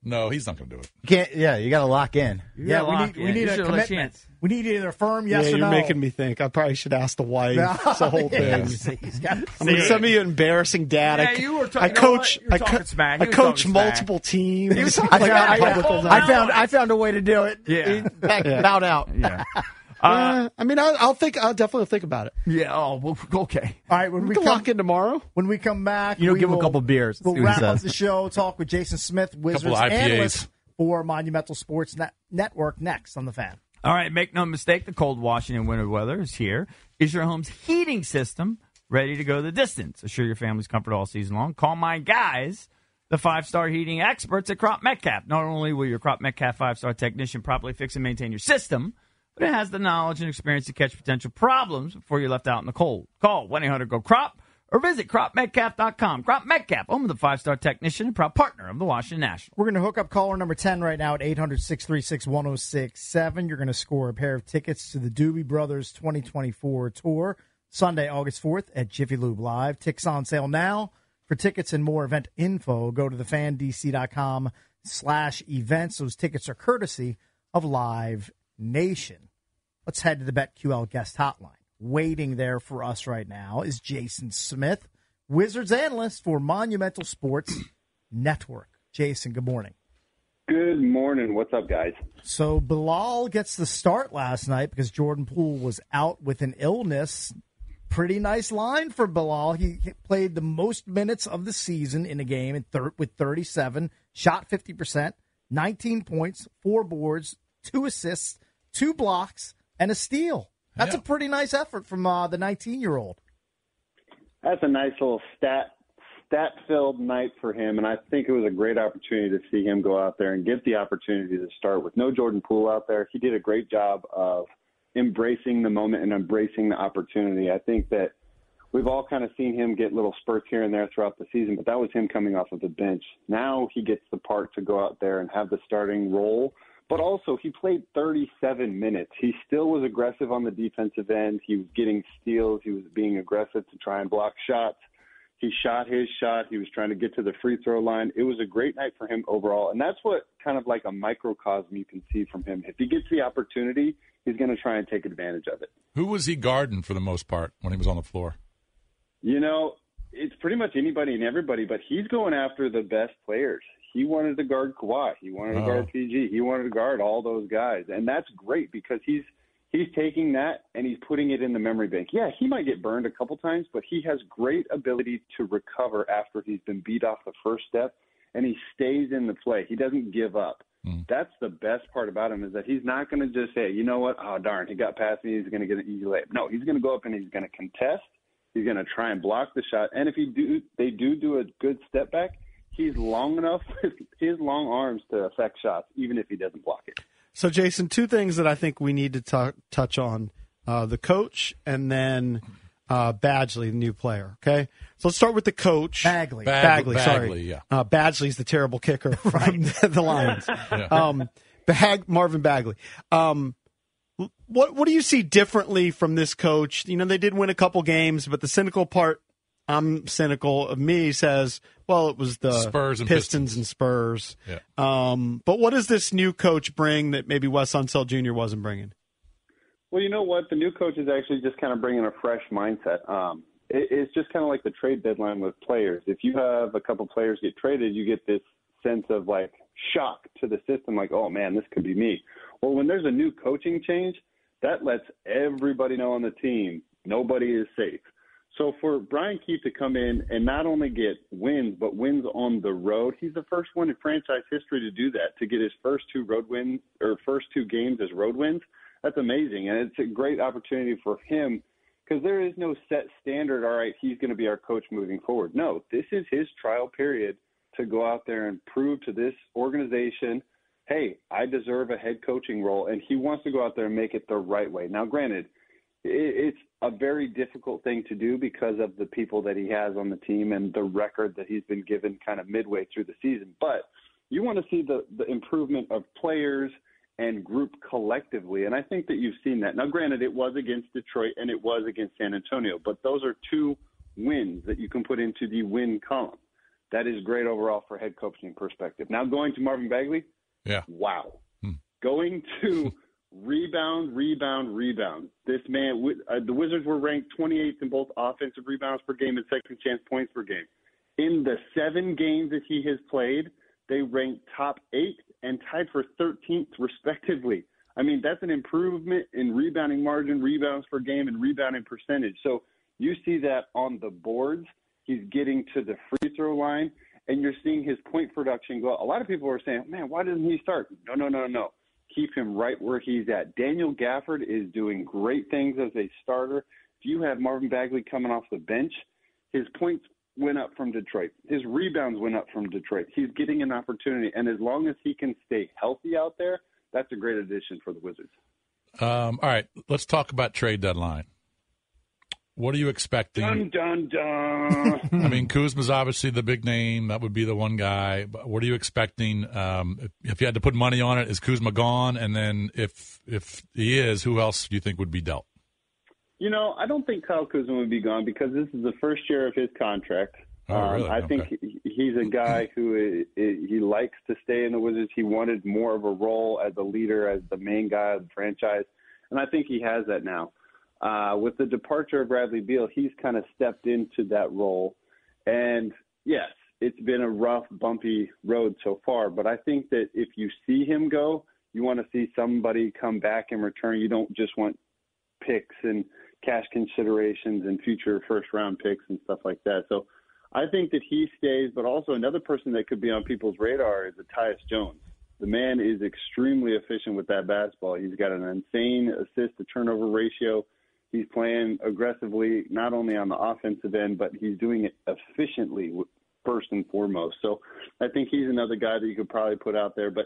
No, he's not going to do it. You can't. Yeah, you got to lock in. Yeah, we need we need a commitment. We need either a firm yes yeah, or you're no. making me think. I probably should ask [laughs] the wife. No, It's the whole yeah. thing. He's got- I mean, some of you embarrassing dad. I, Yeah, you were ta- I you know coach. what? You were I, co- talking smack. I You were coach talking smack. multiple teams. You were [laughs] talking Like, smack. on I found- public I events. found- I found a way to do it. Yeah. Back- Yeah. bowed out. [laughs] Yeah. Uh, I mean, I'll, I'll think. I'll definitely think about it. Yeah. Oh, well, okay. All right, when we, can come, lock in tomorrow, when we come back, You know, we give him a will- couple beers. We'll See what he wrap up says. the show. Talk with Jason Smith, Wizards Couple IPAs. analyst for Monumental Sports Net- Network. Next on the Fan. All right, make no mistake, the cold Washington winter weather is here. Is your home's heating system ready to go the distance? Assure your family's comfort all season long. Call my guys, the five star heating experts at Crop Metcalf. Not only will your Crop Metcalf five star technician properly fix and maintain your system, but it has the knowledge and experience to catch potential problems before you're left out in the cold. Call 1 800 GO CROP or visit cropmetcalf.com. Crop Metcalf, home of the five star technician and proud partner of the Washington Nationals. We're going to hook up caller number 10 right now at 800 636 1067. You're going to score a pair of tickets to the Doobie Brothers 2024 tour Sunday, August 4th at Jiffy Lube Live. Tickets on sale now. For tickets and more event info, go to thefandc.com slash events. Those tickets are courtesy of Live Nation. Let's head to the BetQL guest hotline. Waiting there for us right now is Jason Smith, Wizards analyst for Monumental Sports Network. Jason, good morning. Good morning. What's up, guys? So Bilal gets the start last night because Jordan Poole was out with an illness. Pretty nice line for Bilal. He played the most minutes of the season in a game in thir- with 37, shot 50%, 19 points, four boards, two assists, two blocks, and a steal. That's a pretty nice effort from uh, the 19 year old. That's a nice little stat stat filled night for him, and I think it was a great opportunity to see him go out there and get the opportunity to start with no Jordan Poole out there. He did a great job of embracing the moment and embracing the opportunity. I think that we've all kind of seen him get little spurts here and there throughout the season, but that was him coming off of the bench. Now he gets the part to go out there and have the starting role. But also, he played 37 minutes. He still was aggressive on the defensive end. He was getting steals. He was being aggressive to try and block shots. He shot his shot. He was trying to get to the free throw line. It was a great night for him overall. And that's what kind of like a microcosm you can see from him. If he gets the opportunity, he's going to try and take advantage of it. Who was he guarding for the most part when he was on the floor? You know, it's pretty much anybody and everybody, but he's going after the best players. He wanted to guard Kawhi. He wanted to Oh. guard PG. He wanted to guard all those guys, and that's great because he's he's taking that and he's putting it in the memory bank. Yeah, he might get burned a couple times, but he has great ability to recover after he's been beat off the first step, and he stays in the play. He doesn't give up. That's the best part about him is that he's not going to just say, you know what, oh darn, he got past me. He's going to get an easy layup. No, he's going to go up and he's going to contest. He's going to try and block the shot. And if he do, they do do a good step back. He's long enough [laughs] with his long arms to affect shots, even if he doesn't block it. So, Jason, two things that I think we need to tou- touch on uh, the coach and then uh, Badgley, the new player. Okay. So let's start with the coach. Bagley. Bag- Bagley, Bagley, sorry. yeah. Uh, Badgley's the terrible kicker from [laughs] the, the Lions. [laughs] Yeah. Um, Bag- Marvin Bagley. Um, what what do you see differently from this coach? You know, they did win a couple games, but the cynical part, I'm cynical of me says, well, it was the Spurs and Pistons and Spurs. Yeah. Um, but what does this new coach bring that maybe Wes Unseld Jr. wasn't bringing? Well, you know what? The new coach is actually just kind of bringing a fresh mindset. Um, it, it's just kind of like the trade deadline with players. If you have a couple players get traded, you get this sense of like shock to the system, like, oh man, this could be me. Well, when there's a new coaching change, that lets everybody know on the team nobody is safe. So for Brian Keith to come in and not only get wins, but wins on the road, he's the first one in franchise history to do that, to get his first two road wins or first two games as road wins. That's amazing. And it's a great opportunity for him because there is no set standard. All right, he's going to be our coach moving forward. No, this is his trial period to go out there and prove to this organization, hey, I deserve a head coaching role. And he wants to go out there and make it the right way. Now, granted, it, it's a very difficult thing to do because of the people that he has on the team and the record that he's been given kind of midway through the season. But you want to see the, the improvement of players and group collectively. And I think that you've seen that. Now, granted, it was against Detroit and it was against San Antonio, but those are two wins that you can put into the win column. That is great overall for head coaching perspective. Now, going to Marvin Bagley, Yeah. Wow. Going to rebound, rebound, rebound. This man, wi- uh, the Wizards were ranked 28th in both offensive rebounds per game and second chance points per game. In the seven games that he has played, they ranked top eight and tied for 13th, respectively. I mean, that's an improvement in rebounding margin, rebounds per game, and rebounding percentage. So you see that on the boards. He's getting to the free throw line, and you're seeing his point production go up. A lot of people are saying, man, why doesn't he start? No, no, no, no. Keep him right where he's at. Daniel Gafford is doing great things as a starter. If you have Marvin Bagley coming off the bench, his points went up from Detroit. His rebounds went up from Detroit. He's getting an opportunity, and as long as he can stay healthy out there, that's a great addition for the Wizards. Um, all right, let's talk about trade deadline. What are you expecting? Dun dun [laughs] dun. I mean, Kuzma's obviously the big name. That would be the one guy. But what are you expecting? Um, if, if you had to put money on it, is Kuzma gone? And then if if he is, who else do you think would be dealt? You know, I don't think Kyle Kuzma would be gone because this is the first year of his contract. Um, Oh, really? I think Okay. he- he's [clears throat] a guy who i i he likes to stay in the Wizards. He wanted more of a role as a leader, as the main guy of the franchise, and I think he has that now. Uh, with the departure of Bradley Beal, he's kind of stepped into that role, and yes, it's been a rough, bumpy road so far. But I think that if you see him go, you want to see somebody come back in return. You don't just want picks and cash considerations and future first round picks and stuff like that. So I think that he stays, but also another person that could be on people's radar is Tyus Jones. The man is extremely efficient with that basketball. He's got an insane assist to turnover ratio. He's playing aggressively, not only on the offensive end, but he's doing it efficiently w- first and foremost. So I think he's another guy that you could probably put out there, but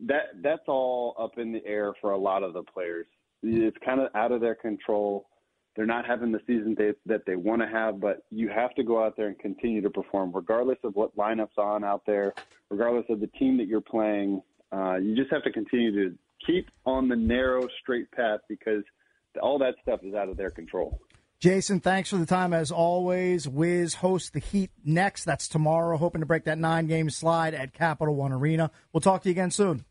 that that's all up in the air for a lot of the players it's kind of out of their control. They're not having the season they, that they want to have, but you have to go out there and continue to perform, regardless of what lineup's on out there, regardless of the team that you're playing. Uh, you just have to continue to keep on the narrow, straight path because all that stuff is out of their control. Jason, thanks for the time as always. Wiz hosts the Heat next. That's tomorrow. Hoping to break that nine game slide at Capital One Arena. We'll talk to you again soon.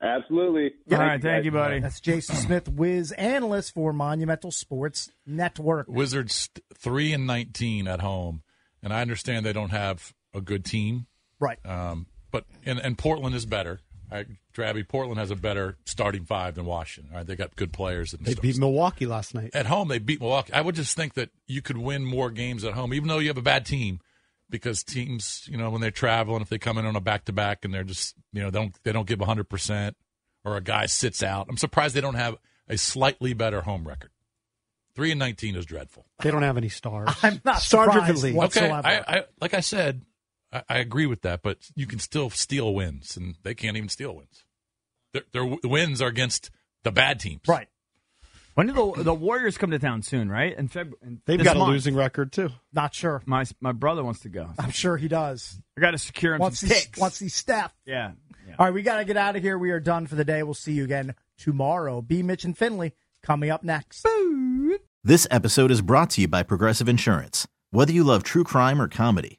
Absolutely. All right, thank you, buddy. That's Jason Smith, Wiz analyst for Monumental Sports Network. Wizards th- three and nineteen at home, and I understand they don't have a good team, right? Um, but and, and Portland is better. All right, Drabby, Portland has a better starting five than Washington. All right, they got good players. And They stuff. beat Milwaukee last night. At home, they beat Milwaukee. I would just think that you could win more games at home, even though you have a bad team, because teams, you know, when they're traveling, if they come in on a back to back and they're just, you know, they don't they don't give hundred percent, or a guy sits out. I'm surprised they don't have a slightly better home record. Three and nineteen is dreadful. They don't have any stars. I'm not surprised Okay, whatsoever. I, I, like I said, I, I agree with that, but you can still steal wins, and they can't even steal wins. Their, their w- wins are against the bad teams. Right. When do the the Warriors come to town soon? Right in February. They've got a losing record too. Not sure. My my brother wants to go. I'm sure he does. I got to secure him Once some he's, picks. once he's staffed. Yeah. All right, we got to get out of here. We are done for the day. We'll see you again tomorrow. B. Mitch and Finley coming up next. This episode is brought to you by Progressive Insurance. Whether you love true crime or comedy,